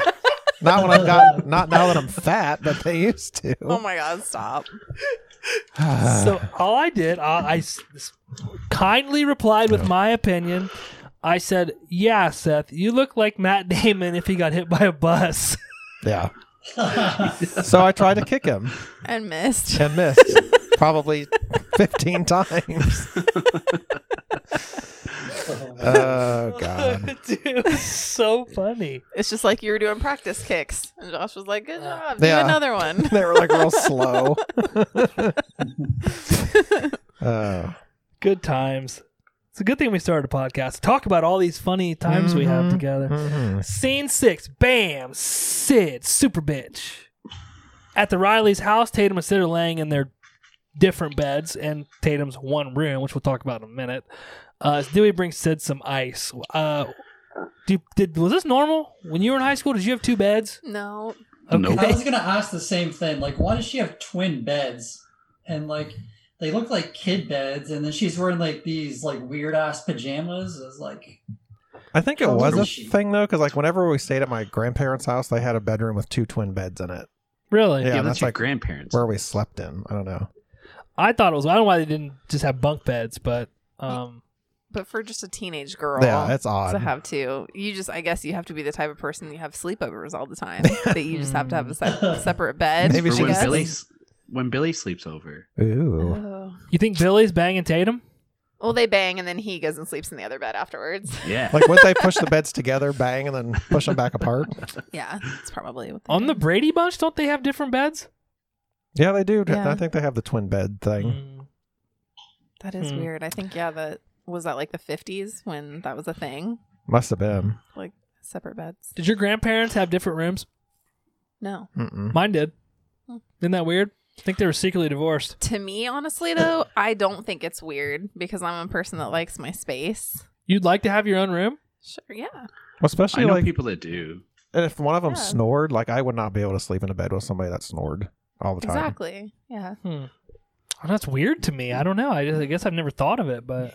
[SPEAKER 6] Not when I've got not now that I'm fat, but they used to.
[SPEAKER 3] Oh my god, stop.
[SPEAKER 1] so all I did, uh, I, I s- s- kindly replied with my opinion. I said, "Yeah, Seth, you look like Matt Damon if he got hit by a bus."
[SPEAKER 6] yeah. So I tried to kick him
[SPEAKER 3] And missed.
[SPEAKER 6] and missed probably 15 times. Oh god.
[SPEAKER 1] Dude, it was so funny.
[SPEAKER 3] It's just like you were doing practice kicks. And Josh was like, Good job, do
[SPEAKER 6] Yeah.
[SPEAKER 3] another one.
[SPEAKER 6] They were like real slow. oh.
[SPEAKER 1] Good times. It's a good thing we started a podcast. to Talk about all these funny times we have
[SPEAKER 6] Mhm.
[SPEAKER 1] together.
[SPEAKER 6] Mhm.
[SPEAKER 1] Scene six. Bam. Sid. Super bitch. At the Riley's house, Tatum and Sid are laying in their different beds in Tatum's one room, which we'll talk about in a minute. Uh, as Dewey brings Sid some ice. Uh, do, did was this normal when you were in high school? Did you have two beds?
[SPEAKER 3] No.
[SPEAKER 4] Nope.
[SPEAKER 5] I was gonna ask the same thing. Like, why does she have twin beds? And like, they look like kid beds, and then she's wearing like these like weird ass pajamas. It was like,
[SPEAKER 6] I think it
[SPEAKER 3] Oh,
[SPEAKER 5] How
[SPEAKER 6] was
[SPEAKER 5] old
[SPEAKER 6] a
[SPEAKER 5] is she?
[SPEAKER 6] thing though, because like whenever we stayed at my grandparents' house, they had a bedroom with two twin beds in it
[SPEAKER 1] Really?
[SPEAKER 6] Yeah,
[SPEAKER 4] Yeah,
[SPEAKER 6] that's
[SPEAKER 4] that's your
[SPEAKER 6] like-
[SPEAKER 4] grandparents.
[SPEAKER 6] where we slept in. I don't know.
[SPEAKER 1] I thought it was. I don't know why they didn't just have bunk beds, but um,
[SPEAKER 3] But for just a teenage girl
[SPEAKER 6] Yeah, it's odd.
[SPEAKER 3] to have two, you just I guess you have to be the type of person that you have sleepovers all the time. that you just have to have a se- separate bed.
[SPEAKER 6] Maybe
[SPEAKER 4] For
[SPEAKER 3] I
[SPEAKER 6] she
[SPEAKER 4] when
[SPEAKER 6] gets-
[SPEAKER 3] guess.
[SPEAKER 4] Billy, s- when Billy sleeps over.
[SPEAKER 6] Ooh.
[SPEAKER 3] Oh.
[SPEAKER 1] you think Billy's banging Tatum?
[SPEAKER 3] Well, they bang and then he goes and sleeps in the other bed afterwards.
[SPEAKER 4] Yeah.
[SPEAKER 6] Like, would they push the beds together, bang, and then push them back apart?
[SPEAKER 3] yeah, it's probably what they
[SPEAKER 1] On the
[SPEAKER 3] do.
[SPEAKER 1] Brady Bunch, don't they have different beds?
[SPEAKER 6] Yeah, they do.
[SPEAKER 3] Yeah. Mm.
[SPEAKER 6] I think they have the twin bed thing.
[SPEAKER 1] Mm.
[SPEAKER 3] That is
[SPEAKER 1] Hmm.
[SPEAKER 3] weird. I think yeah, that was that like the 50s when that was a thing,
[SPEAKER 6] Must have been.
[SPEAKER 3] separate beds.
[SPEAKER 1] Did your grandparents have different rooms?
[SPEAKER 3] No.
[SPEAKER 6] Mm-mm.
[SPEAKER 1] Mine did.
[SPEAKER 3] Hmm.
[SPEAKER 1] Isn't that weird? I think they were secretly divorced.
[SPEAKER 3] To me, honestly though, I don't think it's weird because I'm a person that likes my space.
[SPEAKER 1] You'd like to have your own room?
[SPEAKER 3] Sure, yeah.
[SPEAKER 6] Well,
[SPEAKER 4] I
[SPEAKER 6] especially
[SPEAKER 4] know
[SPEAKER 6] like
[SPEAKER 4] people that do.
[SPEAKER 6] and if one of them
[SPEAKER 3] Yeah.
[SPEAKER 6] snored, like I would not be able to sleep in a bed with somebody that snored all the time.
[SPEAKER 3] Exactly. Yeah.
[SPEAKER 1] Hmm. Oh, that's weird to me. I don't know. I, just, I guess I've never thought of it, but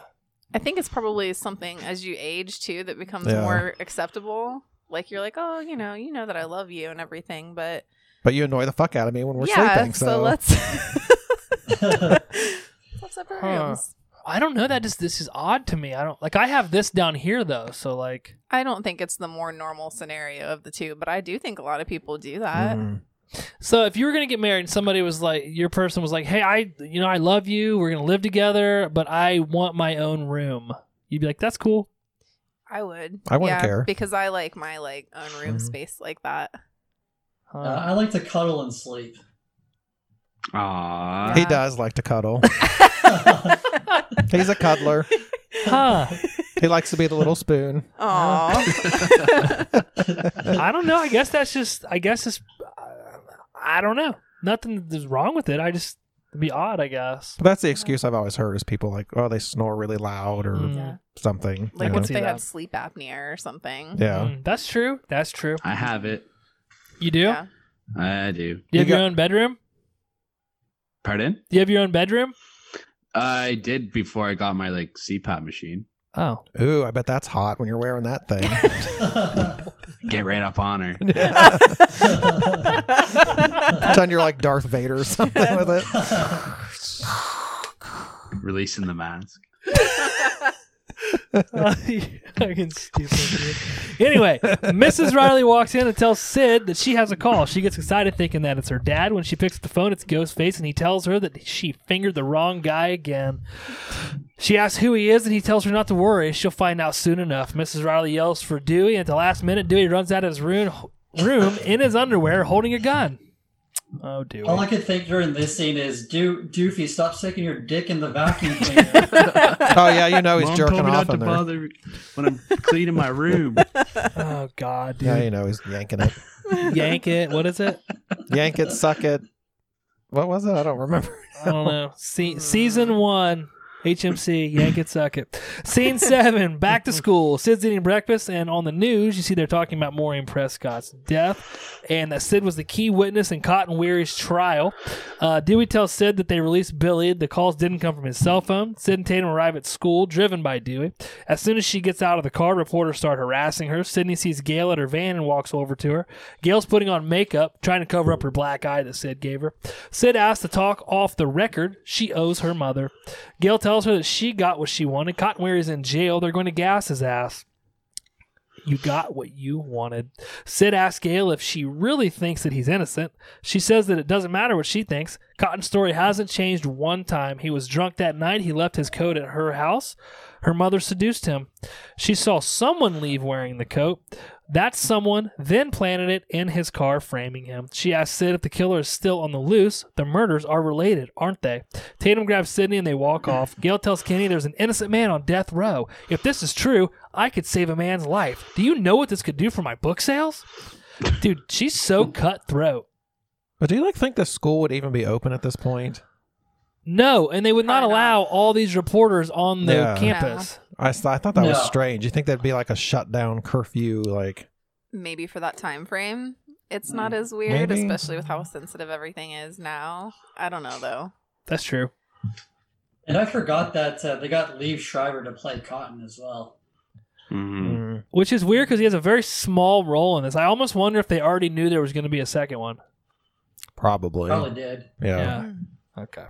[SPEAKER 3] I think it's probably something as you age too that becomes
[SPEAKER 6] Yeah.
[SPEAKER 3] more acceptable. Like you're like, oh, you know, you know that I love you and everything, but
[SPEAKER 6] But you annoy the fuck out of me when we're
[SPEAKER 3] yeah,
[SPEAKER 6] sleeping. So,
[SPEAKER 3] so, let's let's separate
[SPEAKER 1] Huh.
[SPEAKER 3] rooms.
[SPEAKER 1] I don't know. That just this is odd to me. I don't like. I have this down here though, so like
[SPEAKER 3] I don't think it's the more normal scenario of the two, but I do think a lot of people do that.
[SPEAKER 6] Mm.
[SPEAKER 1] So if you were gonna get married and somebody was like, your person was like, "Hey, I, you know, I love you. We're gonna live together, but I want my own room." You'd be like, "That's cool."
[SPEAKER 3] I would.
[SPEAKER 6] I wouldn't
[SPEAKER 3] yeah,
[SPEAKER 6] care.
[SPEAKER 3] because I like my like own room
[SPEAKER 6] Mhm.
[SPEAKER 3] space like that.
[SPEAKER 1] Huh.
[SPEAKER 5] uh, I like to cuddle and sleep.
[SPEAKER 4] Aww.
[SPEAKER 6] he
[SPEAKER 3] Yeah.
[SPEAKER 6] does like to cuddle. He's a cuddler.
[SPEAKER 1] Huh.
[SPEAKER 6] He likes to be the little spoon.
[SPEAKER 3] Aw.
[SPEAKER 1] I don't know. I guess that's just. I guess it's. Uh, I don't know. Nothing is wrong with it. I just it'd be odd. I guess.
[SPEAKER 6] But that's the excuse I've always heard is people like, oh, they snore really loud or
[SPEAKER 1] Mm.
[SPEAKER 3] yeah.
[SPEAKER 6] something.
[SPEAKER 3] Like
[SPEAKER 6] you
[SPEAKER 1] can
[SPEAKER 3] if
[SPEAKER 1] see
[SPEAKER 3] they
[SPEAKER 1] that.
[SPEAKER 3] had sleep apnea or
[SPEAKER 6] know?
[SPEAKER 3] something.
[SPEAKER 6] Yeah.
[SPEAKER 1] Mm, that's true. That's true.
[SPEAKER 4] I have it.
[SPEAKER 1] You do.
[SPEAKER 3] Yeah.
[SPEAKER 4] I do.
[SPEAKER 1] Do you
[SPEAKER 6] You
[SPEAKER 1] have your
[SPEAKER 6] got-
[SPEAKER 1] own bedroom?
[SPEAKER 4] Pardon?
[SPEAKER 1] Do you have your own bedroom?
[SPEAKER 4] I did before I got my like CPAP machine.
[SPEAKER 1] Oh,
[SPEAKER 6] Ooh, I bet that's hot when you're wearing that thing.
[SPEAKER 4] Get right up on her.
[SPEAKER 6] Pretend you're like Darth Vader or something with it.
[SPEAKER 4] Releasing the mask.
[SPEAKER 1] fucking stupid. dude. Anyway, Mrs. Riley walks in and tells Sid that she has a call. She gets excited thinking that it's her dad. When she picks up the phone, it's Ghostface, and he tells her that she fingered the wrong guy again. She asks who he is, and he tells her not to worry. She'll find out soon enough. Mrs. Riley yells for Dewey, and at the last minute, Dewey runs out of his room, room in his underwear holding a gun. Oh, Dewey.
[SPEAKER 5] All I could think during this scene is, Do- Doofy, stop sticking your dick in the vacuum cleaner.
[SPEAKER 6] Oh yeah, you know he's jerking off in there.
[SPEAKER 4] bother when I'm cleaning my room.
[SPEAKER 1] Oh, God,
[SPEAKER 6] Yeah,
[SPEAKER 1] dude.
[SPEAKER 6] you know he's yanking it,
[SPEAKER 1] Yank it. What is it?
[SPEAKER 6] yank it, suck it. What was it? I don't remember.
[SPEAKER 1] I don't know. Se- season one, HMC, yank it, suck it. Scene seven, back to school. Sid's eating breakfast, and on the news, you see they're talking about Maureen Prescott's death and that Sid was the key witness in Cotton Weary's trial. Uh, Dewey tells Sid that they released Billy. The calls didn't come from his cell phone. Sid and Tatum arrive at school, driven by Dewey. As soon as she gets out of the car, reporters start harassing her. Sydney sees Gail at her van and walks over to her. Gail's putting on makeup, trying to cover up her black eye that Sid gave her. Sid asks to talk off the record. She owes her mother. Gail tells her that she got what she wanted. Cotton Weary's in jail. They're going to gas his ass. You got what you wanted. Sid asks Gail if she really thinks that he's innocent. She says that it doesn't matter what she thinks. Cotton's story hasn't changed one time. He was drunk that night. He left his coat at her house. Her mother seduced him. She saw someone leave wearing the coat. That someone then planted it in his car, framing him. She asks Sid if the killer is still on the loose. The murders are related, aren't they? Tatum grabs Sidney and they walk off. Gail tells Kenny there's an innocent man on death row. If this is true, I could save a man's life. Do you know what this could do for my book sales? Dude, she's so cutthroat.
[SPEAKER 6] But do you like think the school would even be open at this point?
[SPEAKER 1] No, and they would not
[SPEAKER 3] Probably not.
[SPEAKER 1] allow all these reporters on the
[SPEAKER 6] Yeah.
[SPEAKER 1] campus.
[SPEAKER 6] I, s- I thought that was
[SPEAKER 5] No.
[SPEAKER 6] strange. You think that'd be like a shutdown curfew? Like,
[SPEAKER 3] Maybe for that time frame, it's not as weird,
[SPEAKER 6] Mm, Maybe.
[SPEAKER 3] especially with how sensitive everything is now. I don't know though.
[SPEAKER 1] That's true.
[SPEAKER 5] And I forgot that uh, they got Lee Shriver to play Cotton as well.
[SPEAKER 4] Mhm.
[SPEAKER 6] mm,
[SPEAKER 1] Which is weird because he has a very small role in this. I almost wonder if they already knew there was going to be a second one.
[SPEAKER 6] probably.
[SPEAKER 5] Probably did.
[SPEAKER 6] Yeah.
[SPEAKER 1] Okay.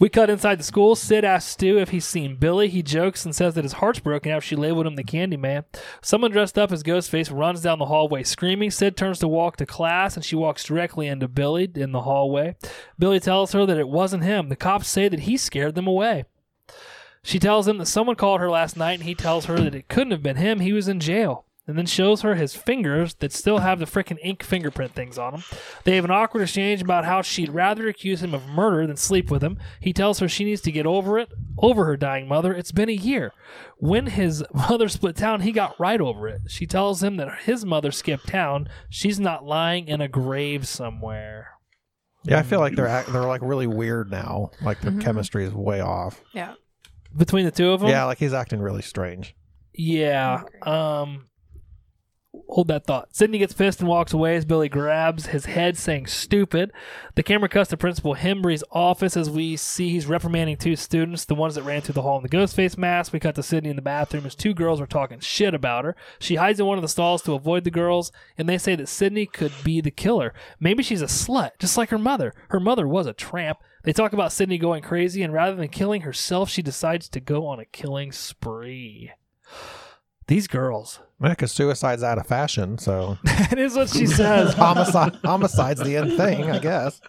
[SPEAKER 1] We cut inside the school. Sid asks Stu if he's seen Billy. He jokes and says that his heart's broken after she labeled him the Candy Man. Someone dressed up as Ghostface runs down the hallway screaming. Sid turns to walk to class and she walks directly into Billy in the hallway. Billy tells her that it wasn't him. The cops say that he scared them away. She tells him that someone called her last night and he tells her that it couldn't have been him. He was in jail. And then shows her his fingers that still have the frickin' ink fingerprint things on them. They have an awkward exchange about how she'd rather accuse him of murder than sleep with him. He tells her she needs to get over it, over her dying mother. It's been a year. When his mother split town, he got right over it. She tells him that his mother skipped town. She's not lying in a grave somewhere.
[SPEAKER 6] Yeah, I feel like they're act- they're like really weird now. Like their
[SPEAKER 3] Mhm.
[SPEAKER 6] chemistry is way off.
[SPEAKER 3] Yeah.
[SPEAKER 1] Between the two of them?
[SPEAKER 6] Yeah, like he's acting really strange.
[SPEAKER 1] Yeah.
[SPEAKER 3] Okay.
[SPEAKER 1] Um hold that thought. Sydney gets pissed and walks away as Billy grabs his head saying stupid. The camera cuts to Principal Hembry's office as we see he's reprimanding two students, the ones that ran through the hall in the ghost face mask. We cut to Sydney in the bathroom as two girls are talking shit about her. She hides in one of the stalls to avoid the girls, and they say that Sydney could be the killer. Maybe she's a slut, just like her mother. Her mother was a tramp. They talk about Sydney going crazy, and rather than killing herself, she decides to go on a killing spree these girls.
[SPEAKER 6] Yeah, because suicide's out of fashion, so
[SPEAKER 1] that is what she says.
[SPEAKER 6] homicide homicide's the end thing, I guess.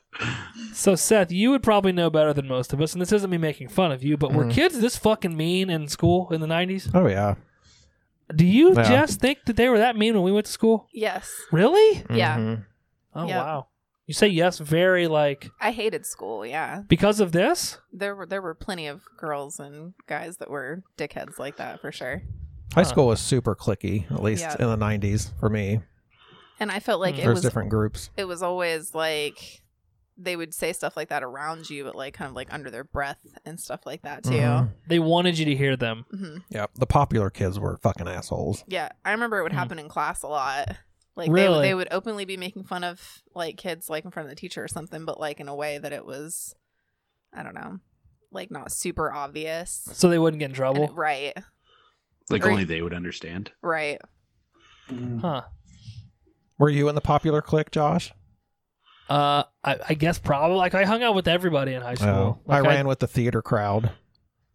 [SPEAKER 1] so, Seth, you would probably know better than most of us, and this isn't me making fun of you, but were
[SPEAKER 6] Mhm.
[SPEAKER 1] kids this fucking mean in school in the 90s?
[SPEAKER 6] Oh yeah.
[SPEAKER 1] Do you
[SPEAKER 6] Yeah.
[SPEAKER 1] just think that they were that mean when we went to school?
[SPEAKER 3] Yes.
[SPEAKER 1] Really?
[SPEAKER 3] Yeah.
[SPEAKER 6] Mhm.
[SPEAKER 1] Oh,
[SPEAKER 3] Yeah.
[SPEAKER 1] wow. You say yes, very like,
[SPEAKER 3] I hated school, yeah.
[SPEAKER 1] because of this?
[SPEAKER 3] There were there were plenty of girls and guys that were dickheads like that for sure.
[SPEAKER 6] High
[SPEAKER 1] Huh.
[SPEAKER 6] school was super clicky, at least
[SPEAKER 3] Yeah.
[SPEAKER 6] in the nineties for me.
[SPEAKER 3] And I felt like
[SPEAKER 1] Mm.
[SPEAKER 3] it
[SPEAKER 6] There's
[SPEAKER 3] was
[SPEAKER 6] different groups.
[SPEAKER 3] it was always like they would say stuff like that around you, but like kind of like under their breath and stuff like that too.
[SPEAKER 6] Mhm.
[SPEAKER 1] They wanted you to hear them.
[SPEAKER 3] hmm
[SPEAKER 6] Yep. The popular kids were fucking assholes.
[SPEAKER 3] Yeah, I remember it would
[SPEAKER 1] Mhm.
[SPEAKER 3] happen in class a lot. Like
[SPEAKER 1] Really?
[SPEAKER 3] they, they would openly be making fun of like kids like in front of the teacher or something, but like in a way that it was, I don't know, like not super obvious.
[SPEAKER 1] So they wouldn't get in
[SPEAKER 3] And it-
[SPEAKER 1] trouble.
[SPEAKER 3] right,
[SPEAKER 4] Like
[SPEAKER 3] Or-
[SPEAKER 4] only they would understand.
[SPEAKER 3] right.
[SPEAKER 5] Mm.
[SPEAKER 1] Huh.
[SPEAKER 6] Were you in the popular clique, Josh?
[SPEAKER 1] Uh, I, I guess probably. Like, I hung out with everybody in high school.
[SPEAKER 6] No. Oh. I
[SPEAKER 1] Like,
[SPEAKER 6] ran with the theater crowd.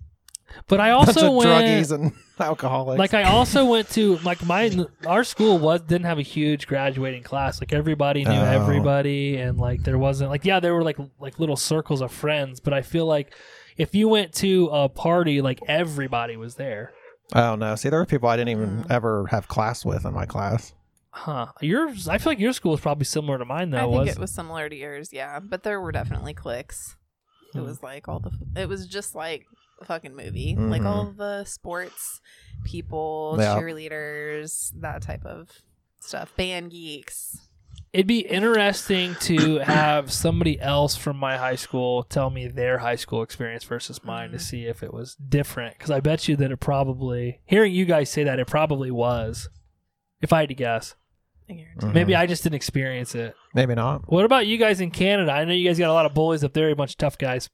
[SPEAKER 1] but I
[SPEAKER 6] Bunch
[SPEAKER 1] also
[SPEAKER 6] of
[SPEAKER 1] went.
[SPEAKER 6] druggies and alcoholics.
[SPEAKER 1] like I also went to like my our school was didn't have a huge graduating class. Like everybody knew
[SPEAKER 6] Oh.
[SPEAKER 1] everybody, and like there wasn't like yeah there were like like little circles of friends. But I feel like if you went to a party, like everybody was there.
[SPEAKER 6] Oh no! See, there were people I didn't even
[SPEAKER 3] Mhm.
[SPEAKER 6] ever have class with in my class.
[SPEAKER 1] Huh? Yours? I feel like your school was probably similar to mine
[SPEAKER 3] I
[SPEAKER 1] though.
[SPEAKER 3] think
[SPEAKER 1] was
[SPEAKER 3] it was similar to yours, yeah. But there were definitely clicks. It
[SPEAKER 1] Hmm.
[SPEAKER 3] was like all the. It was just like a fucking movie, like
[SPEAKER 6] Mhm.
[SPEAKER 3] all the sports people,
[SPEAKER 6] Yeah.
[SPEAKER 3] cheerleaders, that type of stuff, band geeks.
[SPEAKER 1] It'd be interesting to have somebody else from my high school tell me their high school experience versus mine to see if it was different. Because I bet you that it probably, hearing you guys say that, it probably was. If I had to guess,
[SPEAKER 3] I guarantee.
[SPEAKER 6] Mhm.
[SPEAKER 1] maybe I just didn't experience it.
[SPEAKER 6] Maybe not.
[SPEAKER 1] What about you guys in Canada? I know you guys got a lot of bullies up there, a bunch of tough guys.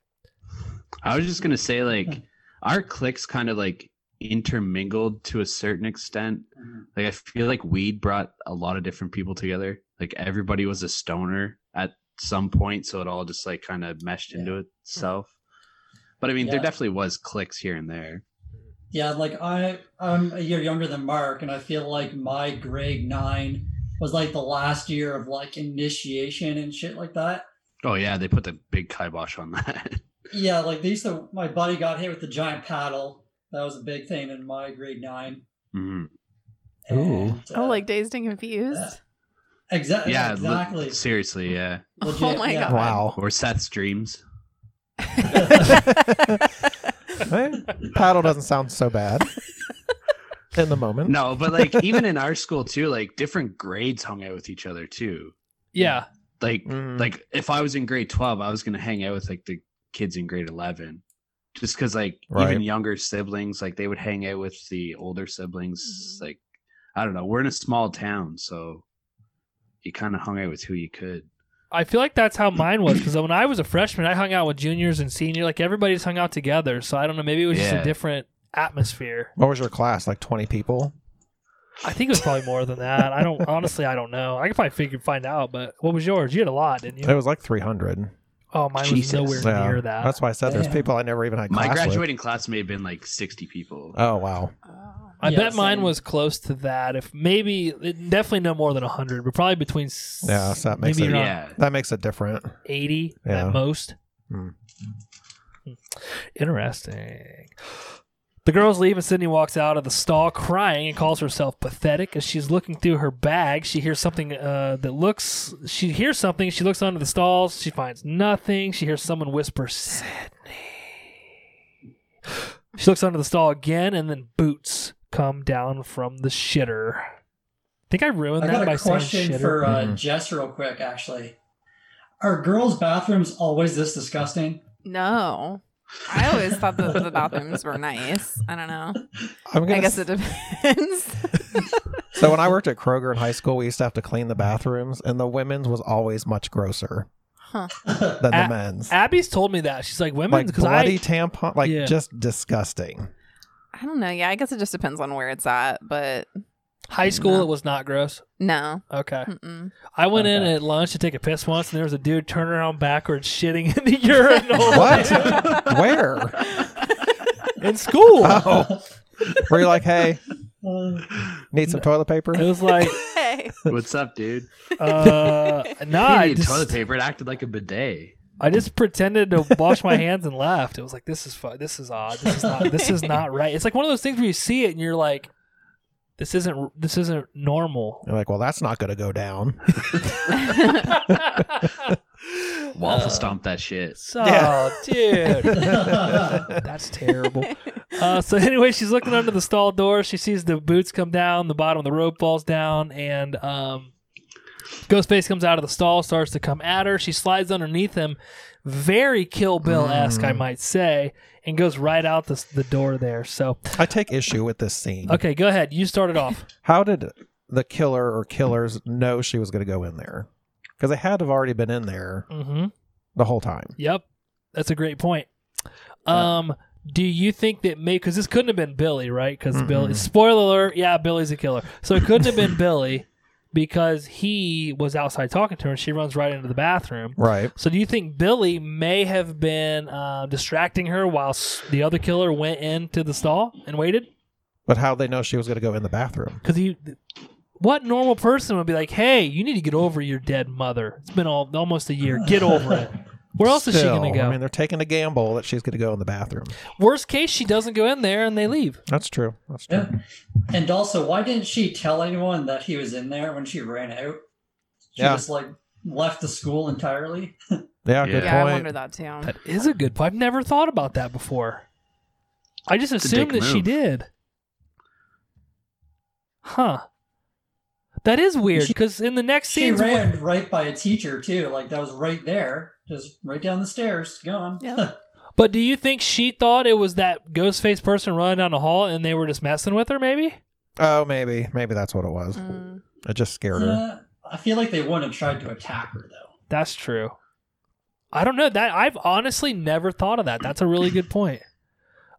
[SPEAKER 4] I was just gonna say like our cliques kind of like intermingled to a certain extent. Like I feel like weed brought a lot of different people together. Like everybody was a stoner at some point, so it all just like kind of meshed into itself. But I mean, there
[SPEAKER 5] Yeah.
[SPEAKER 4] definitely was cliques here and there.
[SPEAKER 5] Yeah, like I, I'm a year younger than Mark, and I feel like my grade nine was like the last year of like initiation and shit like that.
[SPEAKER 4] Oh yeah, they put the big kibosh on that.
[SPEAKER 5] Yeah, like they used to. My buddy got hit with the giant paddle. That was a big thing in my grade nine.
[SPEAKER 4] Mhm.
[SPEAKER 6] Ooh.
[SPEAKER 5] And, uh,
[SPEAKER 3] Oh, like dazed and confused.
[SPEAKER 4] Yeah,
[SPEAKER 5] exa- yeah,
[SPEAKER 4] le-
[SPEAKER 5] exactly.
[SPEAKER 4] seriously, yeah.
[SPEAKER 5] Legit,
[SPEAKER 3] oh my
[SPEAKER 5] yeah.
[SPEAKER 6] Wow.
[SPEAKER 4] Or Seth's dreams.
[SPEAKER 6] Eh, paddle doesn't sound so bad in the moment.
[SPEAKER 4] No, but like even in our school too, like different grades hung out with each other too.
[SPEAKER 1] Yeah.
[SPEAKER 4] Like
[SPEAKER 6] Mm.
[SPEAKER 4] like if I was in grade 12, I was going to hang out with like the kids in grade 11 just cuz like
[SPEAKER 6] Right.
[SPEAKER 4] even younger siblings like they would hang out with the older siblings like I don't know, we're in a small town, so you kind of hung out with who you could.
[SPEAKER 1] I feel like that's how mine was because when I was a freshman, I hung out with juniors and senior. Like everybody just hung out together. So I don't know. Maybe it was just
[SPEAKER 4] Yeah.
[SPEAKER 1] a different atmosphere.
[SPEAKER 6] What was your class? Like 20 people?
[SPEAKER 1] I think it was probably more than that. I don't honestly. I don't know. I could probably figure find out. But what was yours? You had a lot, didn't
[SPEAKER 6] It
[SPEAKER 1] you?
[SPEAKER 6] was like 300.
[SPEAKER 1] Oh, mine
[SPEAKER 4] Jesus.
[SPEAKER 1] was nowhere
[SPEAKER 6] Yeah.
[SPEAKER 1] near that.
[SPEAKER 6] That's why I said there's
[SPEAKER 5] Damn.
[SPEAKER 6] people I never even had class
[SPEAKER 4] My
[SPEAKER 6] with.
[SPEAKER 4] graduating class may have been like 60 people.
[SPEAKER 6] Oh, wow.
[SPEAKER 3] Oh.
[SPEAKER 1] I
[SPEAKER 5] Yeah,
[SPEAKER 1] bet mine
[SPEAKER 5] same.
[SPEAKER 1] was close to that. If maybe it- definitely no more than hundred, but probably between s-
[SPEAKER 6] Yeah, so that makes
[SPEAKER 1] maybe
[SPEAKER 6] it-
[SPEAKER 1] around
[SPEAKER 4] yeah.
[SPEAKER 6] That makes it different.
[SPEAKER 1] 80
[SPEAKER 6] Yeah.
[SPEAKER 1] at most.
[SPEAKER 6] Hmm.
[SPEAKER 1] Interesting. The girls leave and Sydney walks out of the stall crying and calls herself pathetic. As she's looking through her bag, she hears something uh, that looks. She hears something. She looks under the stalls. She finds nothing. She hears someone whisper, Sydney. She looks under the stall again, and then boots come down from the shitter. I think I ruined
[SPEAKER 5] I
[SPEAKER 1] that
[SPEAKER 5] got
[SPEAKER 1] by
[SPEAKER 5] a
[SPEAKER 1] saying
[SPEAKER 5] question
[SPEAKER 1] shitter.
[SPEAKER 5] for uh,
[SPEAKER 6] Mhm.
[SPEAKER 5] Jess real quick. Actually, are girls' bathrooms always this disgusting?
[SPEAKER 3] No. I always thought that the bathrooms were nice. I don't know.
[SPEAKER 6] I'm gonna
[SPEAKER 3] I guess
[SPEAKER 6] s-
[SPEAKER 3] it depends.
[SPEAKER 6] so when I worked at Kroger in high school, we used to have to clean the bathrooms, and the women's was always much grosser than
[SPEAKER 1] At-
[SPEAKER 6] the men's.
[SPEAKER 1] Abby's told me that. She's like, women,
[SPEAKER 6] like
[SPEAKER 1] because
[SPEAKER 6] bloody
[SPEAKER 1] I.
[SPEAKER 6] tampon, like
[SPEAKER 1] Yeah.
[SPEAKER 6] just disgusting.
[SPEAKER 3] I don't know. Yeah, I guess it just depends on where it's at, but
[SPEAKER 1] High school,
[SPEAKER 3] No.
[SPEAKER 1] it was not gross.
[SPEAKER 3] no.
[SPEAKER 1] Okay.
[SPEAKER 3] Mm-mm.
[SPEAKER 1] I went in
[SPEAKER 5] Okay.
[SPEAKER 1] at lunch to take a piss once, and there was a dude turning around backwards shitting in the urinal.
[SPEAKER 6] What? Where?
[SPEAKER 1] In school.
[SPEAKER 4] Uh,
[SPEAKER 6] Oh, were you like, hey,
[SPEAKER 5] Uh,
[SPEAKER 6] need some
[SPEAKER 1] It
[SPEAKER 6] toilet paper?
[SPEAKER 1] was like,
[SPEAKER 3] Hey.
[SPEAKER 4] What's up, dude?
[SPEAKER 1] uh, nah,
[SPEAKER 6] Ah,
[SPEAKER 4] You
[SPEAKER 1] I
[SPEAKER 4] need toilet
[SPEAKER 1] just,
[SPEAKER 4] paper. It acted like a bidet.
[SPEAKER 1] I just pretended to wash my hands and left. It was like, this is fu- This is odd. This is not, this is not right. It's like one of those things where you see it and you're like, this isn't, this isn't normal.
[SPEAKER 6] You're like, well, that's not going to go down.
[SPEAKER 4] Waffle stomp that shit.
[SPEAKER 1] So, dude. That's terrible. Uh, so anyway, she's looking under the stall door. She sees the boots come down, the bottom of the rope falls down, and um, Ghostface comes out of the stall, starts to come at her. She slides underneath him, very Kill Bill esque, I
[SPEAKER 6] Mm.
[SPEAKER 1] might say, and goes right out the the door there. So
[SPEAKER 6] I take issue with this scene.
[SPEAKER 1] okay, go ahead. You started off.
[SPEAKER 6] How did the killer or killers know she was going to go in there? Because they had to have already been in there
[SPEAKER 1] Mm-hmm.
[SPEAKER 6] the whole time.
[SPEAKER 1] Yep, that's a great point. Um. Do you think that may because this couldn't have been Billy, right? Because
[SPEAKER 6] Mm-mm.
[SPEAKER 1] Billy, spoiler alert, yeah, Billy's a killer. So it couldn't have been Billy because he was outside talking to her, and she runs right into the bathroom.
[SPEAKER 6] Right.
[SPEAKER 1] So do you think Billy may have been uh, distracting her while s- the other killer went into the stall and waited?
[SPEAKER 6] But how they know she was going to go in the bathroom?
[SPEAKER 1] Because he, what normal person would be like, "Hey, you need to get over your dead mother. It's been all, almost a year. Get over it." Where else is she
[SPEAKER 6] Still,
[SPEAKER 1] going to go?
[SPEAKER 6] I mean, they're taking a gamble that she's going to go in the bathroom.
[SPEAKER 1] Worst case, she doesn't go in there and they leave.
[SPEAKER 6] That's true. That's true.
[SPEAKER 5] yeah. And also, why didn't she tell anyone that he was in there when she ran out? She
[SPEAKER 6] Yeah.
[SPEAKER 5] just like left the school entirely.
[SPEAKER 6] Yeah,
[SPEAKER 4] Yeah.
[SPEAKER 6] good
[SPEAKER 3] yeah, I
[SPEAKER 6] point.
[SPEAKER 3] wonder that too.
[SPEAKER 1] That is a good point. I've never thought about that before. I just
[SPEAKER 4] a
[SPEAKER 1] assumed that
[SPEAKER 4] dick
[SPEAKER 1] she
[SPEAKER 4] move.
[SPEAKER 1] did. Huh. That is weird because in the next
[SPEAKER 5] She
[SPEAKER 1] scene,
[SPEAKER 5] ran right by a teacher too. Like that was right there, just right down the stairs, gone.
[SPEAKER 3] Yeah.
[SPEAKER 1] but do you think she thought it was that ghost faced person running down the hall and they were just messing with her? Maybe.
[SPEAKER 6] Oh, maybe, maybe that's what it was.
[SPEAKER 3] Mm.
[SPEAKER 6] It just scared her.
[SPEAKER 5] Uh, I feel like they wouldn't have tried to attack her though.
[SPEAKER 1] That's true. I don't know that I've honestly never thought of that. That's a really good point.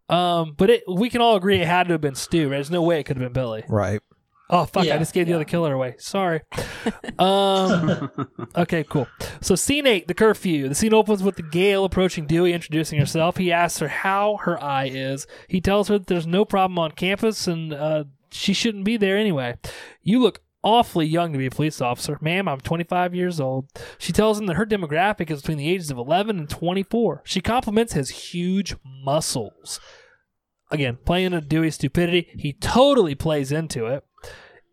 [SPEAKER 1] Um, but it, we can all agree it had to have been Stu. Right? There's no way it could have been Billy.
[SPEAKER 6] Right.
[SPEAKER 1] Oh fuck! I
[SPEAKER 5] Yeah,
[SPEAKER 1] just gave the
[SPEAKER 5] yeah.
[SPEAKER 1] other killer away. Sorry. Um, okay, cool. So scene eight, the curfew. The scene opens with the Gale approaching Dewey, introducing herself. He asks her how her eye is. He tells her that there's no problem on campus and uh, she shouldn't be there anyway. You look awfully young to be a police officer, ma'am. I'm 25 years old. She tells him that her demographic is between the ages of 11 and 24. She compliments his huge muscles. Again, playing into Dewey's stupidity, he totally plays into it.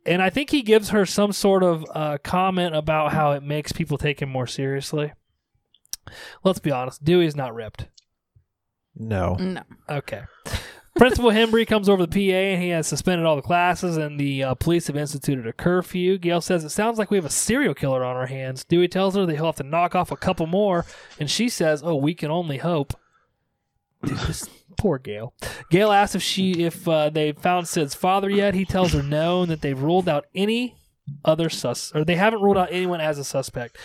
[SPEAKER 1] And I think he gives her some sort of uh, comment about how it makes people take him more seriously. Let's be honest, Dewey's not ripped.
[SPEAKER 6] No.
[SPEAKER 3] No.
[SPEAKER 1] Okay. Principal Hembry comes over to the PA and he has suspended all the classes, and the uh, police have instituted a curfew. Gail says, It sounds like we have a serial killer on our hands. Dewey tells her that he'll have to knock off a couple more, and she says, Oh, we can only hope. Dude, this- poor Gail. Gail asks if she if uh, they found Sid's father yet. He tells her no, and that they've ruled out any other sus or they haven't ruled out anyone as a suspect.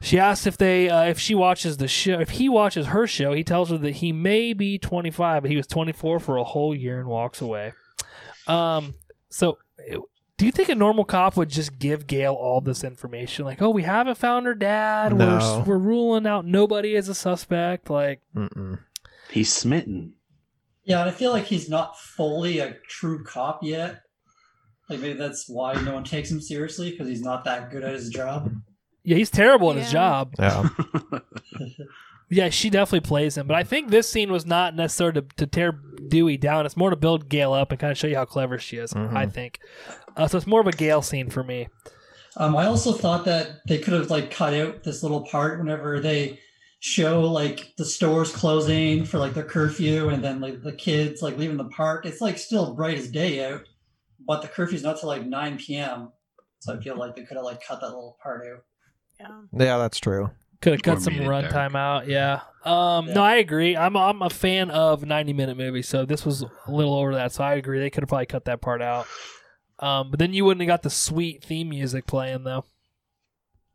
[SPEAKER 1] She asks if they uh, if she watches the show if he watches her show. He tells her that he may be 25, but he was 24 for a whole year and walks away. Um, so do you think a normal cop would just give Gail all this information? Like, oh, we haven't found her dad.
[SPEAKER 6] No.
[SPEAKER 1] We're we're ruling out nobody as a suspect. Like,
[SPEAKER 3] Mm.
[SPEAKER 6] Mm-mm.
[SPEAKER 4] He's smitten.
[SPEAKER 5] Yeah, and I feel like he's not fully a true cop yet. Like maybe that's why no one takes him seriously because he's not that good at his job.
[SPEAKER 1] yeah, he's terrible at his
[SPEAKER 3] Yeah.
[SPEAKER 1] job.
[SPEAKER 6] Yeah.
[SPEAKER 1] Yeah, she definitely plays him, but I think this scene was not necessary to, to tear Dewey down. It's more to build Gale up and kind of show you how clever she is.
[SPEAKER 6] Mhm.
[SPEAKER 1] I think, uh, so. It's more of a Gale scene for me.
[SPEAKER 5] Um, I also thought that they could have like cut out this little part whenever they show like the stores closing for like their curfew and then like the kids like leaving the park. It's like still bright as day out, but the curfew's not till like 9 p.m. So I feel like they could have like cut that little part out.
[SPEAKER 3] Yeah.
[SPEAKER 6] Yeah, that's true.
[SPEAKER 1] Could have
[SPEAKER 4] Or
[SPEAKER 1] cut some
[SPEAKER 4] made it
[SPEAKER 1] runtime out. Yeah. Um,
[SPEAKER 5] Yeah.
[SPEAKER 1] No, I agree. I'm I'm a fan of 90 minute movies, so this was a little over that. So I agree. They could have probably cut that part out. Um, but then you wouldn't have got the sweet theme music playing though.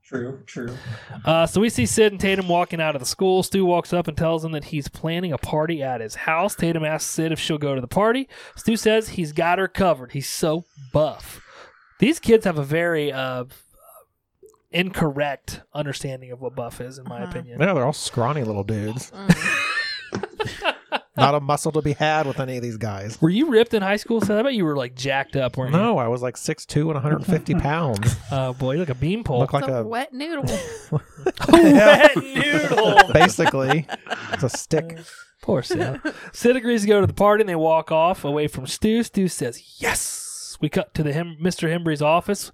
[SPEAKER 5] True, true.
[SPEAKER 1] Uh, so we see Sid and Tatum walking out of the school. Stu walks up and tells him that he's planning a party at his house. Tatum asks Sid if she'll go to the party. Stu says he's got her covered. He's so buff. These kids have a very uh, incorrect understanding of what buff is, in my
[SPEAKER 3] Uh-huh.
[SPEAKER 1] opinion.
[SPEAKER 6] Yeah, they're all scrawny little dudes.
[SPEAKER 3] Mm.
[SPEAKER 6] Not a muscle to be had with any of these guys.
[SPEAKER 1] Were you ripped in high school, Sid? I bet you were like jacked up, weren't you?
[SPEAKER 6] No, I was like 6'2 and 150 pounds.
[SPEAKER 1] Oh boy, you're like a beanpole.
[SPEAKER 6] Look like
[SPEAKER 3] it's a,
[SPEAKER 6] a
[SPEAKER 3] wet noodle.
[SPEAKER 1] Wet noodle.
[SPEAKER 6] basically it's a stick.
[SPEAKER 1] Poor Sid. Sid agrees to go to the party and they walk off away from Stu. Stu says, Yes. We cut to the Hem- Mr. Hembry's office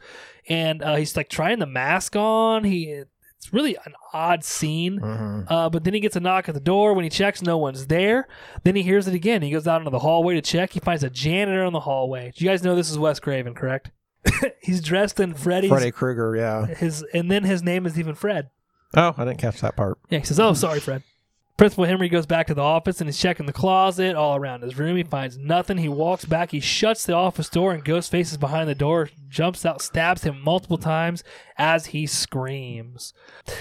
[SPEAKER 1] and uh, he's like trying the mask on. He It's really an odd scene.
[SPEAKER 6] hmm
[SPEAKER 1] Uh, but then he gets a knock at the door. When he checks, no one's there. Then he hears it again. He goes out into the hallway to check. He finds a janitor in the hallway. Do you guys know this is Wes Craven, correct? he's dressed in Freddy's.
[SPEAKER 6] Freddy Krueger, yeah.
[SPEAKER 1] His and then his name is even Fred.
[SPEAKER 6] Oh, I didn't catch that part.
[SPEAKER 1] Yeah, he says, "Oh, sorry, Fred." Principal Henry goes back to the office and he's checking the closet all around his room. He finds nothing. He walks back. He shuts the office door and Ghostface is behind the door, jumps out, stabs him multiple times as he screams.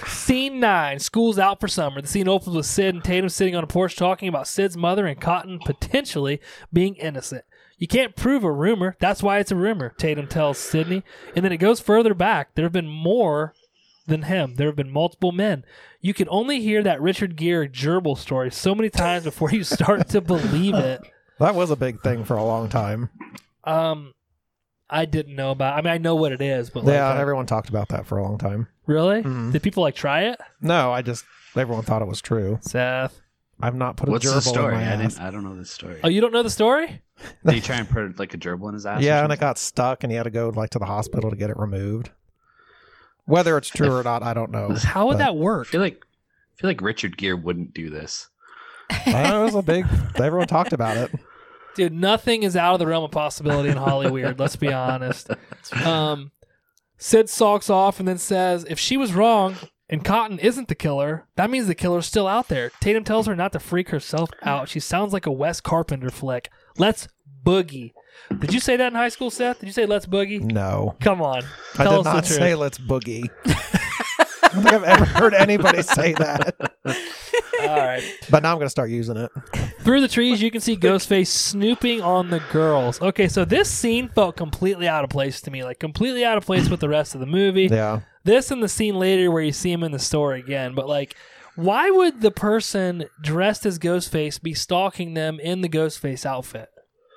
[SPEAKER 1] Scene nine: School's out for summer. The scene opens with Sid and Tatum sitting on a porch talking about Sid's mother and Cotton potentially being innocent. You can't prove a rumor. That's why it's a rumor. Tatum tells Sidney, and then it goes further back. There have been more than him. There have been multiple men. You can only hear that Richard Gere gerbil story so many times before you start to believe it.
[SPEAKER 6] That was a big thing for a long time.
[SPEAKER 1] Um, I didn't know about. I mean, I know what it is, but
[SPEAKER 6] Yeah,
[SPEAKER 1] like, uh,
[SPEAKER 6] everyone talked about that for a long time.
[SPEAKER 1] really,
[SPEAKER 6] Mhm.
[SPEAKER 1] did people like try it?
[SPEAKER 6] No, I just everyone thought it was true.
[SPEAKER 1] Seth,
[SPEAKER 6] I've not put a
[SPEAKER 4] What's
[SPEAKER 6] gerbil
[SPEAKER 4] the story?
[SPEAKER 6] in my
[SPEAKER 4] I didn't.
[SPEAKER 6] ass.
[SPEAKER 4] I don't know this story.
[SPEAKER 1] oh, you don't know the story?
[SPEAKER 4] Did he try and put like a gerbil in his ass? or
[SPEAKER 6] Yeah, and it
[SPEAKER 4] something?
[SPEAKER 6] got stuck, and he had to go like to the hospital to get it removed. Whether it's true or not, I don't know.
[SPEAKER 1] How would
[SPEAKER 6] But-
[SPEAKER 1] that work?
[SPEAKER 4] I feel like I feel like Richard Gere wouldn't do this.
[SPEAKER 6] I know it was a big. Everyone talked about it.
[SPEAKER 1] Dude, nothing is out of the realm of possibility in Hollyweird. let's be honest. Um, Sid sulks off and then says, if she was wrong and Cotton isn't the killer, that means the killer's still out there. Tatum tells her not to freak herself out. She sounds like a Wes Carpenter flick. Let's boogie. Did you say that in high school, Seth? Did you say let's boogie?
[SPEAKER 6] No.
[SPEAKER 1] Come on.
[SPEAKER 6] I
[SPEAKER 1] Tell
[SPEAKER 6] did
[SPEAKER 1] us the
[SPEAKER 6] not
[SPEAKER 1] truth.
[SPEAKER 6] say let's boogie. I don't think I've ever heard anybody say that.
[SPEAKER 1] All right.
[SPEAKER 6] But now I'm going to start using it.
[SPEAKER 1] Through the trees, you can see Ghostface snooping on the girls. Okay, so this scene felt completely out of place to me, like completely out of place with the rest of the movie.
[SPEAKER 6] Yeah.
[SPEAKER 1] This and the scene later where you see him in the store again, but like, why would the person dressed as Ghostface be stalking them in the Ghostface outfit?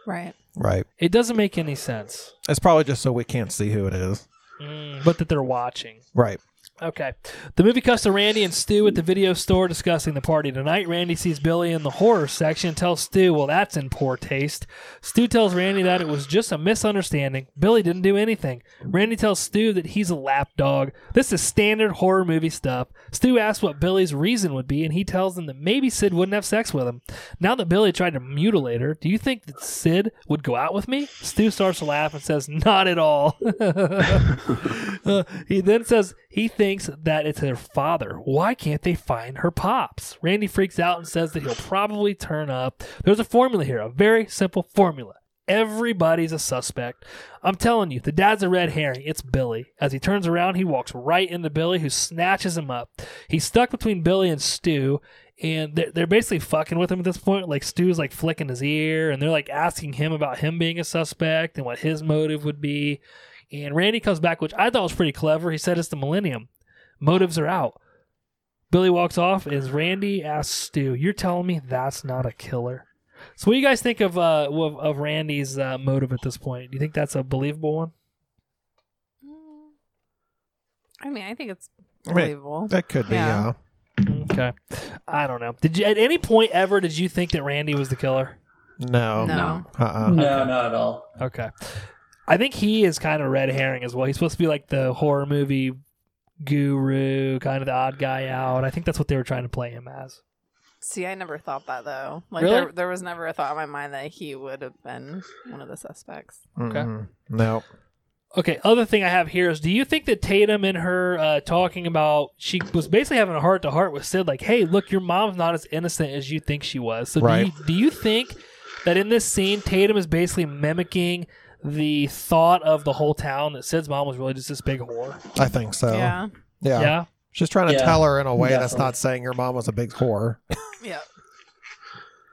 [SPEAKER 3] Right.
[SPEAKER 6] Right.
[SPEAKER 1] It doesn't make any sense,
[SPEAKER 6] It's probably just so we can't see who it is.
[SPEAKER 1] Mm, but that they're watching.
[SPEAKER 6] Right.
[SPEAKER 1] Okay. The movie cuts to Randy and Stu at the video store discussing the party tonight. Randy sees Billy in the horror section and tells Stu, well, that's in poor taste. Stu tells Randy that it was just a misunderstanding. Billy didn't do anything. Randy tells Stu that he's a lapdog. This is standard horror movie stuff. Stu asks what Billy's reason would be, and he tells him that maybe Sid wouldn't have sex with him. Now that Billy tried to mutilate her, do you think that Sid would go out with me? Stu starts to laugh and says, Not at all. Uh, he then says he thinks that it's her father. Why can't they find her pops? Randy freaks out and says that he'll probably turn up. There's a formula here, a very simple formula. Everybody's a suspect. I'm telling you, the dad's a red herring. It's Billy. As he turns around, he walks right into Billy, who snatches him up. He's stuck between Billy and Stu, and they're, they're basically fucking with him at this point. Like, Stu's like flicking his ear, and they're like asking him about him being a suspect and what his motive would be. And Randy comes back, which I thought was pretty clever. He said it's the millennium. Motives are out. Billy walks off as Randy asks Stu, You're telling me that's not a killer? So, what do you guys think of uh, of, of Randy's uh, motive at this point? Do you think that's a believable one?
[SPEAKER 3] Mm. I mean, I think it's
[SPEAKER 6] I mean,
[SPEAKER 3] believable.
[SPEAKER 6] That could be,
[SPEAKER 3] Yeah.
[SPEAKER 6] yeah.
[SPEAKER 1] Okay, I don't know. Did you at any point ever did you think that Randy was the killer?
[SPEAKER 6] No.
[SPEAKER 3] no.
[SPEAKER 6] Uh-uh.
[SPEAKER 5] No, not at all.
[SPEAKER 1] Okay, I think he is kind of red herring as well. He's supposed to be like the horror movie guru, kind of the odd guy out. I think that's what they were trying to play him as.
[SPEAKER 3] See, I never thought that though. Like
[SPEAKER 1] Really?
[SPEAKER 3] there, there was never a thought in my mind that he would have been one of the suspects.
[SPEAKER 1] Okay.
[SPEAKER 6] Mm-mm. No.
[SPEAKER 1] Okay, other thing I have here is do you think that Tatum and her uh, talking about she was basically having a heart to heart with Sid, like, hey, look, your mom's not as innocent as you think she was. So
[SPEAKER 6] Right.
[SPEAKER 1] do, you, do you think that in this scene, Tatum is basically mimicking the thought of the whole town that Sid's mom was really just this big whore?
[SPEAKER 6] I think so.
[SPEAKER 3] Yeah.
[SPEAKER 6] Yeah.
[SPEAKER 1] Yeah.
[SPEAKER 6] She's trying to
[SPEAKER 5] Yeah.
[SPEAKER 6] tell her in a way that's
[SPEAKER 5] Definitely.
[SPEAKER 6] not saying your mom was a big whore.
[SPEAKER 3] Yeah.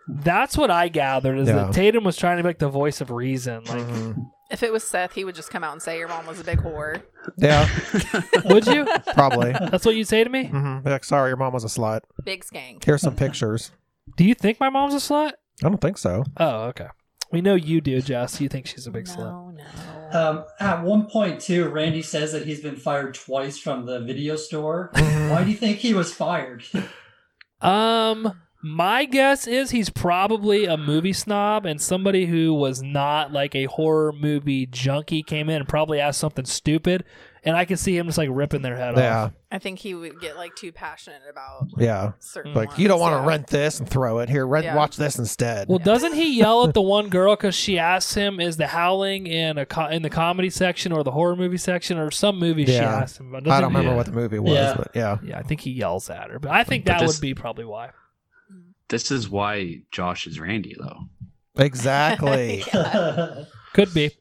[SPEAKER 1] That's what I gathered is
[SPEAKER 6] Yeah.
[SPEAKER 1] that Tatum was trying to be like the voice of reason. Like,
[SPEAKER 6] Mhm.
[SPEAKER 3] If it was Seth, he would just come out and say your mom was a big whore.
[SPEAKER 6] Yeah,
[SPEAKER 1] would you?
[SPEAKER 6] probably.
[SPEAKER 1] That's what you'd say to me?
[SPEAKER 6] hmm Like, sorry, your mom was a slut.
[SPEAKER 3] Big skank.
[SPEAKER 6] Here's some pictures.
[SPEAKER 1] Do you think my mom's a slut?
[SPEAKER 6] I don't think so.
[SPEAKER 1] Oh, okay. We know you do, Jess. You think she's a big slut.
[SPEAKER 3] no, no.
[SPEAKER 5] Um, at one point, too, Randy says that he's been fired twice from the video store. Why do you think he was fired?
[SPEAKER 1] Um, my guess is he's probably a movie snob and somebody who was not like a horror movie junkie came in and probably asked something stupid, and I can see him just like ripping their head
[SPEAKER 6] Yeah,
[SPEAKER 1] off.
[SPEAKER 3] I think he would get like too passionate about
[SPEAKER 6] yeah.
[SPEAKER 3] certain.
[SPEAKER 6] Like, you don't want
[SPEAKER 3] ones,
[SPEAKER 6] to
[SPEAKER 3] Mm-hmm. yeah.
[SPEAKER 6] rent this and throw it here. Rent,
[SPEAKER 3] Yeah.
[SPEAKER 6] watch this instead.
[SPEAKER 1] Well, doesn't he yell at the one girl because she asks him, "Is the howling in a co- in the comedy section or the horror movie section or some movie?" She
[SPEAKER 6] Yeah.
[SPEAKER 1] asked him. About.
[SPEAKER 6] I
[SPEAKER 1] Doesn't
[SPEAKER 6] don't
[SPEAKER 1] he-
[SPEAKER 6] remember what the movie was,
[SPEAKER 5] Yeah.
[SPEAKER 6] but yeah,
[SPEAKER 1] Yeah, I think he yells at her, but I think
[SPEAKER 4] But
[SPEAKER 1] that
[SPEAKER 4] this-
[SPEAKER 1] would be probably why.
[SPEAKER 4] This is why Josh is Randy, though.
[SPEAKER 6] exactly.
[SPEAKER 1] Could be.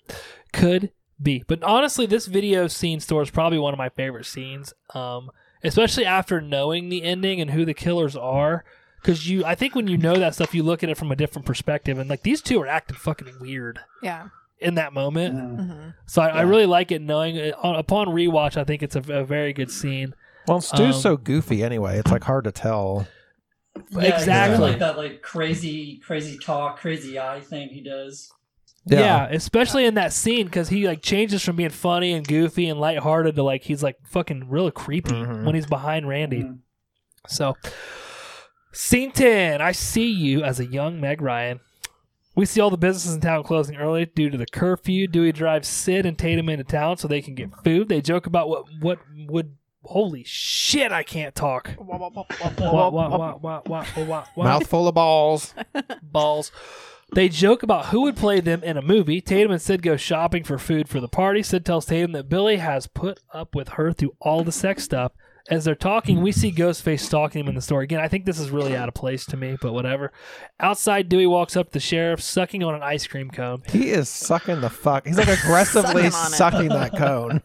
[SPEAKER 1] Could be. But honestly, this video scene store is probably one of my favorite scenes. Um, especially after knowing the ending and who the killers are. Cause you I think when you know that stuff, you look at it from a different perspective and like these two are acting fucking weird
[SPEAKER 3] Yeah.
[SPEAKER 1] in that moment.
[SPEAKER 5] Mm.
[SPEAKER 3] hmm
[SPEAKER 1] So I, I
[SPEAKER 5] Yeah.
[SPEAKER 1] really like it knowing uh, on, upon rewatch, I think it's a, a very good scene.
[SPEAKER 6] well, Stu's
[SPEAKER 1] Um,
[SPEAKER 6] so goofy anyway. It's like hard to tell.
[SPEAKER 5] Yeah, he's got,
[SPEAKER 1] Exactly.
[SPEAKER 5] Like that, like crazy, crazy talk, crazy eye thing he does.
[SPEAKER 1] Yeah. especially in that scene because he like changes from being funny and goofy and lighthearted to like he's like fucking real creepy
[SPEAKER 6] Mhm.
[SPEAKER 1] when he's behind Randy.
[SPEAKER 5] Mhm.
[SPEAKER 1] So, scene 10 I see you as a young Meg Ryan. We see all the businesses in town closing early due to the curfew. Dewey drives Sid and Tatum into town so they can get food. They joke about what what would. Holy shit! I can't talk. Wah, wah, wah, wah, wah, wah, wah, wah, wah,
[SPEAKER 6] Mouthful of balls.
[SPEAKER 1] balls. They joke about who would play them in a movie. Tatum and Sid go shopping for food for the party. Sid tells Tatum that Billy has put up with her through all the sex stuff. As they're talking, we see Ghostface stalking him in the store. Again, I think this is really out of place to me, but whatever. Outside, Dewey walks up to the sheriff, sucking on an ice cream cone.
[SPEAKER 6] He is sucking the fuck. He's like aggressively
[SPEAKER 3] Sucking on it.
[SPEAKER 6] sucking that cone.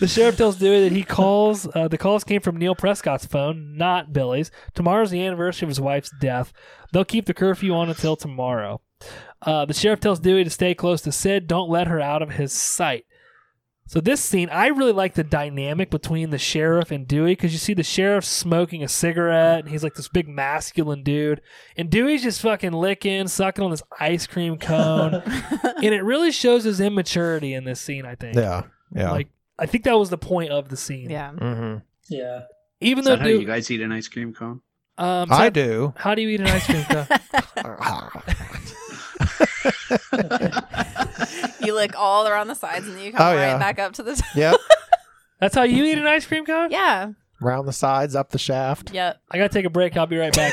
[SPEAKER 1] The sheriff tells Dewey that he calls. Uh, the calls came from Neil Prescott's phone, not Billy's. Tomorrow's the anniversary of his wife's death. They'll keep the curfew on until tomorrow. Uh, the sheriff tells Dewey to stay close to Sid. Don't let her out of his sight. So this scene, I really like the dynamic between the sheriff and Dewey because you see the sheriff smoking a cigarette and he's like this big masculine dude, and Dewey's just fucking licking, sucking on this ice cream cone, and it really shows his immaturity in this scene. I think.
[SPEAKER 6] Yeah. Yeah.
[SPEAKER 1] Like mm-hmm. I think that was the point of the scene.
[SPEAKER 3] yeah.
[SPEAKER 6] Mhm.
[SPEAKER 5] Yeah.
[SPEAKER 1] Even
[SPEAKER 4] Is
[SPEAKER 1] though
[SPEAKER 4] that how you
[SPEAKER 1] Dewey,
[SPEAKER 4] guys eat an ice cream cone?
[SPEAKER 1] um,
[SPEAKER 6] I
[SPEAKER 1] so-
[SPEAKER 6] do.
[SPEAKER 1] How do you eat an ice cream cone?
[SPEAKER 3] you lick all around the sides and then you come
[SPEAKER 6] Oh,
[SPEAKER 3] right
[SPEAKER 6] yeah.
[SPEAKER 3] back up to the top.
[SPEAKER 6] yep.
[SPEAKER 1] That's how you eat an ice cream cone.
[SPEAKER 3] Yeah.
[SPEAKER 6] Round the sides, up the shaft.
[SPEAKER 3] Yep.
[SPEAKER 1] I gotta take a break. I'll be right back.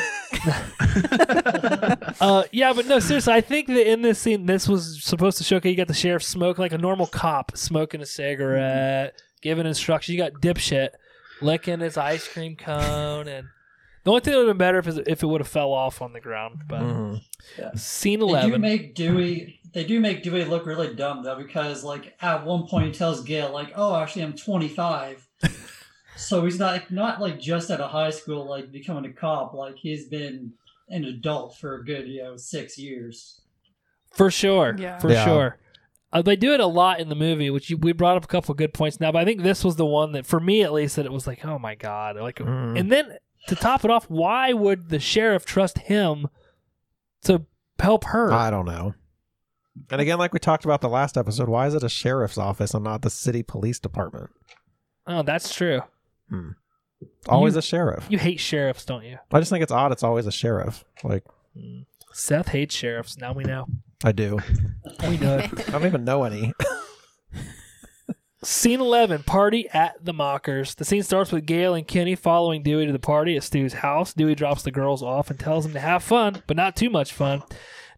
[SPEAKER 4] Oh,
[SPEAKER 1] uh, yeah, but no, seriously, I think that in this scene, this was supposed to showcase you got the sheriff smoke like a normal cop smoking a cigarette, giving instructions. You got dipshit licking his ice cream cone, and the only thing that would have been better if it, if it would have fell off on the ground. But
[SPEAKER 6] Mhm.
[SPEAKER 1] scene
[SPEAKER 5] They do
[SPEAKER 1] eleven.
[SPEAKER 5] make Dewey. They do make Dewey look really dumb though, because like at one point he tells Gail like, "Oh, actually, I'm 25." so he's not not like just out of high school, like becoming a cop. Like he's been an adult for a good you know six years.
[SPEAKER 1] For sure.
[SPEAKER 3] Yeah.
[SPEAKER 1] For
[SPEAKER 6] Yeah.
[SPEAKER 1] sure. Uh, they do it a lot in the movie, which you, we brought up a couple of good points now, but I think this was the one that, for me at least, that it was like, oh my God. Like,
[SPEAKER 6] Mhm.
[SPEAKER 1] And then to top it off, why would the sheriff trust him to help her?
[SPEAKER 6] I don't know. And again, like we talked about the last episode, why is it a sheriff's office and not the city police department?
[SPEAKER 1] oh, that's true.
[SPEAKER 6] Always a sheriff.
[SPEAKER 1] You hate sheriffs, don't you?
[SPEAKER 6] I just think it's odd. It's always a sheriff. Like
[SPEAKER 1] Seth hates sheriffs. Now we know.
[SPEAKER 6] I do.
[SPEAKER 1] We know. it.
[SPEAKER 6] I don't even know any.
[SPEAKER 1] Scene 11 Party at the Mockers. The scene starts with Gail and Kenny following Dewey to the party at Stu's house. Dewey drops the girls off and tells them to have fun, but not too much fun.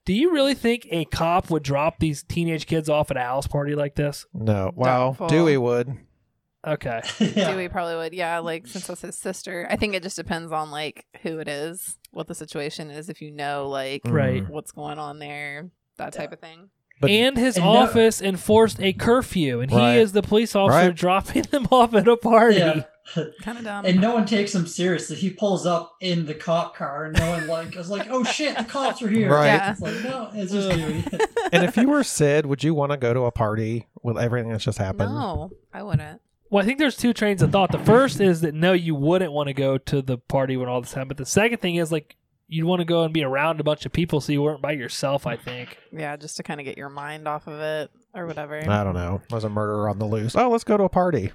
[SPEAKER 1] Do you really think a cop would drop these teenage kids off at a house party like this?
[SPEAKER 6] No. Well,
[SPEAKER 3] Doubtful.
[SPEAKER 6] Dewey would.
[SPEAKER 1] Okay.
[SPEAKER 5] yeah.
[SPEAKER 3] Dewey probably would. Yeah, like since that's his sister. I think it just depends on like who it is, what the situation is, if you know like
[SPEAKER 6] Mm.
[SPEAKER 1] Right.
[SPEAKER 3] what's going on there, that type of thing.
[SPEAKER 6] But-
[SPEAKER 1] and his
[SPEAKER 5] And no-
[SPEAKER 1] office enforced a curfew, and
[SPEAKER 6] Right.
[SPEAKER 1] he is the police officer
[SPEAKER 6] Right.
[SPEAKER 1] dropping them off at a party.
[SPEAKER 5] Yeah.
[SPEAKER 3] Kind of dumb.
[SPEAKER 5] And no one takes him seriously. He pulls up in the cop car, and no one like is like, "Oh shit, the cops are here!"
[SPEAKER 6] Right.
[SPEAKER 3] Yeah.
[SPEAKER 5] It's like no, it's just
[SPEAKER 1] Ugh.
[SPEAKER 5] Dewey.
[SPEAKER 6] And if you were Sid, would you want to go to a party with everything that's just happened?
[SPEAKER 3] No, I wouldn't.
[SPEAKER 1] Well, I think there's two trains of thought. The first is that no, you wouldn't want to go to the party when all this happened. But the second thing is like you'd want to go and be around a bunch of people so you weren't by yourself. I think.
[SPEAKER 3] Yeah, just to kind of get your mind off of it or whatever.
[SPEAKER 6] I don't know. There's a murderer on the loose. Oh, let's go to a party.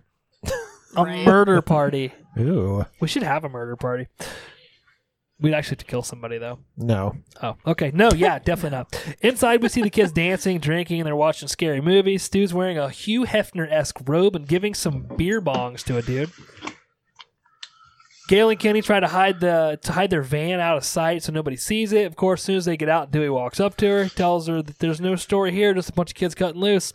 [SPEAKER 1] A
[SPEAKER 3] Right.
[SPEAKER 1] murder party.
[SPEAKER 6] Ooh.
[SPEAKER 1] We should have a murder party. We'd actually have to kill somebody though.
[SPEAKER 6] No.
[SPEAKER 1] Oh, okay. No, yeah, definitely not. Inside, we see the kids dancing, drinking, and they're watching scary movies. Stu's wearing a Hugh Hefner esque robe and giving some beer bongs to a dude. Gail and Kenny try to hide the to hide their van out of sight so nobody sees it. Of course, as soon as they get out, Dewey walks up to her, tells her that there's no story here, just a bunch of kids cutting loose.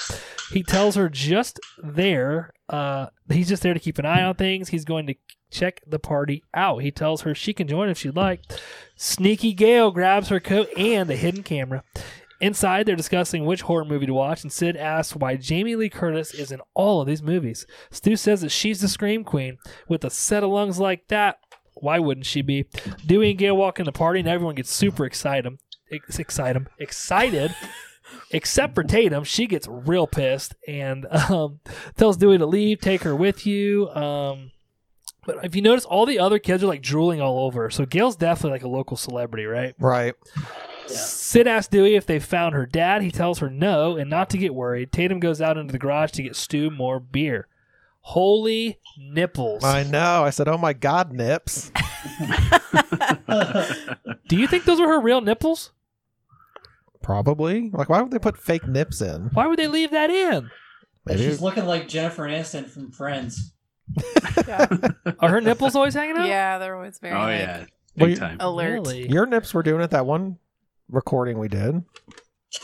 [SPEAKER 1] He tells her just there, uh, he's just there to keep an eye on things. He's going to check the party out. He tells her she can join if she'd like. Sneaky Gail grabs her coat and a hidden camera. Inside, they're discussing which horror movie to watch, and Sid asks why Jamie Lee Curtis is in all of these movies. Stu says that she's the scream queen. With a set of lungs like that, why wouldn't she be? Dewey and Gail walk in the party, and everyone gets super excited. Ex- excited. Excited. Except for Tatum, she gets real pissed and um, tells Dewey to leave, take her with you. Um, but if you notice, all the other kids are like drooling all over. her. So Gail's definitely like a local celebrity, right?
[SPEAKER 6] Right.
[SPEAKER 1] Sid asks Dewey if they found her dad. He tells her no and not to get worried. Tatum goes out into the garage to get Stu more beer. Holy nipples.
[SPEAKER 6] I know. I said, oh my God, Nips.
[SPEAKER 1] Do you think those were her real nipples?
[SPEAKER 6] Probably. Like, why would they put fake nips in?
[SPEAKER 1] Why would they leave that in?
[SPEAKER 6] Maybe.
[SPEAKER 5] She's looking like Jennifer Aniston from Friends.
[SPEAKER 3] yeah.
[SPEAKER 1] Are her nipples always hanging out?
[SPEAKER 3] yeah, they're always very
[SPEAKER 4] Oh
[SPEAKER 3] like,
[SPEAKER 4] yeah,
[SPEAKER 6] Well,
[SPEAKER 4] big
[SPEAKER 6] you-
[SPEAKER 4] time.
[SPEAKER 3] alert.
[SPEAKER 1] Really?
[SPEAKER 6] Your nips were doing it that one recording we did.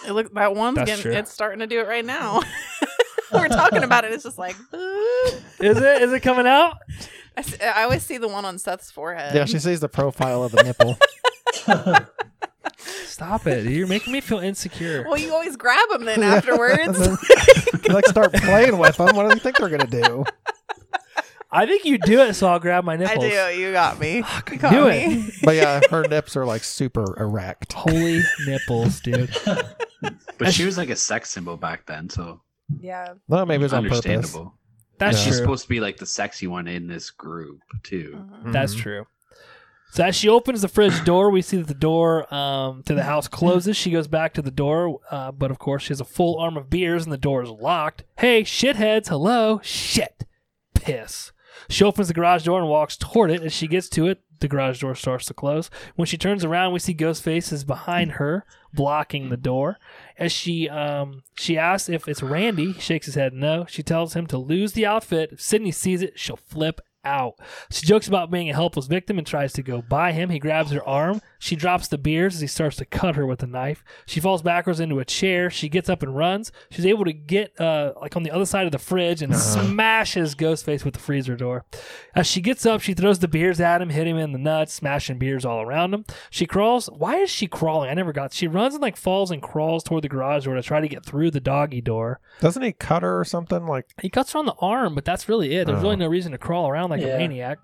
[SPEAKER 3] It look that one's
[SPEAKER 1] That's
[SPEAKER 3] getting
[SPEAKER 1] true.
[SPEAKER 3] it's starting to do it right now. We're talking about it. It's just like boop.
[SPEAKER 1] Is it? Is it coming out?
[SPEAKER 3] I, s- I always see the one on Seth's forehead.
[SPEAKER 6] Yeah, she sees the profile of the nipple.
[SPEAKER 1] Stop it! You're making me feel insecure.
[SPEAKER 3] well, you always grab them then afterwards.
[SPEAKER 6] like start playing with them. What do you think they're gonna do?
[SPEAKER 1] I think you do it, so I'll grab my
[SPEAKER 3] I
[SPEAKER 1] nipples.
[SPEAKER 3] do. You got me. You got
[SPEAKER 1] do it.
[SPEAKER 3] me.
[SPEAKER 6] But yeah, her nips are like super erect.
[SPEAKER 1] Holy nipples, dude!
[SPEAKER 4] But she was like a sex symbol back then, so
[SPEAKER 3] Yeah.
[SPEAKER 6] No, maybe it's on purpose.
[SPEAKER 4] understandable.
[SPEAKER 1] That's
[SPEAKER 6] Yeah.
[SPEAKER 4] She's
[SPEAKER 1] true.
[SPEAKER 4] supposed to be like the sexy one in this group too.
[SPEAKER 6] Uh-huh.
[SPEAKER 3] Mhm.
[SPEAKER 1] That's
[SPEAKER 6] Mm-hmm.
[SPEAKER 1] true. So as she opens the fridge door, we see that the door um, to the house closes. She goes back to the door, uh, but of course she has a full arm of beers and the door is locked. Hey, shitheads! Hello, shit, piss. She opens the garage door and walks toward it. As she gets to it, the garage door starts to close. When she turns around, we see Ghostface is behind her, blocking the door. As she um, she asks if it's Randy, he shakes his head no. She tells him to lose the outfit. If Sydney sees it, she'll flip out. She jokes about being a helpless victim and tries to go by him. He grabs her arm. She drops the beers as he starts to cut her with a knife. She falls backwards into a chair. She gets up and runs. She's able to get uh, like on the other side of the fridge and smashes Ghostface with the freezer door. As she gets up, she throws the beers at him, hitting him in the nuts, smashing beers all around him. She crawls. Why is she crawling? I never got. She runs and like falls and crawls toward the garage door to try to get through the doggy door.
[SPEAKER 6] Doesn't he cut her or something? Like
[SPEAKER 1] He cuts her on the arm, but that's really it. There's
[SPEAKER 6] Oh.
[SPEAKER 1] really no reason to crawl around like a
[SPEAKER 5] Yeah.
[SPEAKER 1] maniac.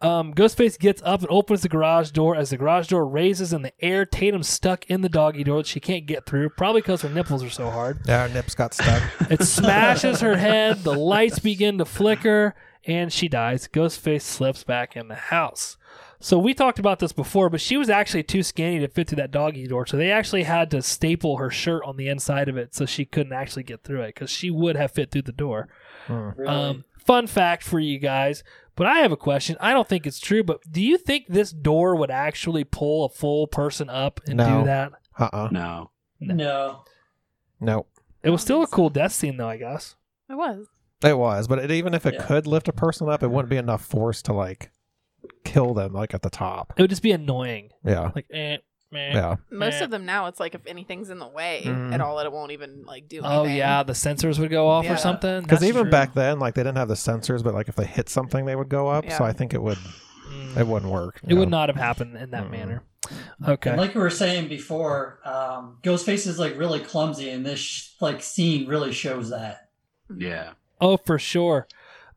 [SPEAKER 1] Um, Ghostface gets up and opens the garage door. As the garage door raises in the air, Tatum's stuck in the doggy door that she can't get through, probably because her nipples are so hard.
[SPEAKER 6] yeah, her nips got stuck.
[SPEAKER 1] It smashes her head. The lights begin to flicker, and she dies. Ghostface slips back in the house. So we talked about this before, but she was actually too skinny to fit through that doggy door. So they actually had to staple her shirt on the inside of it so she couldn't actually get through it because she would have fit through the door.
[SPEAKER 6] Hmm.
[SPEAKER 1] Um, fun fact for you guys, but I have a question. I don't think it's true, but do you think this door would actually pull a full person up and
[SPEAKER 6] No.
[SPEAKER 1] do that?
[SPEAKER 6] Uh-uh.
[SPEAKER 4] No.
[SPEAKER 5] no.
[SPEAKER 6] Nope.
[SPEAKER 1] It was still a cool death scene, though. I guess.
[SPEAKER 3] It was.
[SPEAKER 6] It was, but it, even if it
[SPEAKER 5] Yeah.
[SPEAKER 6] could lift a person up, it wouldn't be enough force to like kill them like at the top.
[SPEAKER 1] It would just be annoying.
[SPEAKER 6] Yeah.
[SPEAKER 1] Like, eh, meh.
[SPEAKER 6] Yeah.
[SPEAKER 3] Most
[SPEAKER 1] Yeah.
[SPEAKER 3] of them now, it's like if anything's in the way
[SPEAKER 6] Mm.
[SPEAKER 1] Mm-hmm.
[SPEAKER 3] at all, it won't even like do.
[SPEAKER 1] Oh
[SPEAKER 3] anything.
[SPEAKER 1] yeah, the sensors would go off
[SPEAKER 3] Yeah.
[SPEAKER 1] or something.
[SPEAKER 6] Because
[SPEAKER 1] That's
[SPEAKER 6] even
[SPEAKER 1] true.
[SPEAKER 6] back then, like they didn't have the sensors, but like if they hit something, they would go up. So
[SPEAKER 3] Yeah.
[SPEAKER 6] I think it would
[SPEAKER 1] Mm.
[SPEAKER 6] it wouldn't work.
[SPEAKER 1] it
[SPEAKER 6] you
[SPEAKER 1] would
[SPEAKER 6] know?
[SPEAKER 1] not have happened in that
[SPEAKER 6] Mm-mm.
[SPEAKER 1] manner. Okay.
[SPEAKER 5] And like we were saying before, um, Ghostface is like really clumsy, and this sh- like scene really shows that.
[SPEAKER 4] Yeah.
[SPEAKER 1] Oh, for sure.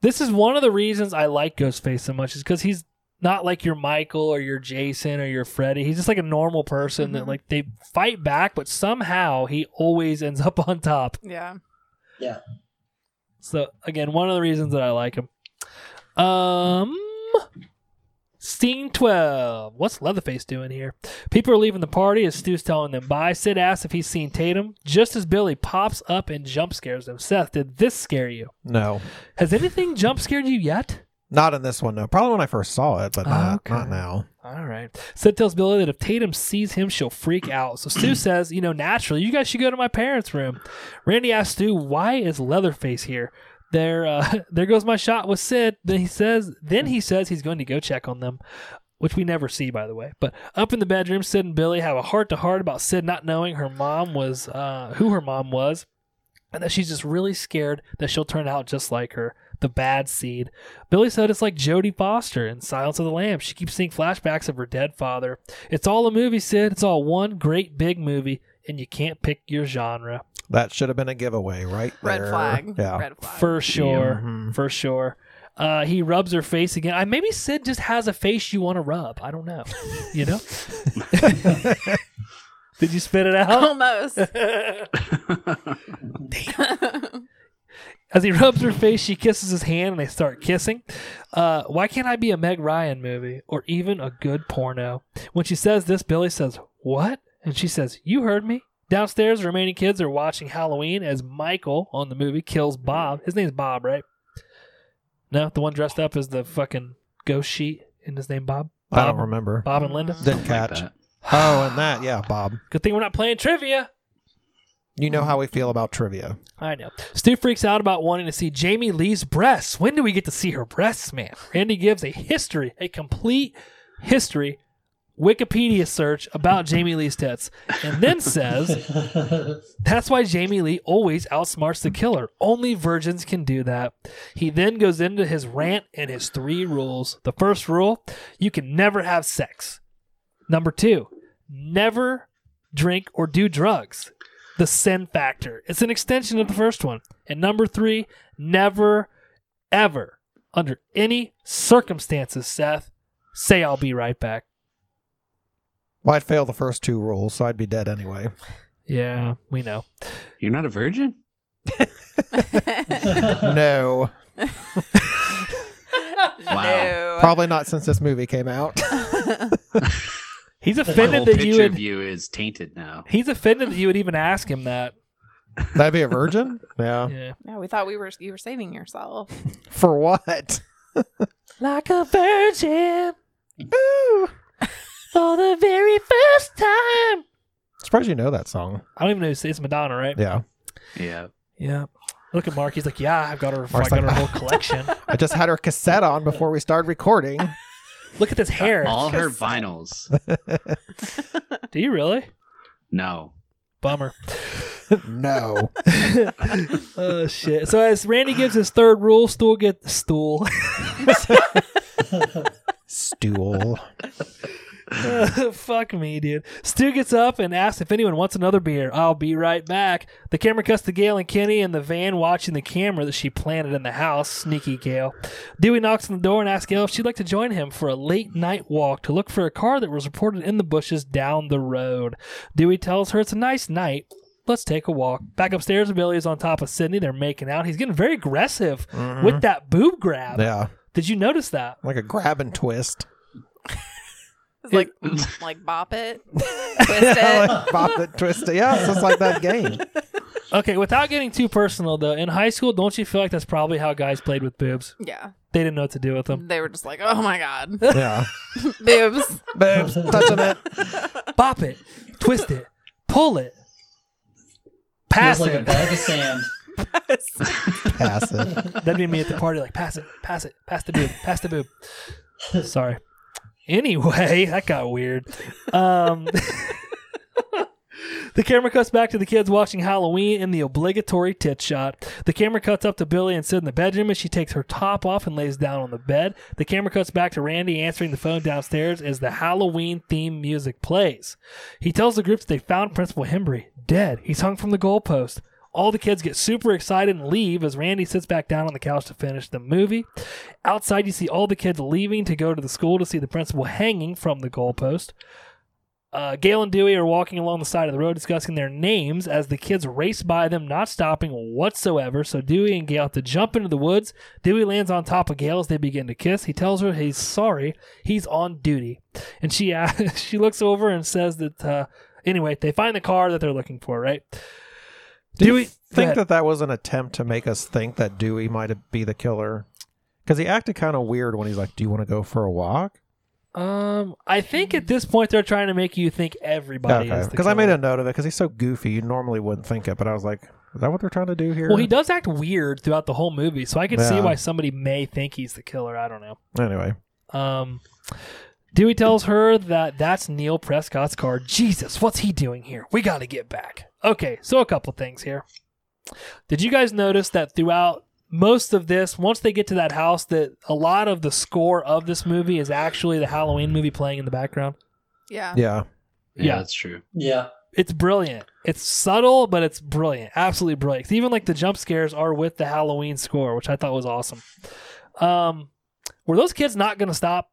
[SPEAKER 1] This is one of the reasons I like Ghostface so much is because he's not like your Michael or your Jason or your Freddy. He's just like a normal person that
[SPEAKER 3] Mhm.
[SPEAKER 1] like they fight back, but somehow he always ends up on top.
[SPEAKER 3] Yeah.
[SPEAKER 1] So again, one of the reasons that I like him. Um Scene 12. What's Leatherface doing here? People are leaving the party as Stu's telling them bye. Sid asks if he's seen Tatum, just as Billy pops up and jump scares them. Seth, did this scare you?
[SPEAKER 6] No,
[SPEAKER 1] Has anything jump scared you yet?
[SPEAKER 6] not in this one. No, probably when I first saw it, but not,
[SPEAKER 1] Okay.
[SPEAKER 6] not now.
[SPEAKER 1] All right. Sid tells Billy that if Tatum sees him, she'll freak out. So Stu says, you know, naturally, you guys should go to my parents' room. Randy asks Stu, why is Leatherface here? There, uh, there goes my shot with Sid. Then he says, then he says he's going to go check on them, which we never see, by the way. But up in the bedroom, Sid and Billy have a heart to heart about Sid not knowing her mom was uh, who her mom was, and that she's just really scared that she'll turn out just like her, the bad seed. Billy said it's like Jodie Foster in Silence of the Lambs. She keeps seeing flashbacks of her dead father. It's all a movie, Sid. It's all one great big movie, and you can't pick your genre
[SPEAKER 6] That should have been a giveaway, right?
[SPEAKER 3] Red
[SPEAKER 6] there.
[SPEAKER 3] flag.
[SPEAKER 6] Yeah.
[SPEAKER 3] Red flag.
[SPEAKER 1] for sure.
[SPEAKER 6] Mhm.
[SPEAKER 1] For sure. Uh, he rubs her face again. I, maybe Sid just has a face you want to rub. I don't know. You know? Did you spit it out?
[SPEAKER 3] Almost.
[SPEAKER 1] As he rubs her face, she kisses his hand and they start kissing. Uh, why can't I be a Meg Ryan movie or even a good porno? When she says this, Billy says, What? And she says, You heard me. Downstairs, the remaining kids are watching Halloween as Michael on the movie kills Bob. His name's Bob, right? No, the one dressed up as the fucking ghost sheet and his name Bob.
[SPEAKER 6] I don't
[SPEAKER 1] Bob-
[SPEAKER 6] remember.
[SPEAKER 1] Bob and Linda.
[SPEAKER 6] Didn't
[SPEAKER 4] Like
[SPEAKER 6] catch.
[SPEAKER 4] that.
[SPEAKER 6] oh, and that, yeah, Bob.
[SPEAKER 1] Good thing we're not playing trivia.
[SPEAKER 6] You know how we feel about trivia.
[SPEAKER 1] I know. Stu freaks out about wanting to see Jamie Lee's breasts. When do we get to see her breasts, man? Randy gives a history, a complete history Wikipedia search about Jamie Lee's tits and then says that's why Jamie Lee always outsmarts the killer. Only virgins can do that. He then goes into his rant and his three rules. The first rule you can never have sex. Number two, never drink or do drugs. The sin factor. It's an extension of the first one. And number three, never, ever, under any circumstances, Seth, say I'll be right back.
[SPEAKER 6] Well, I'd fail the first two rules, so I'd be dead anyway.
[SPEAKER 1] Yeah, we know.
[SPEAKER 4] You're not a virgin?
[SPEAKER 6] No,
[SPEAKER 4] Wow.
[SPEAKER 6] probably not since this movie came out.
[SPEAKER 1] He's
[SPEAKER 4] The whole
[SPEAKER 1] offended that you
[SPEAKER 4] picture of
[SPEAKER 1] would.
[SPEAKER 4] you is tainted now.
[SPEAKER 1] He's offended that you would even ask him that.
[SPEAKER 6] That'd be a virgin? Yeah.
[SPEAKER 1] Yeah.
[SPEAKER 3] No, we thought we were you were saving yourself.
[SPEAKER 6] For what?
[SPEAKER 1] Like a virgin
[SPEAKER 6] Ooh.
[SPEAKER 1] for the very first time.
[SPEAKER 6] Surprised you know that song.
[SPEAKER 1] I don't even know. who- It's Madonna, right?
[SPEAKER 6] Yeah.
[SPEAKER 4] Yeah.
[SPEAKER 1] Yeah. Look at Mark. He's like, yeah, I've got her. I
[SPEAKER 6] Mark's
[SPEAKER 1] got her
[SPEAKER 6] like,
[SPEAKER 1] whole collection.
[SPEAKER 6] I just had her cassette on before we started recording.
[SPEAKER 1] Look at this hair.
[SPEAKER 4] All her vinyls.
[SPEAKER 1] Do you really?
[SPEAKER 4] No.
[SPEAKER 1] Bummer.
[SPEAKER 6] no.
[SPEAKER 1] oh shit. So as Randy gives his third rule, stool get stool.
[SPEAKER 6] Stool.
[SPEAKER 1] Fuck me, dude. Stu gets up and asks if anyone wants another beer. I'll be right back. The camera cuts to Gail and Kenny in the van watching the camera that she planted in the house. Sneaky Gail. Dewey knocks on the door and asks Gail if she'd like to join him for a late night walk to look for a car that was reported in the bushes down the road. Dewey tells her it's a nice night. Let's take a walk. Back upstairs, Billy is on top of Sydney. They're making out. He's getting very aggressive with that boob grab.
[SPEAKER 6] Mm-hmm. Yeah.
[SPEAKER 1] Did you notice that?
[SPEAKER 6] Like a grab and twist.
[SPEAKER 3] It's like mm, like bop it, twist it.
[SPEAKER 6] like pop it, twist it. Yeah, it's just like that game.
[SPEAKER 1] Okay, without getting too personal though, in high school, don't you feel like that's probably how guys played with boobs?
[SPEAKER 3] Yeah,
[SPEAKER 1] They didn't know what to do with them.
[SPEAKER 3] they were just like, oh my god,
[SPEAKER 6] Yeah.
[SPEAKER 3] boobs.
[SPEAKER 6] Boobs, touching it.
[SPEAKER 1] Bop it, twist it, pull it, pass
[SPEAKER 5] Feels like a
[SPEAKER 1] it.
[SPEAKER 5] bag of sand.
[SPEAKER 6] Pass it.
[SPEAKER 1] That'd be me at the party, like pass it, pass it, pass the boob, pass the boob. Sorry. Anyway, that got weird. Um, the camera cuts back to the kids watching Halloween and the obligatory tit shot. The camera cuts up to Billy and Sid in the bedroom as she takes her top off and lays down on the bed. The camera cuts back to Randy answering the phone downstairs as the Halloween theme music plays. He tells the group that they found Principal Hembry dead. He's hung from the goalpost. All the kids get super excited and leave as Randy sits back down on the couch to finish the movie. Outside, you see all the kids leaving to go to the school to see the principal hanging from the goalpost. Uh, Gail and Dewey are walking along the side of the road discussing their names as the kids race by them, not stopping whatsoever. So Dewey and Gail have to jump into the woods. Dewey lands on top of Gail as they begin to kiss. He tells her he's sorry, he's on duty, and she uh, she looks over and says that. Uh, anyway, they find the car that they're looking for, right?
[SPEAKER 6] Do
[SPEAKER 1] Dewey-
[SPEAKER 6] you think
[SPEAKER 1] ahead.
[SPEAKER 6] that that was an attempt to make us think that Dewey might be the killer? Because he acted kind of weird when he's like, "Do you want to go for a walk?"
[SPEAKER 1] Um, I think at this point they're trying to make you think everybody is the
[SPEAKER 6] Because I made
[SPEAKER 1] killer.
[SPEAKER 6] a note of it because he's so goofy. You normally wouldn't think it, but I was like, "Is that what they're trying to do here?"
[SPEAKER 1] Well, he does act weird throughout the whole movie, so I can see
[SPEAKER 6] Yeah.
[SPEAKER 1] why somebody may think he's the killer. I don't know.
[SPEAKER 6] Anyway,
[SPEAKER 1] Um, Dewey tells her that that's Neil Prescott's car. Jesus, what's he doing here? We got to get back. Okay, so a couple things here. Did you guys notice that throughout most of this, once they get to that house, that a lot of the score of this movie is actually the Halloween movie playing in the background?
[SPEAKER 3] Yeah,
[SPEAKER 6] yeah,
[SPEAKER 4] Yeah,
[SPEAKER 1] Yeah.
[SPEAKER 4] that's true.
[SPEAKER 5] Yeah.
[SPEAKER 1] It's brilliant. It's subtle, but it's brilliant. Absolutely brilliant. 'Cause Even like the jump scares are with the Halloween score, which I thought was awesome. Um, were those kids not going to stop?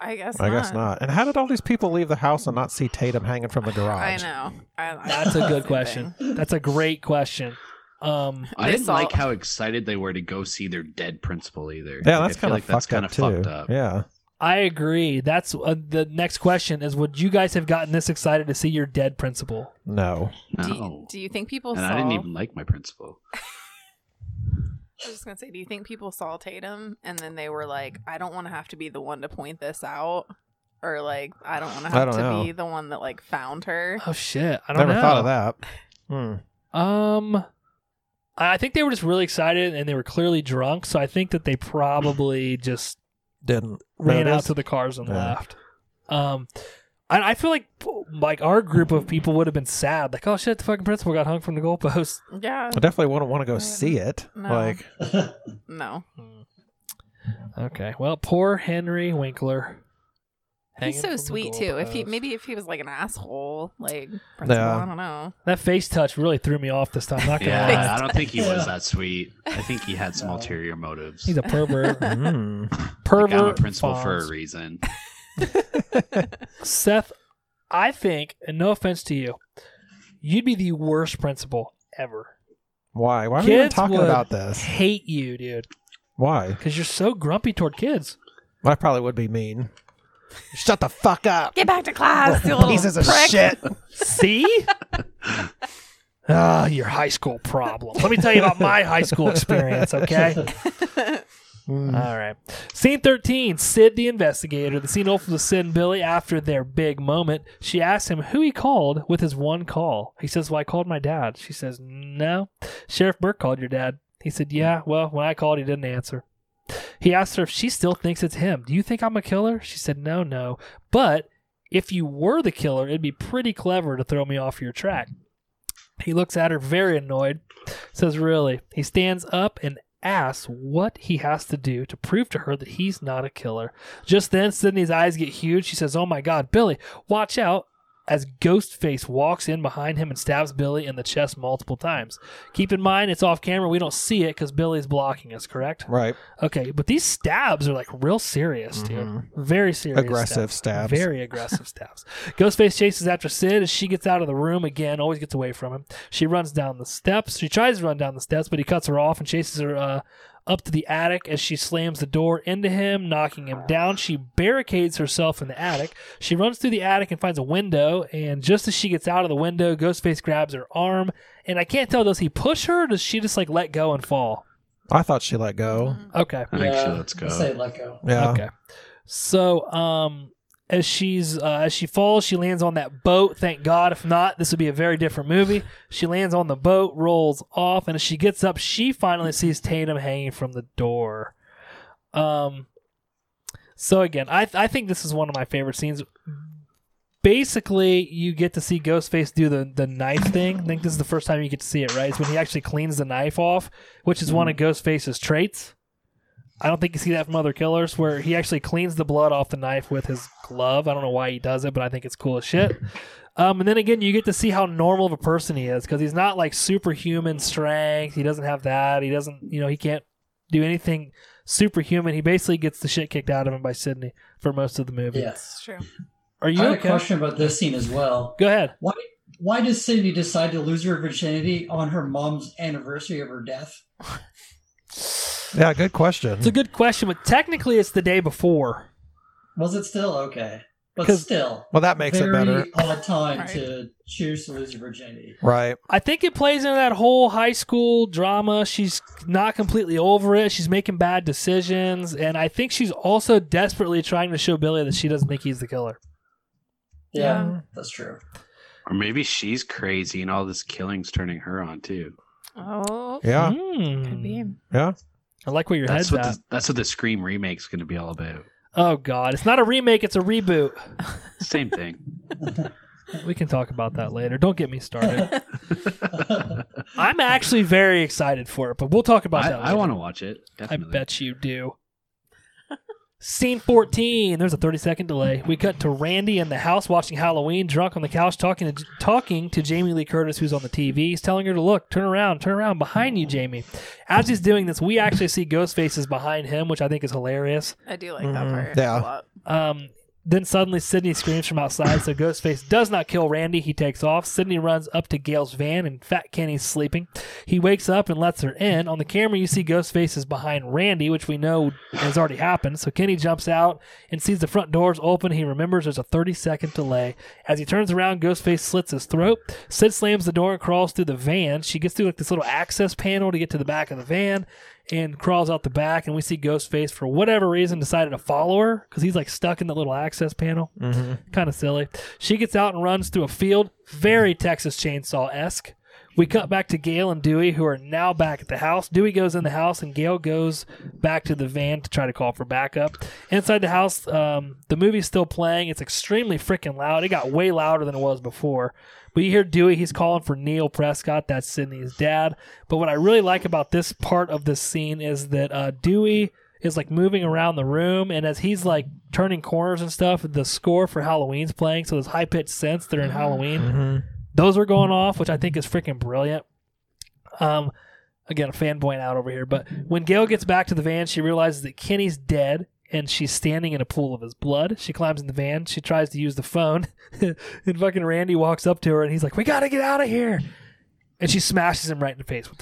[SPEAKER 3] I guess.
[SPEAKER 6] I guess not. And how did all these people leave the house and not see Tatum hanging from the
[SPEAKER 3] I
[SPEAKER 6] garage?
[SPEAKER 3] know. I, I
[SPEAKER 1] That's a good question. That's a great question. Um,
[SPEAKER 4] I
[SPEAKER 3] They
[SPEAKER 4] didn't
[SPEAKER 3] saw-
[SPEAKER 4] like how excited they were to go see their dead principal either.
[SPEAKER 6] Yeah,
[SPEAKER 4] Like,
[SPEAKER 6] that's
[SPEAKER 4] I feel
[SPEAKER 6] kind of
[SPEAKER 4] like that's
[SPEAKER 6] fucked
[SPEAKER 4] kind
[SPEAKER 6] up
[SPEAKER 4] of
[SPEAKER 6] too.
[SPEAKER 4] fucked up.
[SPEAKER 6] Yeah,
[SPEAKER 1] I agree. That's uh, the next question is: Would you guys have gotten this excited to see your dead principal?
[SPEAKER 6] no.
[SPEAKER 3] Do
[SPEAKER 4] No.
[SPEAKER 6] Oh.
[SPEAKER 3] you, do you think people
[SPEAKER 4] and
[SPEAKER 3] saw?
[SPEAKER 4] I didn't even like my principal.
[SPEAKER 3] I was just gonna say, do you think people saw Tatum and then they were like, I don't want to have to be the one to point this out, or like, I don't want to
[SPEAKER 6] I
[SPEAKER 3] have
[SPEAKER 6] don't
[SPEAKER 3] to
[SPEAKER 6] know.
[SPEAKER 3] be the one that like found her.
[SPEAKER 1] Oh shit! I don't
[SPEAKER 6] Never
[SPEAKER 1] know.
[SPEAKER 6] thought of that. Hmm.
[SPEAKER 1] Um, I I think they were just really excited and they were clearly drunk, so I think that they probably just
[SPEAKER 6] Didn't
[SPEAKER 1] ran out
[SPEAKER 6] notice.
[SPEAKER 1] to the cars and
[SPEAKER 6] Yeah.
[SPEAKER 1] left. Um, and I feel like like our group of people would have been sad, like, oh shit, the fucking principal got hung from the goalpost.
[SPEAKER 3] Yeah.
[SPEAKER 6] I definitely wouldn't want to go see it.
[SPEAKER 3] Mm, No.
[SPEAKER 6] Like,
[SPEAKER 3] No.
[SPEAKER 1] Okay, well, poor Henry Winkler.
[SPEAKER 3] He's
[SPEAKER 1] hanging from
[SPEAKER 3] so
[SPEAKER 1] the
[SPEAKER 3] sweet too. If he
[SPEAKER 1] goalpost.
[SPEAKER 3] maybe if he was like an asshole, like principal, I don't know.
[SPEAKER 1] that face touch really threw me off this time. Not gonna lie.
[SPEAKER 4] Yeah, I don't think he was that sweet. I think he had some ulterior motives.
[SPEAKER 1] He's a pervert.
[SPEAKER 6] mm.
[SPEAKER 1] pervert.
[SPEAKER 4] Like, I'm a principal for
[SPEAKER 1] Fonz.
[SPEAKER 4] a reason.
[SPEAKER 1] Seth, I think, and no offense to you, you'd be the worst principal ever.
[SPEAKER 6] why? Why are we even
[SPEAKER 1] Kids
[SPEAKER 6] talking
[SPEAKER 1] would
[SPEAKER 6] about this?
[SPEAKER 1] Hate you, dude,
[SPEAKER 6] Why?
[SPEAKER 1] because you're so grumpy toward kids.
[SPEAKER 6] I probably would be mean. Shut the fuck up.
[SPEAKER 3] Get back to class, you little
[SPEAKER 6] Pieces of
[SPEAKER 3] prick.
[SPEAKER 6] shit.
[SPEAKER 1] See? Ah, your high school problem. Let me tell you about my high school experience, okay? All
[SPEAKER 6] Hmm.
[SPEAKER 1] right. Scene 13 Sid the investigator. The scene opens with Sid and Billy after their big moment. She asks him who he called with his one call. He says, Well, I called my dad. She says, No. Sheriff Burke called your dad. He said, Yeah, well, when I called, he didn't answer. He asked her if she still thinks it's him. Do you think I'm a killer? She said, No, no. But if you were the killer, it'd be pretty clever to throw me off your track. He looks at her very annoyed, says, Really? He stands up and asks what he has to do to prove to her that he's not a killer. Just then, Sydney's eyes get huge. She says, Oh my God, Billy, watch out. As Ghostface walks in behind him and stabs Billy in the chest multiple times. Keep in mind, it's off camera. We don't see it because Billy's blocking us, correct?
[SPEAKER 6] Right.
[SPEAKER 1] Okay, but these stabs are like real serious, dude.
[SPEAKER 6] Mhm.
[SPEAKER 1] Very serious.
[SPEAKER 6] Aggressive stabs.
[SPEAKER 1] Very aggressive stabs. Ghostface chases after Sid as she gets out of the room again, always gets away from him. She runs down the steps. She tries to run down the steps, but he cuts her off and chases her uh, up to the attic as she slams the door into him, knocking him down. She barricades herself in the attic. She runs through the attic and finds a window, and just as she gets out of the window, Ghostface grabs her arm. And I can't tell, does he push her or does she just like let go and fall?
[SPEAKER 6] I thought she let go.
[SPEAKER 3] Mm-hmm.
[SPEAKER 1] Okay.
[SPEAKER 4] I think she lets
[SPEAKER 5] I say
[SPEAKER 4] go.
[SPEAKER 5] let go.
[SPEAKER 6] Yeah.
[SPEAKER 1] Okay. So, um, as she's uh, as she falls, she lands on that boat. Thank God. If not, this would be a very different movie. She lands on the boat, rolls off, and as she gets up, she finally sees Tatum hanging from the door. Um. So again, I I think this is one of my favorite scenes. Basically, you get to see Ghostface do the, the knife thing. I think this is the first time you get to see it, right? It's when he actually cleans the knife off, which is
[SPEAKER 5] Mm.
[SPEAKER 1] one of Ghostface's traits. I don't think you see that from other killers where he actually cleans the blood off the knife with his glove. I don't know why he does it, but I think it's cool as shit. Um, and then again, you get to see how normal of a person he is because he's not like superhuman strength. He doesn't have that. He doesn't, you know, he can't do anything superhuman. He basically gets the shit kicked out of him by Sydney for most of the movie.
[SPEAKER 5] Yes.
[SPEAKER 3] It's true.
[SPEAKER 1] Are you
[SPEAKER 5] I have a
[SPEAKER 1] okay?
[SPEAKER 5] question about this scene as well.
[SPEAKER 1] Go ahead.
[SPEAKER 5] Why why does Sydney decide to lose her virginity on her mom's anniversary of her death?
[SPEAKER 6] Yeah, good question.
[SPEAKER 1] It's a good question, but technically it's the day before.
[SPEAKER 5] Was it still okay? But
[SPEAKER 1] 'Cause-
[SPEAKER 5] still,
[SPEAKER 6] well, that makes
[SPEAKER 5] very
[SPEAKER 6] it better.
[SPEAKER 5] odd time
[SPEAKER 3] Right.
[SPEAKER 5] to choose to lose your virginity.
[SPEAKER 6] Right.
[SPEAKER 1] I think it plays into that whole high school drama. She's not completely over it. She's making bad decisions, and I think she's also desperately trying to show Billy that she doesn't think he's the killer.
[SPEAKER 5] Yeah,
[SPEAKER 3] Yeah.
[SPEAKER 5] that's true.
[SPEAKER 4] Or maybe she's crazy and all this killing's turning her on too.
[SPEAKER 3] Oh,
[SPEAKER 6] Yeah.
[SPEAKER 1] Hmm.
[SPEAKER 3] could be.
[SPEAKER 6] Yeah.
[SPEAKER 1] I like where your
[SPEAKER 4] That's
[SPEAKER 1] head's
[SPEAKER 4] what
[SPEAKER 1] at.
[SPEAKER 4] the, that's what the Scream remake's going to be all about.
[SPEAKER 1] Oh God, it's not a remake; it's a reboot.
[SPEAKER 4] Same thing.
[SPEAKER 1] We can talk about that later. Don't get me started. I'm actually very excited for it, but we'll talk about
[SPEAKER 4] I,
[SPEAKER 1] that.
[SPEAKER 4] I want to watch it.
[SPEAKER 1] I
[SPEAKER 4] Definitely.
[SPEAKER 1] bet you do. Scene 14. There's a 30 second delay. We cut to Randy in the house watching Halloween, drunk on the couch, talking to talking to Jamie Lee Curtis, who's on the TV. He's telling her to look, turn around, turn around, behind you, Jamie. As he's doing this, we actually see Ghostface's behind him, which I think is hilarious.
[SPEAKER 3] I do like that
[SPEAKER 6] Mhm.
[SPEAKER 3] part.
[SPEAKER 6] Yeah.
[SPEAKER 3] A lot.
[SPEAKER 1] Um, then suddenly Sydney screams from outside, so Ghostface does not kill Randy. He takes off. Sydney runs up to Gail's van, and Fat Kenny's sleeping. He wakes up and lets her in. On the camera, you see Ghostface is behind Randy, which we know has already happened. So Kenny jumps out and sees the front doors open. He remembers there's a 30 second delay. As he turns around, Ghostface slits his throat. Sid slams the door and crawls through the van. She gets through like this little access panel to get to the back of the van and crawls out the back. And we see Ghostface, for whatever reason, decided to follow her because he's like stuck in that little access panel.
[SPEAKER 6] Mhm.
[SPEAKER 1] Kind of silly. She gets out and runs through a field, very Texas chainsaw esque. We cut back to Gail and Dewey, who are now back at the house. Dewey goes in the house, and Gail goes back to the van to try to call for backup. Inside the house, um, the movie's still playing. It's extremely freaking loud. It got way louder than it was before. But you hear Dewey, he's calling for Neil Prescott. That's Sydney's dad. But what I really like about this part of this scene is that uh, Dewey is like moving around the room, and as he's like turning corners and stuff, the score for Halloween's playing. So those high pitched synths that are in Halloween,
[SPEAKER 6] Mm-hmm.
[SPEAKER 1] those were going off, which I think is freaking brilliant. Um, again, fanboying out over here. But when Gail gets back to the van, she realizes that Kenny's dead and she's standing in a pool of his blood. She climbs in the van. She tries to use the phone. and fucking Randy walks up to her and he's like, We got to get out of here. And she smashes him right in the face with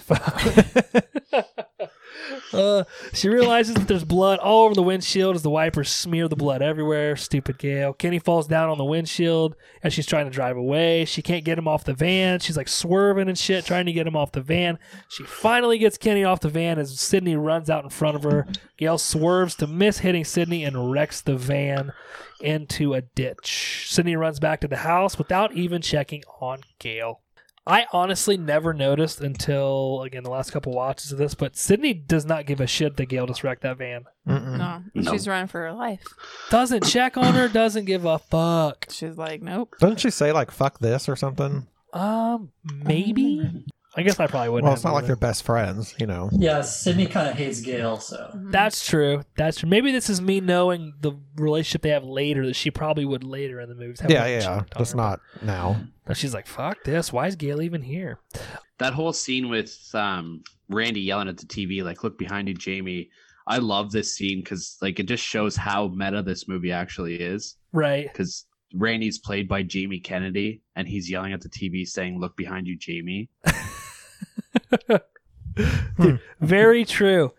[SPEAKER 1] the phone. uh, she realizes that there's blood all over the windshield as the wipers smear the blood everywhere. Stupid Gail. Kenny falls down on the windshield as she's trying to drive away. She can't get him off the van. She's like swerving and shit, trying to get him off the van. She finally gets Kenny off the van as Sydney runs out in front of her. Gail swerves to miss hitting Sydney and wrecks the van into a ditch. Sydney runs back to the house without even checking on Gail. I honestly never noticed until again the last couple watches of this, but Sydney does not give a shit that Gail just wrecked that van.
[SPEAKER 6] Mm-mm.
[SPEAKER 3] No,
[SPEAKER 4] No.
[SPEAKER 3] she's running for her life.
[SPEAKER 1] Doesn't check on her, doesn't give a fuck.
[SPEAKER 3] She's like, nope.
[SPEAKER 6] Doesn't she say like "fuck this" or something?
[SPEAKER 1] Um, maybe. I guess I probably wouldn't.
[SPEAKER 6] Well, it's
[SPEAKER 1] have
[SPEAKER 6] not like
[SPEAKER 1] either.
[SPEAKER 6] they're best friends, you know.
[SPEAKER 5] Yeah, Sydney kind of hates Gail, so
[SPEAKER 3] Mm-hmm.
[SPEAKER 1] That's true. That's true. Maybe this is me knowing the relationship they have later that she probably would later in the movies. have
[SPEAKER 6] Yeah,
[SPEAKER 1] like
[SPEAKER 6] yeah,
[SPEAKER 1] checked
[SPEAKER 6] yeah.
[SPEAKER 1] on
[SPEAKER 6] Just
[SPEAKER 1] her.
[SPEAKER 6] not now.
[SPEAKER 1] But she's like, "Fuck this! Why is Gail even here?"
[SPEAKER 4] that whole scene with um, Randy yelling at the TV, like "Look behind you, Jamie." I love this scene because like it just shows how meta this movie actually is.
[SPEAKER 1] Right.
[SPEAKER 4] Because Randy's played by Jamie Kennedy, and he's yelling at the TV saying, "Look behind you, Jamie."
[SPEAKER 1] Very true.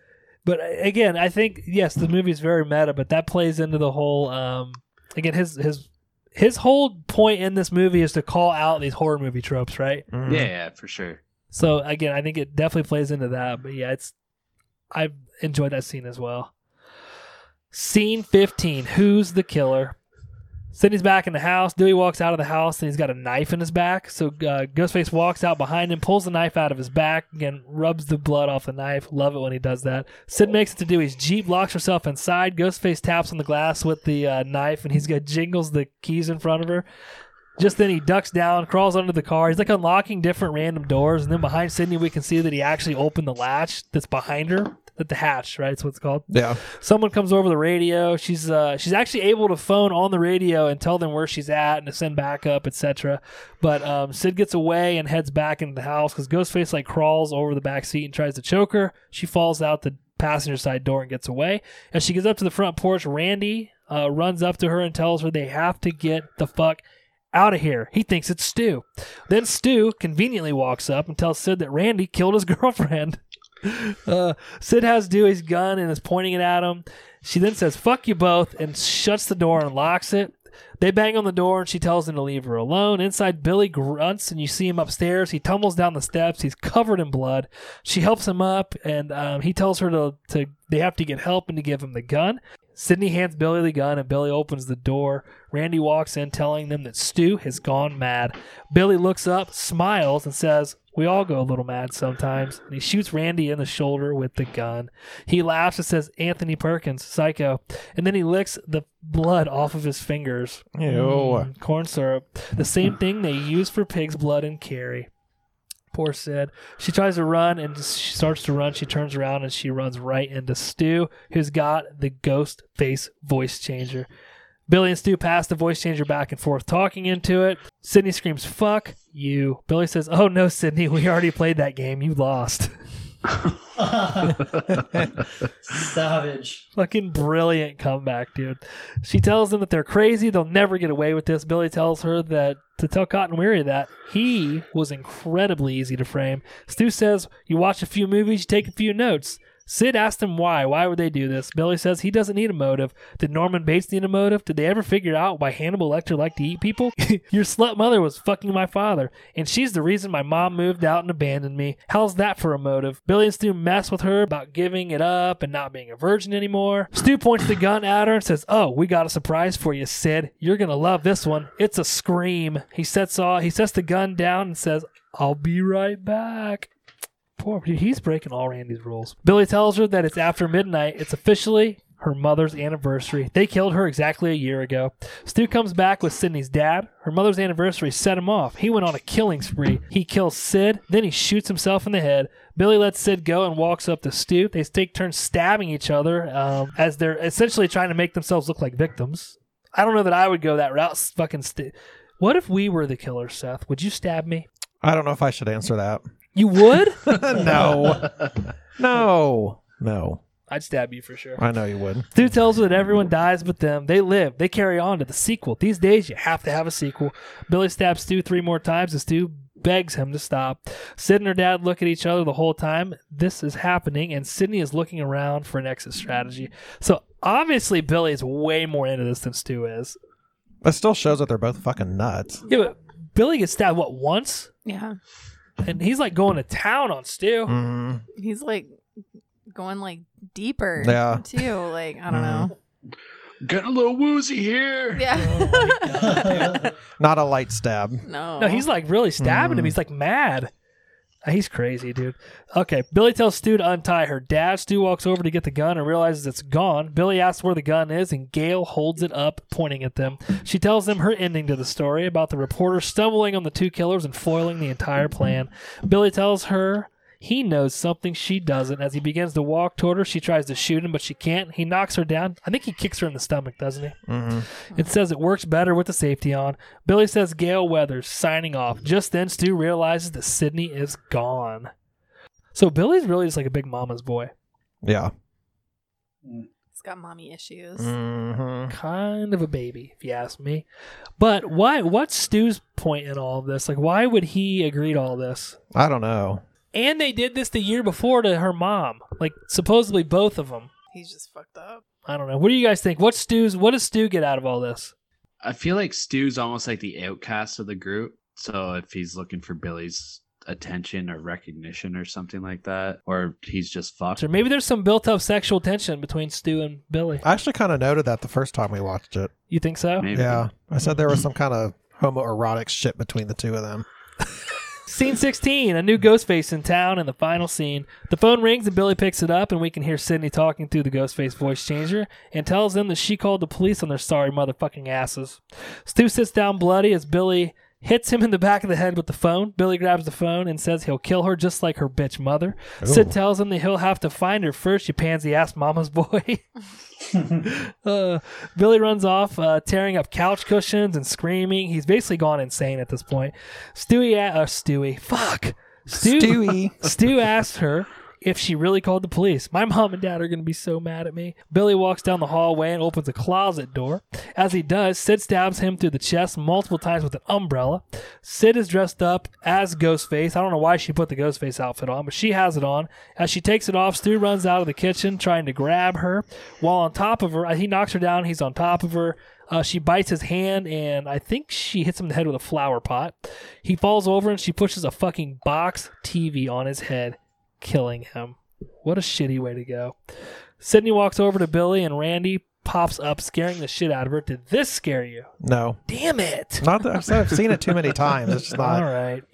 [SPEAKER 1] But uh, again, I think yes, the movie's very meta, but that plays into the whole. Um, again, his his his whole point in this movie is to call out these horror movie tropes, right?
[SPEAKER 6] Mm.
[SPEAKER 4] Yeah, yeah, for sure.
[SPEAKER 1] So again, I think it definitely plays into that. But yeah, it's I've enjoyed that scene as well. Scene fifteen. Who's the killer? Sydney's back in the house. Dewey walks out of the house and he's got a knife in his back. So uh, Ghostface walks out behind him, pulls the knife out of his back, again, rubs the blood off the knife. Love it when he does that. Sid makes it to Dewey's Jeep, locks herself inside. Ghostface taps on the glass with the uh, knife and he's got jingles the keys in front of her. Just then he ducks down, crawls under the car. He's like unlocking different random doors, and then behind Sydney we can see that he actually opened the latch that's behind her, that the hatch, right? That's what it's called.
[SPEAKER 6] Yeah.
[SPEAKER 1] Someone comes over the radio. She's uh, she's actually able to phone on the radio and tell them where she's at and to send backup, etc. But um, Sid gets away and heads back into the house because Ghostface like crawls over the back seat and tries to choke her. She falls out the passenger side door and gets away. As she gets up to the front porch, Randy uh, runs up to her and tells her they have to get the fuck out of here. He thinks it's Stu. Then Stu conveniently walks up and tells Sid that Randy killed his girlfriend. Uh, Sid has Dewey's gun and is pointing it at him. She then says, fuck you both, and shuts the door and locks it. They bang on the door and she tells them to leave her alone. Inside, Billy grunts and you see him upstairs. He tumbles down the steps. He's covered in blood. She helps him up and um, he tells her to, to they have to get help and to give him the gun. Sydney hands Billy the gun and Billy opens the door. Randy walks in telling them that Stu has gone mad. Billy looks up, smiles, and says, We all go a little mad sometimes. And he shoots Randy in the shoulder with the gun. He laughs and says, Anthony Perkins, psycho. And then he licks the blood off of his fingers.
[SPEAKER 6] Ew.
[SPEAKER 1] Mm, corn syrup. The same thing they use for pig's blood and carry. Poor Sid. She tries to run and she starts to run. She turns around and she runs right into Stu, who's got the ghost face voice changer. Billy and Stu pass the voice changer back and forth, talking into it. Sydney screams, Fuck you. Billy says, Oh no, Sydney, we already played that game. You lost.
[SPEAKER 5] savage.
[SPEAKER 1] Fucking brilliant comeback, dude. She tells them that they're crazy. They'll never get away with this. Billy tells her that to tell Cotton Weary that he was incredibly easy to frame. Stu says, You watch a few movies, you take a few notes. Sid asked him why. Why would they do this? Billy says he doesn't need a motive. Did Norman Bates need a motive? Did they ever figure out why Hannibal Lecter liked to eat people? Your slut mother was fucking my father, and she's the reason my mom moved out and abandoned me. How's that for a motive? Billy and Stu mess with her about giving it up and not being a virgin anymore. Stu points the gun at her and says, "Oh, we got a surprise for you, Sid. You're gonna love this one. It's a scream." He sets all. He sets the gun down and says, I'll be right back. Poor dude, he's breaking all Randy's rules. Billy tells her that it's after midnight. It's officially her mother's anniversary. They killed her exactly a year ago. Stu comes back with Sydney's dad. Her mother's anniversary set him off. He went on a killing spree. He kills Sid, then he shoots himself in the head. Billy lets Sid go and walks up to Stu. They take turns stabbing each other um, as they're essentially trying to make themselves look like victims. I don't know that I would go that route. s- Fucking Stu. What if we were the killer, Seth? Would you stab me?
[SPEAKER 6] I don't know if I should answer that.
[SPEAKER 1] You would?
[SPEAKER 6] no. No. No.
[SPEAKER 1] I'd stab you for sure.
[SPEAKER 6] I know you would.
[SPEAKER 1] Stu tells her that everyone dies but them. They live. They carry on to the sequel. These days, you have to have a sequel. Billy stabs Stu three more times, and Stu begs him to stop. Sid and her dad look at each other the whole time. This is happening, and Sydney is looking around for an exit strategy. So obviously, Billy is way more into this than Stu is.
[SPEAKER 6] That still shows that they're both fucking nuts.
[SPEAKER 1] Yeah, but Billy gets stabbed, what, once?
[SPEAKER 3] Yeah.
[SPEAKER 1] And he's like going to town on Stu.
[SPEAKER 6] hmm
[SPEAKER 3] He's like going like deeper.
[SPEAKER 6] Yeah.
[SPEAKER 3] Too. Like, I
[SPEAKER 6] Mhm.
[SPEAKER 3] don't know.
[SPEAKER 4] Getting a little woozy here.
[SPEAKER 3] Yeah.
[SPEAKER 6] Not a light stab.
[SPEAKER 3] no.
[SPEAKER 1] No, he's like really stabbing him.
[SPEAKER 6] Mm.
[SPEAKER 1] He's like mad. Uh, He's crazy, dude. Okay, Billy tells Stu to untie her dad. Stu walks over to get the gun and realizes it's gone. Billy asks where the gun is, and Gail holds it up, pointing at them. She tells them her ending to the story about the reporter stumbling on the two killers and foiling the entire plan. Billy tells her he knows something she doesn't. As he begins to walk toward her, she tries to shoot him, but she can't. He knocks her down. I think he kicks her in the stomach, doesn't he?
[SPEAKER 6] hmm
[SPEAKER 1] It says it works better with the safety on. Billy says Gail Weathers signing off. Just then, Stu realizes that Sydney is gone. So Billy's really just like a big mama's boy.
[SPEAKER 6] Yeah.
[SPEAKER 3] He's got mommy issues.
[SPEAKER 6] hmm
[SPEAKER 1] Kind of a baby, if you ask me. But why? What's Stu's point in all of this? Like, why would he agree to all this?
[SPEAKER 6] I don't know.
[SPEAKER 1] And they did this the year before to her mom. Like, supposedly both of them.
[SPEAKER 3] He's just fucked up.
[SPEAKER 1] I don't know. What do you guys think? What's Stu's? What does Stu get out of all this?
[SPEAKER 4] I feel like Stu's almost like the outcast of the group. So if he's looking for Billy's attention or recognition or something like that, or he's just fucked.
[SPEAKER 1] So maybe there's some built-up sexual tension between Stu and Billy.
[SPEAKER 6] I actually kind of noted that the first time we watched it.
[SPEAKER 1] You think so?
[SPEAKER 4] Maybe.
[SPEAKER 6] Yeah. I said there was some kind of homoerotic shit between the two of them.
[SPEAKER 1] Scene 16, a new ghost face in town in the final scene. The phone rings and Billy picks it up, and we can hear Sydney talking through the ghost face voice changer and tells them that she called the police on their sorry motherfucking asses. Stu sits down bloody as Billy hits him in the back of the head with the phone. Billy grabs the phone and says he'll kill her just like her bitch mother. Sid tells him that he'll have to find her first, you pansy ass mama's boy. Uh, Billy runs off, uh, tearing up couch cushions and screaming. He's basically gone insane at this point. Stewie, a- uh, Stewie, fuck, Stu,
[SPEAKER 6] Stewie.
[SPEAKER 1] Stu asks her if she really called the police. My mom and dad are going to be so mad at me. Billy walks down the hallway and opens a closet door. As he does, Sid stabs him through the chest multiple times with an umbrella. Sid is dressed up as Ghostface. I don't know why she put the Ghostface outfit on, but she has it on. As she takes it off, Stu runs out of the kitchen trying to grab her. While on top of her, uh, he knocks her down. He's on top of her. Uh, she bites his hand, and I think she hits him in the head with a flower pot. He falls over, and she pushes a fucking box TV on his head, killing him. What a shitty way to go. Sydney walks over to Billy, and Randy pops up, scaring the shit out of her. Did this scare you?
[SPEAKER 6] No.
[SPEAKER 1] Damn it!
[SPEAKER 6] Not that I've, said, I've seen it too many times. It's just
[SPEAKER 1] All
[SPEAKER 6] not.
[SPEAKER 1] right.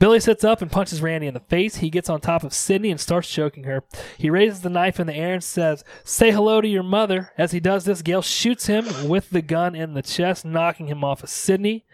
[SPEAKER 1] Billy sits up and punches Randy in the face. He gets on top of Sydney and starts choking her. He raises the knife in the air and says, Say hello to your mother. As he does this, Gail shoots him with the gun in the chest, knocking him off of Sydney.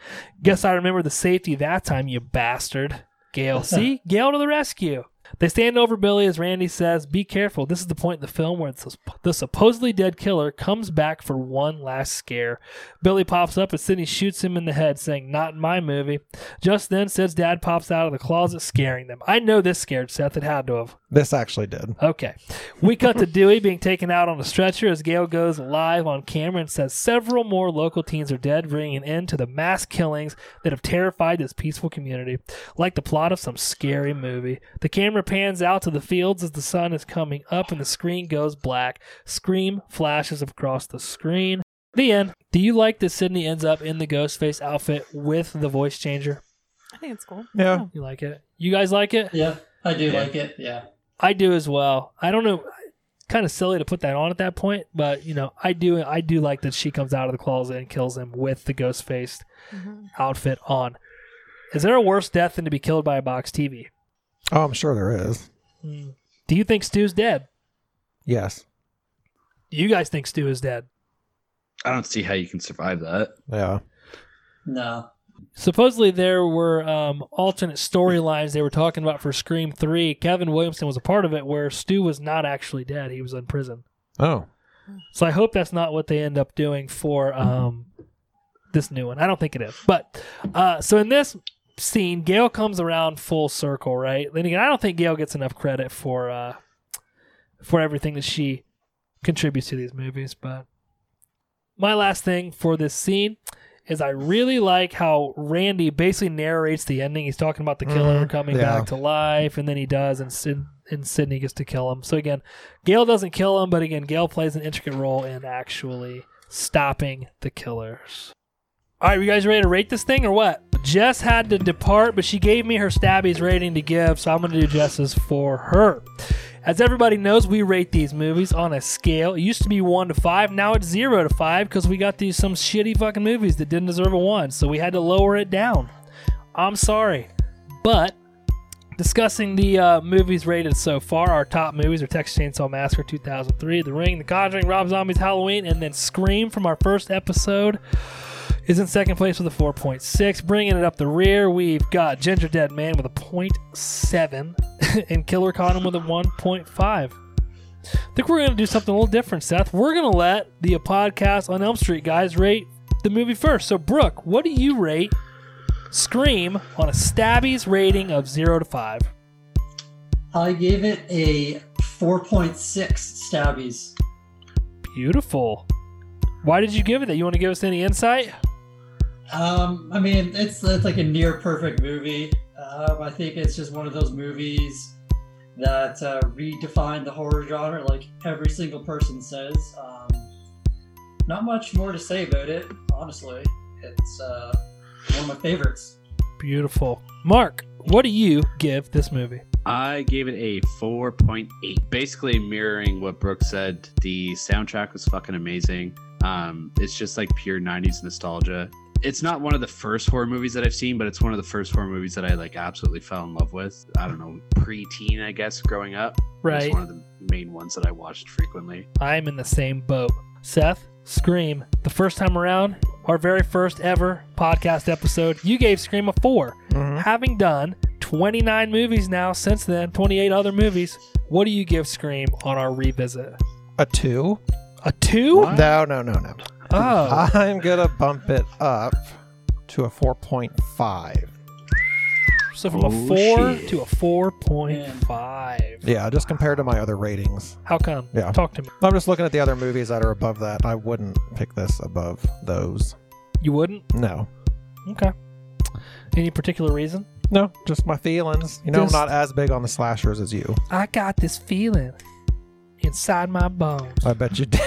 [SPEAKER 1] Guess I remember the safety that time, you bastard. Gail, see? Gail to the rescue. They stand over Billy as Randy says, Be careful. This is the point in the film where the the supposedly dead killer comes back for one last scare. Billy pops up and Sydney shoots him in the head, saying, Not in my movie. Just then, Sid's dad pops out of the closet, scaring them. I know this scared Seth. It had to have.
[SPEAKER 6] This actually did.
[SPEAKER 1] Okay. We cut to Dewey being taken out on a stretcher as Gail goes live on camera and says several more local teens are dead, bringing an end to the mass killings that have terrified this peaceful community, like the plot of some scary movie. The camera pans out to the fields as the sun is coming up and the screen goes black. Scream flashes across the screen. The end. Do you like that Sydney ends up in the Ghostface outfit with the voice changer?
[SPEAKER 3] I think it's cool.
[SPEAKER 6] Yeah.
[SPEAKER 1] You like it? You guys like it?
[SPEAKER 5] yeah, I do
[SPEAKER 4] Yeah.
[SPEAKER 5] like it. Yeah.
[SPEAKER 1] I do as well. I don't know. Kind of silly to put that on at that point, but you know, I do. I do
[SPEAKER 3] Mm-hmm.
[SPEAKER 1] like that she comes out of the closet and kills him with the ghost faced
[SPEAKER 3] Mhm.
[SPEAKER 1] outfit on. Is there a worse death than to be killed by a box TV?
[SPEAKER 6] Oh, I'm sure there is.
[SPEAKER 1] Do you think Stu's dead?
[SPEAKER 6] Yes.
[SPEAKER 1] Do you guys think Stu is dead?
[SPEAKER 4] I don't see how you can survive that.
[SPEAKER 6] Yeah.
[SPEAKER 5] No.
[SPEAKER 1] Supposedly there were um, alternate storylines they were talking about for Scream Three. Kevin Williamson was a part of it, where Stu was not actually dead; he was in prison.
[SPEAKER 6] Oh.
[SPEAKER 1] So I hope that's not what they end up doing for um, this new one. I don't think it is. But uh, so in this scene, Gail comes around full circle, right? Then again, I don't think Gail gets enough credit for uh, for everything that she contributes to these movies. But my last thing for this scene is I really like how Randy basically narrates the ending. He's talking about the killer
[SPEAKER 6] Mhm,
[SPEAKER 1] coming
[SPEAKER 6] yeah.
[SPEAKER 1] back to life, and then he does, and Sid and Sydney gets to kill him. So again, Gail doesn't kill him, but again, Gail plays an intricate role in actually stopping the killers. All right, you guys ready to rate this thing or what? Jess had to depart, but she gave me her stabbies rating to give, so I'm going to do Jess's for her. As everybody knows, we rate these movies on a scale. It used to be one to five, now it's zero to five because we got these some shitty fucking movies that didn't deserve a one, so we had to lower it down. I'm sorry, but discussing the uh, movies rated so far. Our top movies are Texas Chainsaw Massacre 2003, The Ring, The Conjuring, Rob Zombie's Halloween, and then Scream from our first episode is in second place with a 4.6. Bringing it up the rear, we've got Ginger Dead Man with a 0.7 and Killer Condom with a 1.5. I think we're going to do something a little different, Seth. We're going to let the podcast on Elm Street guys rate the movie first. So, Brooke, what do you rate Scream on a Stabby's rating of 0 to 5?
[SPEAKER 5] I gave it a 4.6 stabbies.
[SPEAKER 1] Beautiful. Why did you give it that? You want to give us any insight?
[SPEAKER 5] Um, I mean, it's it's like a near perfect movie. Um, I think it's just one of those movies that uh, redefined the horror genre, like every single person says. Um, not much more to say about it, honestly. It's uh, one of my favorites.
[SPEAKER 1] Beautiful. Mark, what do you give this movie?
[SPEAKER 4] I gave it a 4.8. Basically, mirroring what Brooke said, the soundtrack was fucking amazing. Um, it's just like pure 90s nostalgia. It's not one of the first horror movies that I've seen, but it's one of the first horror movies that I like absolutely fell in love with. I don't know, preteen, I guess, growing up. It's
[SPEAKER 1] Right.
[SPEAKER 4] one of the main ones that I watched frequently.
[SPEAKER 1] I'm in the same boat. Seth, Scream, the first time around, our very first ever podcast episode, you gave Scream a 4.
[SPEAKER 6] Mhm.
[SPEAKER 1] Mm-hmm. Having done 29 movies now since then, 28 other movies, what do you give Scream on our revisit?
[SPEAKER 6] A two?
[SPEAKER 1] A 2?
[SPEAKER 6] No, no, no, no.
[SPEAKER 1] Oh.
[SPEAKER 6] I'm gonna bump it up to a 4.5.
[SPEAKER 1] So from a
[SPEAKER 4] Oh,
[SPEAKER 1] 4
[SPEAKER 4] shit.
[SPEAKER 1] to a 4.5.
[SPEAKER 6] Yeah, just compared to my other ratings.
[SPEAKER 1] How come?
[SPEAKER 6] Yeah.
[SPEAKER 1] Talk to me.
[SPEAKER 6] I'm just looking at the other movies that are above that. I wouldn't pick this above those.
[SPEAKER 1] You wouldn't?
[SPEAKER 6] No.
[SPEAKER 1] Okay. Any particular reason?
[SPEAKER 6] No, just my feelings. You know,
[SPEAKER 1] Just-
[SPEAKER 6] I'm not as big on the slashers as you.
[SPEAKER 1] I got this feeling inside my bones.
[SPEAKER 6] I bet you did.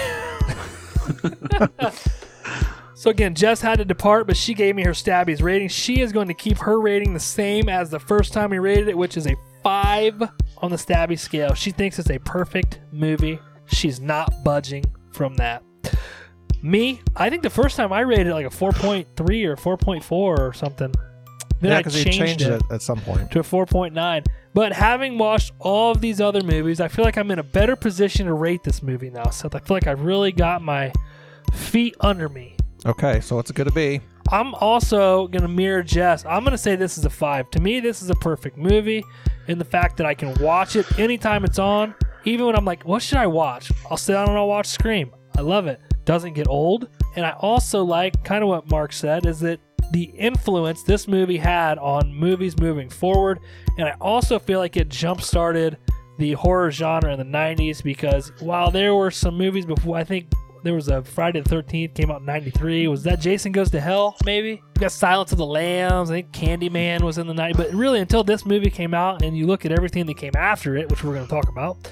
[SPEAKER 1] So again, Jess had to depart, but she gave me her stabbies rating. She is going to keep her rating the same as the first time we rated it, which is a five on the stabby scale. She thinks it's a perfect movie. She's not budging from that. Me, I think the first time I rated it like a 4.3 or 4.4 or something. Then
[SPEAKER 6] yeah,
[SPEAKER 1] I
[SPEAKER 6] because he changed it at some point.
[SPEAKER 1] to a 4.9. But having watched all of these other movies, I feel like I'm in a better position to rate this movie now, Seth. I feel like I've really got my feet under me.
[SPEAKER 6] Okay, so what's it gonna be?
[SPEAKER 1] I'm also going to mirror Jess. I'm going to say this is a 5. To me, this is a perfect movie in the fact that I can watch it anytime it's on. Even when I'm like, what should I watch? I'll sit down and I'll watch Scream. I love it. Doesn't get old. And I also like kind of what Mark said is that the influence this movie had on movies moving forward. And I also feel like it jump started the horror genre in the 90s because while there were some movies before, I think there was a Friday the 13th came out in 93. Was that Jason Goes to Hell, maybe? We got Silence of the Lambs. I think Candyman was in the night. But really, until this movie came out and you look at everything that came after it, which we're going to talk about,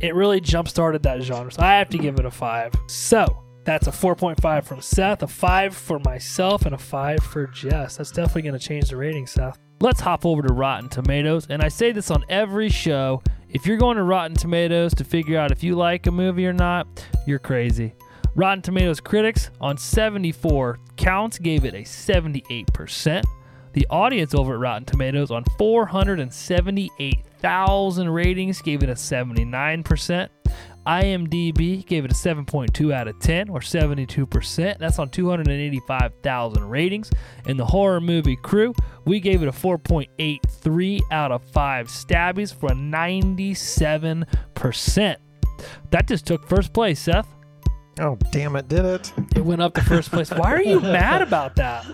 [SPEAKER 1] it really jump started that genre. So I have to give it a five. So that's a 4.5 from Seth, a five for myself, and a five for Jess. That's definitely going to change the rating, Seth.
[SPEAKER 2] Let's hop over to Rotten Tomatoes, and I say this on every show. If you're going to Rotten Tomatoes to figure out if you like a movie or not, you're crazy. Rotten Tomatoes critics on 74 counts gave it a 78%.
[SPEAKER 1] The audience over at Rotten Tomatoes on 478,000 ratings gave it a 79%. IMDb gave it a 7.2 out of 10, or 72%. That's on 285,000 ratings. And the horror movie crew, we gave it a 4.83 out of 5 stabbies for a 97%. That just took first place, Seth.
[SPEAKER 6] Oh, damn it, did it.
[SPEAKER 1] It went up to first place. Why are you mad about that?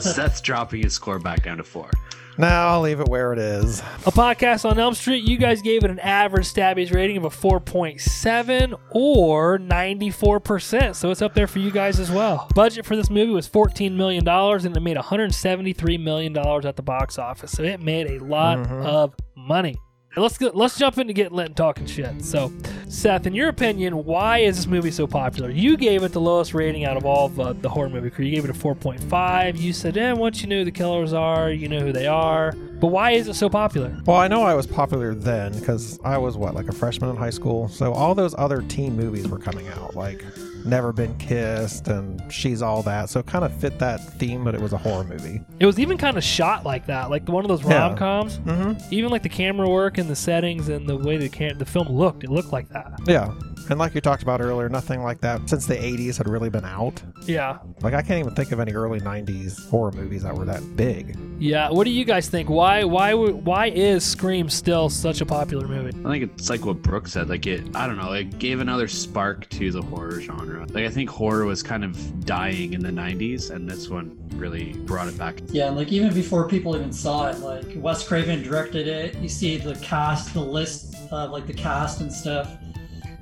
[SPEAKER 4] Seth's dropping his score back down to four.
[SPEAKER 6] No, I'll leave it where it is.
[SPEAKER 1] A podcast on Elm Street, you guys gave it an average Stabby's rating of a 4.7 or 94%, so it's up there for you guys as well. Budget for this movie was $14 million and it made $173 million at the box office, so it made a lot
[SPEAKER 6] Mhm.
[SPEAKER 1] of money. Let's go, let's jump into getting lit and talking shit. So, Seth, in your opinion, why is this movie so popular? You gave it the lowest rating out of all of uh, the horror movie crew. You gave it a 4.5. You said, eh, once you know who the killers are, you know who they are. But why is it so popular?
[SPEAKER 6] Well, I know I was popular then because I was what, like a freshman in high school. So all those other teen movies were coming out, like Never Been Kissed and She's All That. So it kind of fit that theme, but it was a horror movie.
[SPEAKER 1] It was even kind of shot like that, like one of those
[SPEAKER 6] Yeah.
[SPEAKER 1] rom coms.
[SPEAKER 6] Mm-hmm.
[SPEAKER 1] Even like the camera work and the settings and the way the cam- the film looked, it looked like that.
[SPEAKER 6] Yeah. And like you talked about earlier, nothing like that since the 80s had really been out.
[SPEAKER 1] Yeah,
[SPEAKER 6] Like I can't even think of any early 90s horror movies that were that big.
[SPEAKER 1] yeah. What do you guys think? Why, why, would- why is Scream still such a popular movie?
[SPEAKER 4] I think it's like what Brooke said. Like it, I don't know. It gave another spark to the horror genre. Like I think horror was kind of dying in the '90s, and this one really brought it back.
[SPEAKER 5] Yeah, and like even before people even saw it, like Wes Craven directed it. You see the cast, the list of like the cast and stuff.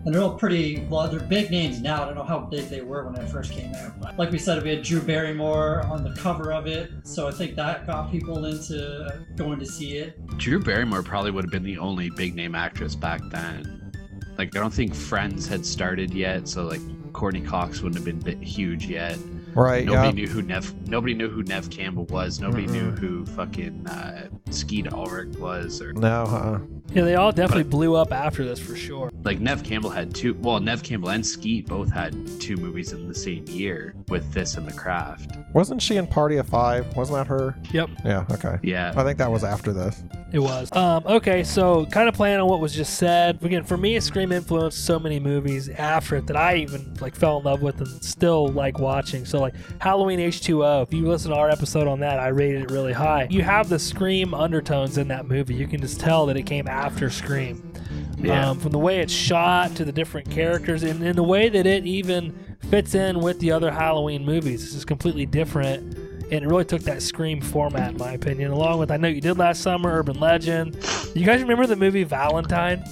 [SPEAKER 5] And they're all pretty, well, they're big names now. I don't know how big they were when it first came out. But like we said, we had Drew Barrymore on the cover of it. So I think that got people into going to see it.
[SPEAKER 4] Drew Barrymore probably would have been the only big name actress back then. Like I don't think Friends had started yet, so like Courtney Cox wouldn't have been bit huge yet.
[SPEAKER 6] Right.
[SPEAKER 4] Nobody
[SPEAKER 6] Uh, yeah.
[SPEAKER 4] knew who Nev. Nobody knew who Nev Campbell was. Nobody knew who fucking uh, Skeet Ulrich was, or
[SPEAKER 6] No, uh-uh.
[SPEAKER 1] Yeah, they all definitely blew up after this for sure.
[SPEAKER 4] like Nev Campbell had two. Well, Nev Campbell and Skeet both had two movies in the same year with this and The Craft.
[SPEAKER 6] Wasn't she in Party of Five? Wasn't that her?
[SPEAKER 1] Yep.
[SPEAKER 6] Yeah, okay.
[SPEAKER 4] Yeah,
[SPEAKER 6] I think that was after this.
[SPEAKER 1] It was. Um, okay, so kind of playing on what was just said. Again, for me, Scream influenced so many movies after it that I even like fell in love with and still like watching. So like Halloween H2O. If you listen to our episode on that, I rated it really high. You have the Scream undertones in that movie. You can just tell that it came after Scream.
[SPEAKER 4] Yeah.
[SPEAKER 1] Um, from the way it's shot to the different characters and, and the way that it even fits in with the other Halloween movies. It's just completely different. And it really took that Scream format, in my opinion, along with I Know You Did Last Summer, Urban Legend. You guys remember the movie Valentine?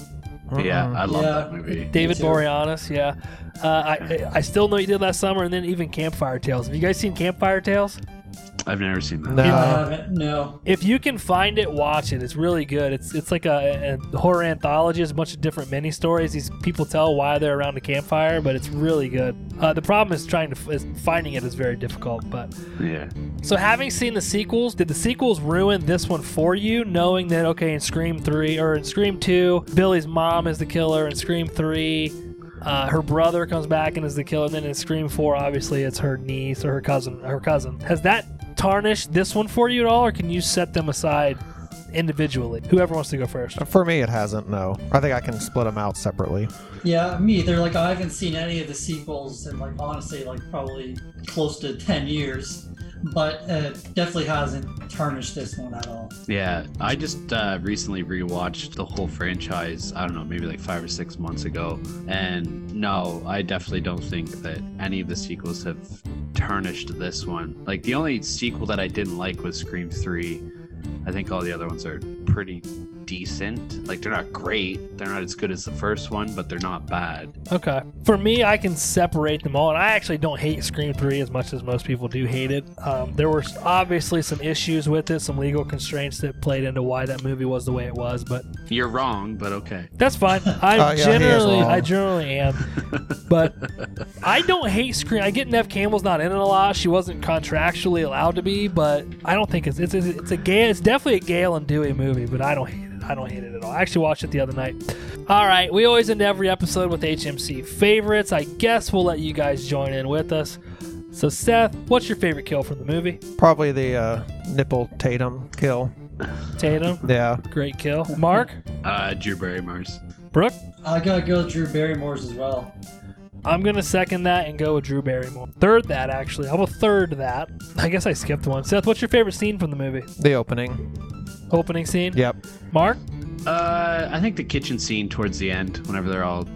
[SPEAKER 4] yeah, I love
[SPEAKER 5] Yeah.
[SPEAKER 4] that movie.
[SPEAKER 1] David
[SPEAKER 5] too.
[SPEAKER 1] Boreanaz, yeah. Uh, I, I still know you did last summer, and then even Campfire Tales. Have you guys seen Campfire Tales?
[SPEAKER 4] I've never seen that.
[SPEAKER 6] No.
[SPEAKER 5] I
[SPEAKER 6] Uh,
[SPEAKER 5] haven't, no.
[SPEAKER 1] If you can find it, watch it. It's really good. It's it's like a, a horror anthology. It's a bunch of different mini stories. These people tell why they're around a campfire, but it's really good. Uh, the problem is trying to is finding it is very difficult. But
[SPEAKER 4] Yeah,
[SPEAKER 1] so having seen the sequels, did the sequels ruin this one for you? Knowing that okay, in Scream three or in Scream two, Billy's mom is the killer. In Scream three, uh, her brother comes back and is the killer. And then in Scream four, obviously it's her niece or her cousin. Her cousin has that tarnished this one for you at all, or can you set them aside individually? Whoever wants to go first.
[SPEAKER 6] For me, it hasn't. No, I think I can split them out separately.
[SPEAKER 5] Yeah, me either. Like, I haven't seen any of the sequels in, like, honestly, like, probably close to 10 years. But uh, definitely hasn't tarnished this one at all.
[SPEAKER 4] yeah. I just uh, recently rewatched the whole franchise. I don't know, maybe like five or six months ago. And no, I definitely don't think that any of the sequels have tarnished this one. Like the only sequel that I didn't like was Scream Three. I think all the other ones are pretty decent. Like they're not great. They're not as good as the first one, but they're not bad.
[SPEAKER 1] Okay. For me, I can separate them all, and I actually don't hate Scream 3 as much as most people do hate it. Um, there were obviously some issues with it, some legal constraints that played into why that movie was the way it was, but
[SPEAKER 4] You're wrong, but okay.
[SPEAKER 1] that's fine. I
[SPEAKER 6] Uh, yeah, he is
[SPEAKER 1] generally,
[SPEAKER 6] wrong.
[SPEAKER 1] I generally am, but I don't hate Scream. I get Nev Campbell's not in it a lot. She wasn't contractually allowed to be, but I don't think it's it's it's, it's a Gale. It's definitely a Gale and Dewey movie, but I don't hate it. I don't hate it at all. I actually watched it the other night. All right, we always end every episode with HMC favorites. I guess we'll let you guys join in with us. So, Seth, what's your favorite kill from the movie?
[SPEAKER 6] Probably the uh, nipple Tatum kill.
[SPEAKER 1] Tatum,
[SPEAKER 6] Yeah.
[SPEAKER 1] great kill. Mark,
[SPEAKER 4] Uh, Drew Barrymore's.
[SPEAKER 1] Brooke,
[SPEAKER 5] I gotta go Drew Barrymore's as well.
[SPEAKER 1] I'm gonna second that and go with Drew Barrymore. Third that actually, I will third that. I guess I skipped one. Seth, what's your favorite scene from the movie?
[SPEAKER 6] The opening.
[SPEAKER 1] Opening scene.
[SPEAKER 6] Yep.
[SPEAKER 1] Mark,
[SPEAKER 4] Uh, I think the kitchen scene towards the end, whenever they're all,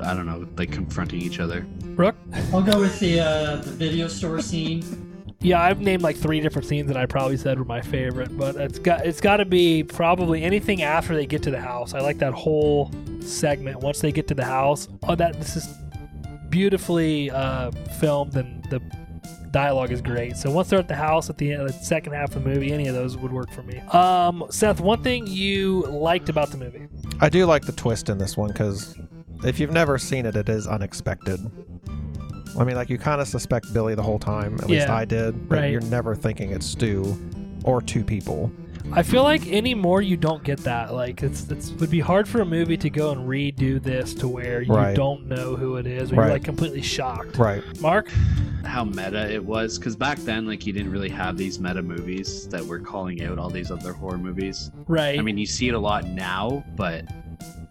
[SPEAKER 4] I don't know, like confronting each other.
[SPEAKER 1] Brooke.
[SPEAKER 5] I'll go with the uh, the video store scene.
[SPEAKER 1] Yeah, I've named like three different scenes that I probably said were my favorite, but it's got it's got to be probably anything after they get to the house. I like that whole segment once they get to the house. Oh, that this is beautifully uh, filmed and the dialogue is great. So once they're at the house at the end, the second half of the movie, any of those would work for me. Um, Seth, one thing you liked about the movie?
[SPEAKER 6] I do like the twist in this one because if you've never seen it, it is unexpected. I mean, like you kind of suspect Billy the whole time. At least
[SPEAKER 1] Yeah.
[SPEAKER 6] I did. But
[SPEAKER 1] Right.
[SPEAKER 6] you're never thinking it's Stu or two people.
[SPEAKER 1] I feel like anymore you don't get that. Like it's it's would be hard for a movie to go and redo this to where you
[SPEAKER 6] Right.
[SPEAKER 1] don't know who it is or
[SPEAKER 6] Right.
[SPEAKER 1] you're like completely shocked.
[SPEAKER 6] Right.
[SPEAKER 1] Mark?
[SPEAKER 4] How meta it was, because back then, like, you didn't really have these meta movies that were calling out all these other horror movies.
[SPEAKER 1] Right.
[SPEAKER 4] I mean, you see it a lot now, but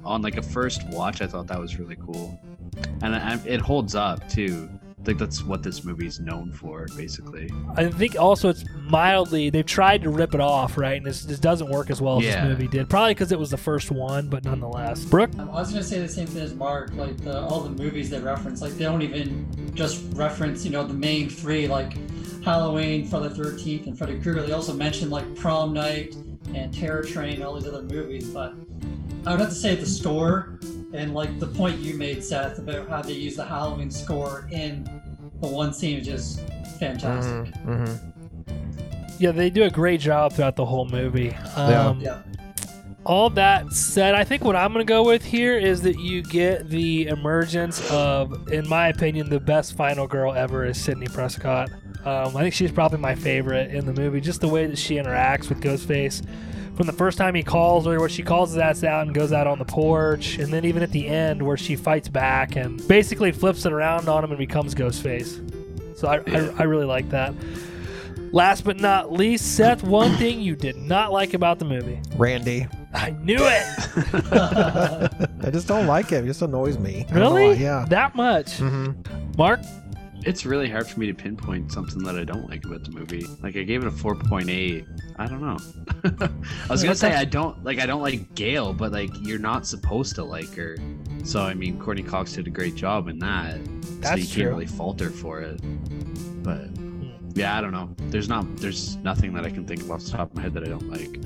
[SPEAKER 4] on like a first watch, I thought that was really cool, and I, I, it holds up too. Like that's what this movie's known for, basically.
[SPEAKER 1] I think also it's mildly they've tried to rip it off, right? And it's, it doesn't work as well as
[SPEAKER 4] Yeah.
[SPEAKER 1] this movie did. Probably because it was the first one, but nonetheless. Brooke?
[SPEAKER 5] Um, I was gonna say the same thing as Mark. Like the, all the movies they reference, like they don't even just reference you know the main three like Halloween, Friday the Thirteenth, and Freddy Krueger. They also mention like Prom Night and Terror Train, all these other movies. But I would have to say the score and like the point you made, Seth, about how they use the Halloween score in the one scene is just fantastic.
[SPEAKER 6] Mm-hmm.
[SPEAKER 1] Yeah, they do a great job throughout the whole movie. Um,
[SPEAKER 5] Yeah.
[SPEAKER 1] All that said, I think what I'm going to go with here is that you get the emergence of, in my opinion, the best final girl ever is Sydney Prescott. Um, I think she's probably my favorite in the movie, just the way that she interacts with Ghostface. From the first time he calls her, where she calls his ass out and goes out on the porch, and then even at the end, where she fights back and basically flips it around on him and becomes Ghostface. So I, I, I really like that. Last but not least, Seth, one thing you did not like about the movie.
[SPEAKER 6] Randy.
[SPEAKER 1] I knew it!
[SPEAKER 6] I just don't like him. He just annoys me. I don't know
[SPEAKER 1] Really?
[SPEAKER 6] why. Oh, Yeah.
[SPEAKER 1] That much?
[SPEAKER 6] hmm
[SPEAKER 1] Mark?
[SPEAKER 4] It's really hard for me to pinpoint something that I don't like about the movie. Like I gave it a 4.8. I don't know. I was gonna say I don't like I don't like Gail, but like you're not supposed to like her. So I mean, Courtney Cox did a great job in that. so
[SPEAKER 1] That's
[SPEAKER 4] you
[SPEAKER 1] true. Hmm.
[SPEAKER 4] can't really falter for it. But yeah, I don't know. There's not there's nothing that I can think of off the top of my head that I don't like.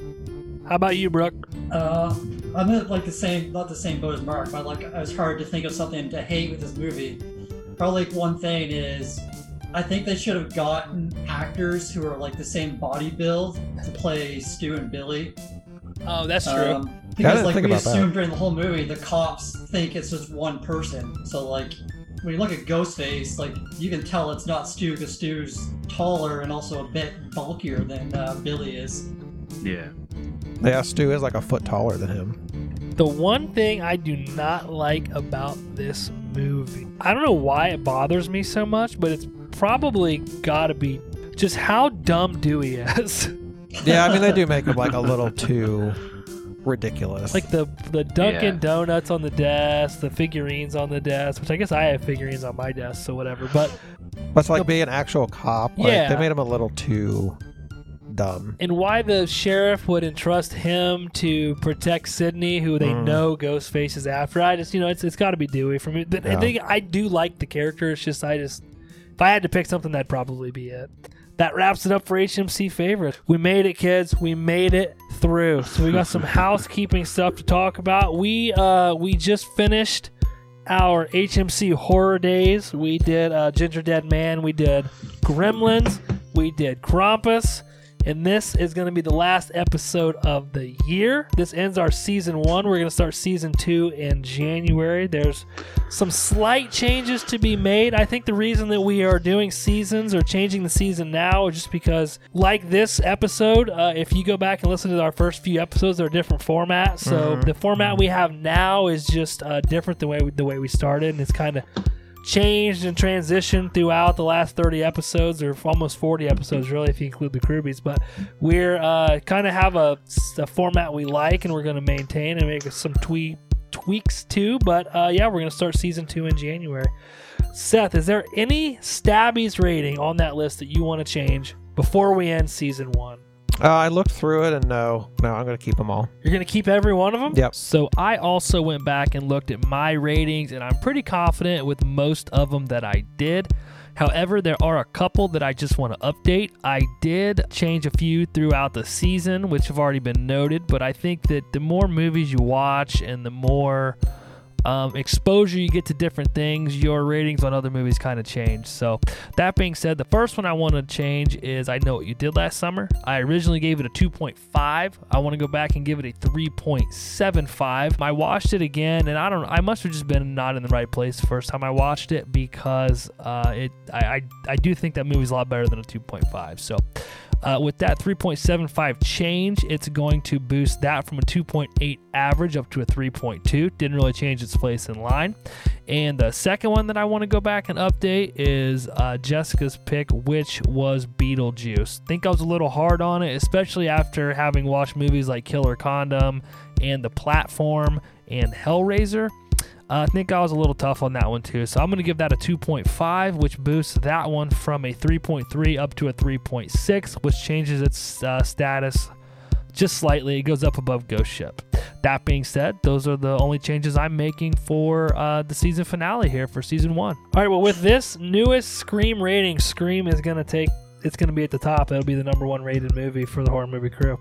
[SPEAKER 1] How about you, Brooke?
[SPEAKER 5] Uh, I'm in like the same, not the same boat as Mark, but like it was hard to think of something to hate with this movie. Probably like, one thing is, I think they should have gotten actors who are like the same body build to play Stu and Billy.
[SPEAKER 1] Oh, that's
[SPEAKER 5] Um, because
[SPEAKER 6] didn't
[SPEAKER 5] like
[SPEAKER 6] think
[SPEAKER 5] we
[SPEAKER 6] about that.
[SPEAKER 5] assume during the whole movie, the cops think it's just one person. So like when you look at Ghostface, like you can tell it's not Stu because Stu's taller and also a bit bulkier than uh, Billy is.
[SPEAKER 4] Yeah.
[SPEAKER 6] Yeah, Stu is like a foot taller than him.
[SPEAKER 1] The one thing I do not like about this movie, I don't know why it bothers me so much, but it's probably gotta be just how dumb Dewey is.
[SPEAKER 6] Yeah, I mean they do make him like a little too ridiculous.
[SPEAKER 1] like the the Dunkin'
[SPEAKER 4] Yeah.
[SPEAKER 1] Donuts on the desk, the figurines on the desk, which I guess I have figurines on my desk, so whatever. But
[SPEAKER 6] That's like being an actual cop. Like,
[SPEAKER 1] Yeah.
[SPEAKER 6] They made him a little too dumb.
[SPEAKER 1] and why the sheriff would entrust him to protect Sydney, who they
[SPEAKER 6] Mm.
[SPEAKER 1] know Ghostface is after. I just, you know, it's it's got to be Dewey for me. But I
[SPEAKER 6] Yeah.
[SPEAKER 1] think I do like the character. It's just I just, if I had to pick something, that'd probably be it. That wraps it up for HMC favorites. We made it, kids. We made it through. So we got some housekeeping stuff to talk about. We uh we just finished our HMC horror days. We did uh, Ginger Dead Man. We did Gremlins. We did Krampus. And this is going to be the last episode of the year. This ends our season one. We're going to start season two in January. There's some slight changes to be made. I think the reason that we are doing seasons or changing the season now is just because, like this episode, uh, if you go back and listen to our first few episodes, they're different formats. So the format we have now is just uh, different the way we, the way we started, and it's kind of changed and transitioned throughout the last 30 episodes or almost 40 episodes really if you include the Krubies. but we're uh, kind of have a, a format we like and we're going to maintain and make some tweak tweaks too but uh, yeah we're going to start season two in january seth is there any stabbies rating on that list that you want to change before we end season one
[SPEAKER 6] Uh, I looked through it and no, no, I'm gonna keep them all.
[SPEAKER 1] you're going to keep every one of them?
[SPEAKER 6] Yep.
[SPEAKER 1] So I also went back and looked at my ratings, and I'm pretty confident with most of them that I did. However, there are a couple that I just want to update. I did change a few throughout the season, which have already been noted, but I think that the more movies you watch and the more um, exposure you get to different things, your ratings on other movies kind of change. So, that being said, the first one I want to change is I Know What You Did Last Summer. I originally gave it a 2.5. I want to go back and give it a 3.75. I watched it again, and I don't I must have just been not in the right place the first time I watched it because uh, it I, I, I do think that movie's a lot better than a 2.5. So, uh, with that 3.75 change, it's going to boost that from a 2.8 average up to a 3.2. Didn't really change its place in line. And the second one that I want to go back and update is uh, Jessica's pick, which was Beetlejuice. Think I was a little hard on it, especially after having watched movies like Killer Condom and The Platform and Hellraiser. Uh, I think I was a little tough on that one too. So I'm going to give that a 2.5, which boosts that one from a 3.3 up to a 3.6, which changes its uh, status just slightly. It goes up above Ghost Ship. That being said, those are the only changes I'm making for uh, the season finale here for season one. All right, well, with this newest Scream rating, Scream is going to take, it's going to be at the top. It'll be the number one rated movie for the horror movie crew.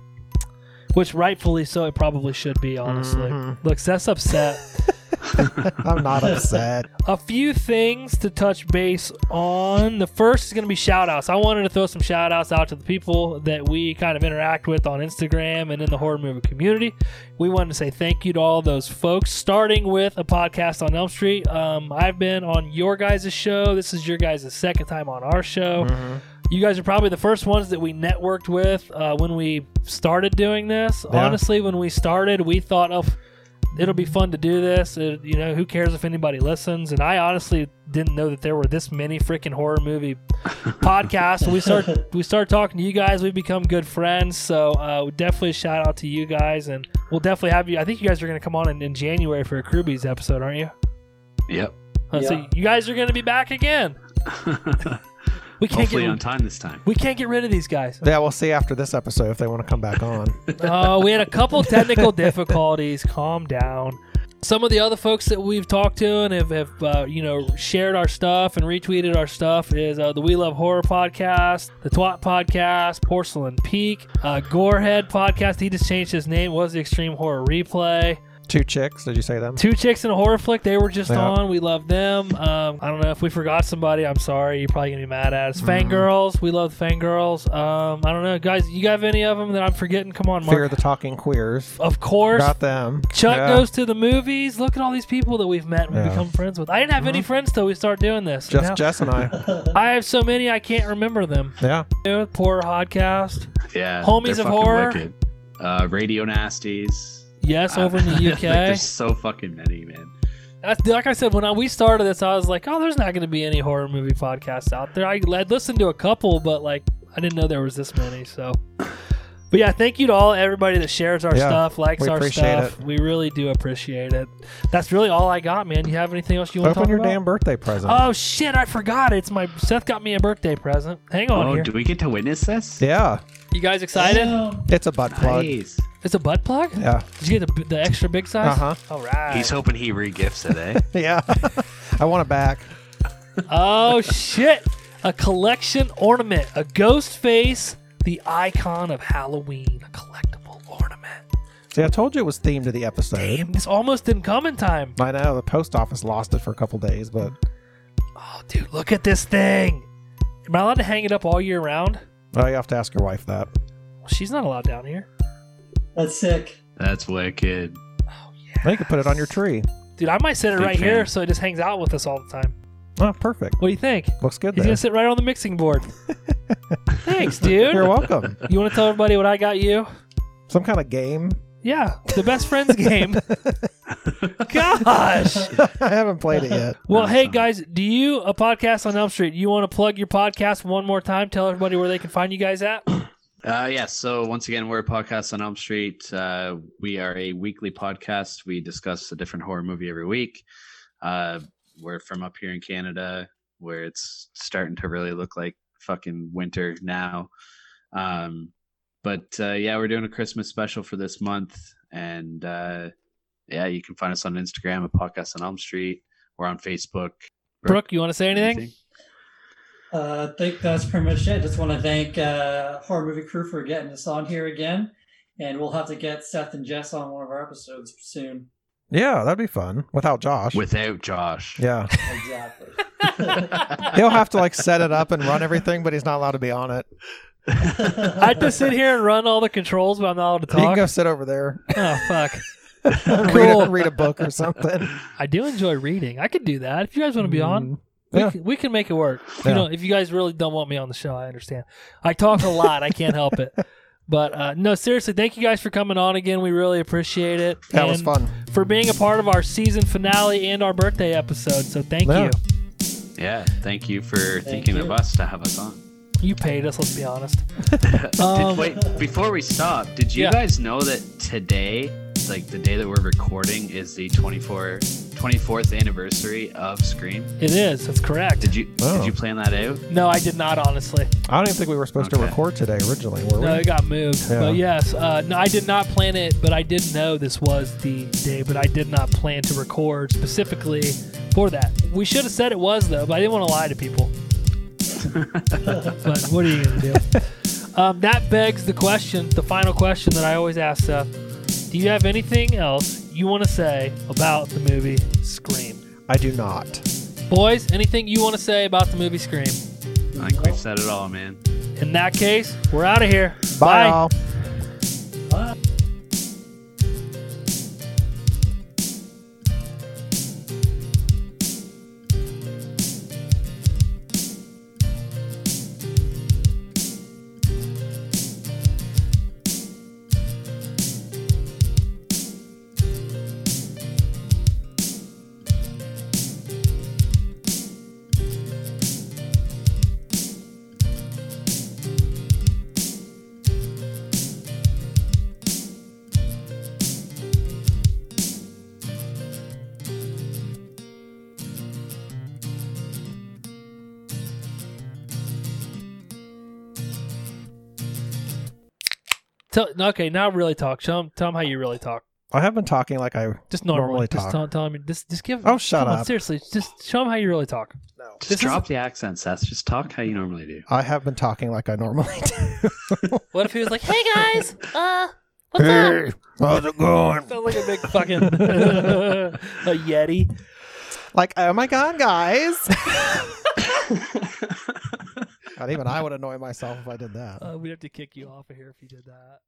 [SPEAKER 1] Which rightfully so, it probably should be, honestly.
[SPEAKER 6] Mhm.
[SPEAKER 1] Look, Seth's upset.
[SPEAKER 6] I'm not upset.
[SPEAKER 1] a few things to touch base on. The first is going to be shout outs. I wanted to throw some shout outs out to the people that we kind of interact with on Instagram and in the horror movie community. We wanted to say thank you to all those folks, starting with a podcast on Elm Street. Um, I've been on your guys' show. This is your guys' second time on our show.
[SPEAKER 6] Mhm.
[SPEAKER 1] You guys are probably the first ones that we networked with uh, when we started doing this.
[SPEAKER 6] Yeah.
[SPEAKER 1] Honestly, when we started, we thought, oh, it'll be fun to do this. It, you know, who cares if anybody listens? And I honestly didn't know that there were this many freaking horror movie podcasts. we start we start talking to you guys. We become good friends. So uh, definitely shout out to you guys, and we'll definitely have you. I think you guys are going to come on in, in January for a Krubies episode, aren't you?
[SPEAKER 4] Yep.
[SPEAKER 1] Uh, So
[SPEAKER 5] Yeah.
[SPEAKER 1] you guys are going to be back again. We can't
[SPEAKER 4] Hopefully
[SPEAKER 1] get
[SPEAKER 4] on time this time.
[SPEAKER 1] we can't get rid of these guys.
[SPEAKER 6] Yeah, we'll see after this episode if they want to come back on.
[SPEAKER 1] Oh, we had a couple technical difficulties. Calm down. Some of the other folks that we've talked to and have, have uh, you know shared our stuff and retweeted our stuff is uh, the We Love Horror podcast, the Twat podcast, Porcelain Peak, uh, Gorehead podcast. He just changed his name. Was the Extreme Horror Replay?
[SPEAKER 6] Two chicks, did you say them?
[SPEAKER 1] Two chicks in a horror flick. They were just
[SPEAKER 6] Yeah.
[SPEAKER 1] on. We love them. Um, I don't know if we forgot somebody. I'm sorry. You're probably gonna be mad at us.
[SPEAKER 6] Mm-hmm.
[SPEAKER 1] Fangirls. We love Fangirls. Um, I don't know, guys. You got any of them that I'm forgetting? Come on,
[SPEAKER 6] Fear
[SPEAKER 1] Mark.
[SPEAKER 6] the Talking Queers.
[SPEAKER 1] Of course.
[SPEAKER 6] Got them.
[SPEAKER 1] Chuck
[SPEAKER 6] Yeah.
[SPEAKER 1] goes to the movies. Look at all these people that we've met and
[SPEAKER 6] Yeah. Mm-hmm.
[SPEAKER 1] become friends with. I didn't have any friends till we started doing this.
[SPEAKER 6] Just
[SPEAKER 1] Now-
[SPEAKER 6] Jess and I.
[SPEAKER 1] I have so many I can't remember them.
[SPEAKER 6] Yeah.
[SPEAKER 1] You know, Poor podcast.
[SPEAKER 4] Yeah.
[SPEAKER 1] Homies
[SPEAKER 4] they're
[SPEAKER 1] of
[SPEAKER 4] fucking
[SPEAKER 1] horror.
[SPEAKER 4] wicked. Uh, Radio Nasties.
[SPEAKER 1] Yes,
[SPEAKER 4] Uh,
[SPEAKER 1] over in the
[SPEAKER 4] like,
[SPEAKER 1] UK.
[SPEAKER 4] there's so fucking many, man.
[SPEAKER 1] That's, like I said, when I, we started this, I was like, "Oh, there's not going to be any horror movie podcasts out there." I, I listened to a couple, but like I didn't know there was this many. So, but yeah, thank you to all everybody that shares our
[SPEAKER 6] Yeah,
[SPEAKER 1] stuff, likes
[SPEAKER 6] we
[SPEAKER 1] our
[SPEAKER 6] appreciate
[SPEAKER 1] stuff. We really do appreciate it. That's really all I got, man. You have anything else you want to
[SPEAKER 6] Open
[SPEAKER 1] talk
[SPEAKER 6] your
[SPEAKER 1] about?
[SPEAKER 6] damn birthday present.
[SPEAKER 1] Oh shit! I forgot. It's my Seth got me a birthday present. Hang on
[SPEAKER 4] Oh,
[SPEAKER 1] here.
[SPEAKER 4] do we get to witness this?
[SPEAKER 6] yeah.
[SPEAKER 1] You guys excited?
[SPEAKER 5] Damn.
[SPEAKER 6] It's a butt plug.
[SPEAKER 4] Nice.
[SPEAKER 1] It's a butt plug.
[SPEAKER 6] Yeah.
[SPEAKER 1] Did you get the, the extra big size?
[SPEAKER 6] Uh-huh.
[SPEAKER 1] All right.
[SPEAKER 4] He's hoping he regifts it, eh?
[SPEAKER 6] Yeah. I want it back.
[SPEAKER 1] Oh shit! A collection ornament, a ghost face, the icon of Halloween, a collectible ornament.
[SPEAKER 6] See, I told you it was themed to the episode.
[SPEAKER 1] Damn, this almost didn't come in time.
[SPEAKER 6] I know the post office lost it for a couple days, but
[SPEAKER 1] Oh, dude, look at this thing. Am I allowed to hang it up all year round?
[SPEAKER 6] well, you have to ask your wife that.
[SPEAKER 1] Well, she's not allowed down here.
[SPEAKER 5] That's sick.
[SPEAKER 4] That's wicked.
[SPEAKER 6] Well, you could put it on your tree.
[SPEAKER 1] Dude, I might set it
[SPEAKER 4] Big
[SPEAKER 1] right
[SPEAKER 4] fan.
[SPEAKER 1] here so it just hangs out with us all the time.
[SPEAKER 6] Oh, perfect.
[SPEAKER 1] What do you think?
[SPEAKER 6] Looks good
[SPEAKER 1] He's
[SPEAKER 6] there.
[SPEAKER 1] gonna sit right on the mixing board. Thanks, dude.
[SPEAKER 6] You're welcome.
[SPEAKER 1] You want to tell everybody what I got you?
[SPEAKER 6] Some kind of game.
[SPEAKER 1] Yeah, the best friends game. Gosh.
[SPEAKER 6] I haven't played it yet.
[SPEAKER 1] Well, hey
[SPEAKER 4] Awesome.
[SPEAKER 1] guys, do you a podcast on Elm Street? You want to plug your podcast one more time? Tell everybody where they can find you guys at.
[SPEAKER 4] Uh, yeah. So once again, we're a podcast on Elm Street. Uh, we are a weekly podcast. We discuss a different horror movie every week. Uh, we're from up here in Canada, where it's starting to really look like fucking winter now. Um, but uh, yeah, we're doing a Christmas special for this month, and uh, yeah, you can find us on Instagram at Podcast on Elm Street. We're on Facebook.
[SPEAKER 1] Brooke, you want to say anything?
[SPEAKER 5] Uh, I think that's pretty much it. Just want to thank uh, Horror Movie Crew for getting us on here again. And we'll have to get Seth and Jess on one of our episodes soon.
[SPEAKER 6] Yeah, that'd be fun without Josh.
[SPEAKER 4] Without Josh.
[SPEAKER 6] yeah,
[SPEAKER 5] Exactly.
[SPEAKER 6] he'll have to like set it up and run everything, but he's not allowed to be on it.
[SPEAKER 1] I just sit here and run all the controls, but I'm not allowed to
[SPEAKER 6] You can
[SPEAKER 1] talk.
[SPEAKER 6] go sit over there,
[SPEAKER 1] Oh fuck!
[SPEAKER 6] read,
[SPEAKER 1] Cool.
[SPEAKER 6] a, read a book or something. Mm.
[SPEAKER 1] I do enjoy reading. I could do that if you guys want to be on. We,
[SPEAKER 6] Yeah.
[SPEAKER 1] can, we can make it work. If
[SPEAKER 6] Yeah.
[SPEAKER 1] You know, if you guys really don't want me on the show, I understand. I talk a lot. I can't help it. But uh, no, seriously, thank you guys for coming on again. We really appreciate it.
[SPEAKER 6] That was
[SPEAKER 1] And
[SPEAKER 6] fun.
[SPEAKER 1] For being a part of our season finale and our birthday episode. So thank
[SPEAKER 6] Yeah.
[SPEAKER 1] you.
[SPEAKER 4] Yeah. Thank you for thinking of
[SPEAKER 5] you.
[SPEAKER 4] us to have us on.
[SPEAKER 1] You paid us, let's be honest.
[SPEAKER 4] Did,
[SPEAKER 1] Um,
[SPEAKER 4] wait, before we stop, did you
[SPEAKER 1] Yeah.
[SPEAKER 4] guys know that today, like the day that we're recording, is the 24, 24th anniversary of Scream?
[SPEAKER 1] It is. That's correct.
[SPEAKER 4] Did you
[SPEAKER 6] Oh.
[SPEAKER 4] did you plan that out?
[SPEAKER 1] no, I did not, honestly.
[SPEAKER 6] I don't even think we were supposed
[SPEAKER 4] Okay.
[SPEAKER 6] to record today originally, were we?
[SPEAKER 1] No, it got moved.
[SPEAKER 6] Yeah.
[SPEAKER 1] But yes, uh, no, I did not plan it, but I did know this was the day, but I did not plan to record specifically for that. We should have said it was, though, but I didn't want to lie to people. but what are you going to do? Um, that begs the question, the final question that I always ask Seth. Do you have anything else you want to say about the movie Scream?
[SPEAKER 6] I do not.
[SPEAKER 1] Boys, anything you want to say about the movie Scream?
[SPEAKER 4] I think we've said it all, man.
[SPEAKER 1] In that case, we're out of here.
[SPEAKER 6] Bye. all
[SPEAKER 1] Tell, okay, now really talk. Show 'em- tell 'em how you really talk.
[SPEAKER 6] I have been talking like I
[SPEAKER 1] Just normally,
[SPEAKER 6] Normally
[SPEAKER 1] just
[SPEAKER 6] talk.
[SPEAKER 1] Tell, tell 'em- Just, just give.
[SPEAKER 6] Oh, shut
[SPEAKER 1] come on,
[SPEAKER 6] up.
[SPEAKER 1] seriously, just show them how you really talk.
[SPEAKER 4] Just
[SPEAKER 1] This is-
[SPEAKER 4] drop the accent, Seth. Just talk how you normally do.
[SPEAKER 6] I have been talking like I normally do.
[SPEAKER 1] What if he was like, "Hey guys, uh, what's up?"
[SPEAKER 6] Hey, how's it going?
[SPEAKER 1] Sounds like a big fucking a yeti.
[SPEAKER 6] Like, oh my god, guys! God, even I would annoy myself if I did that.
[SPEAKER 1] Uh, we'd have to kick you off of here if you did that.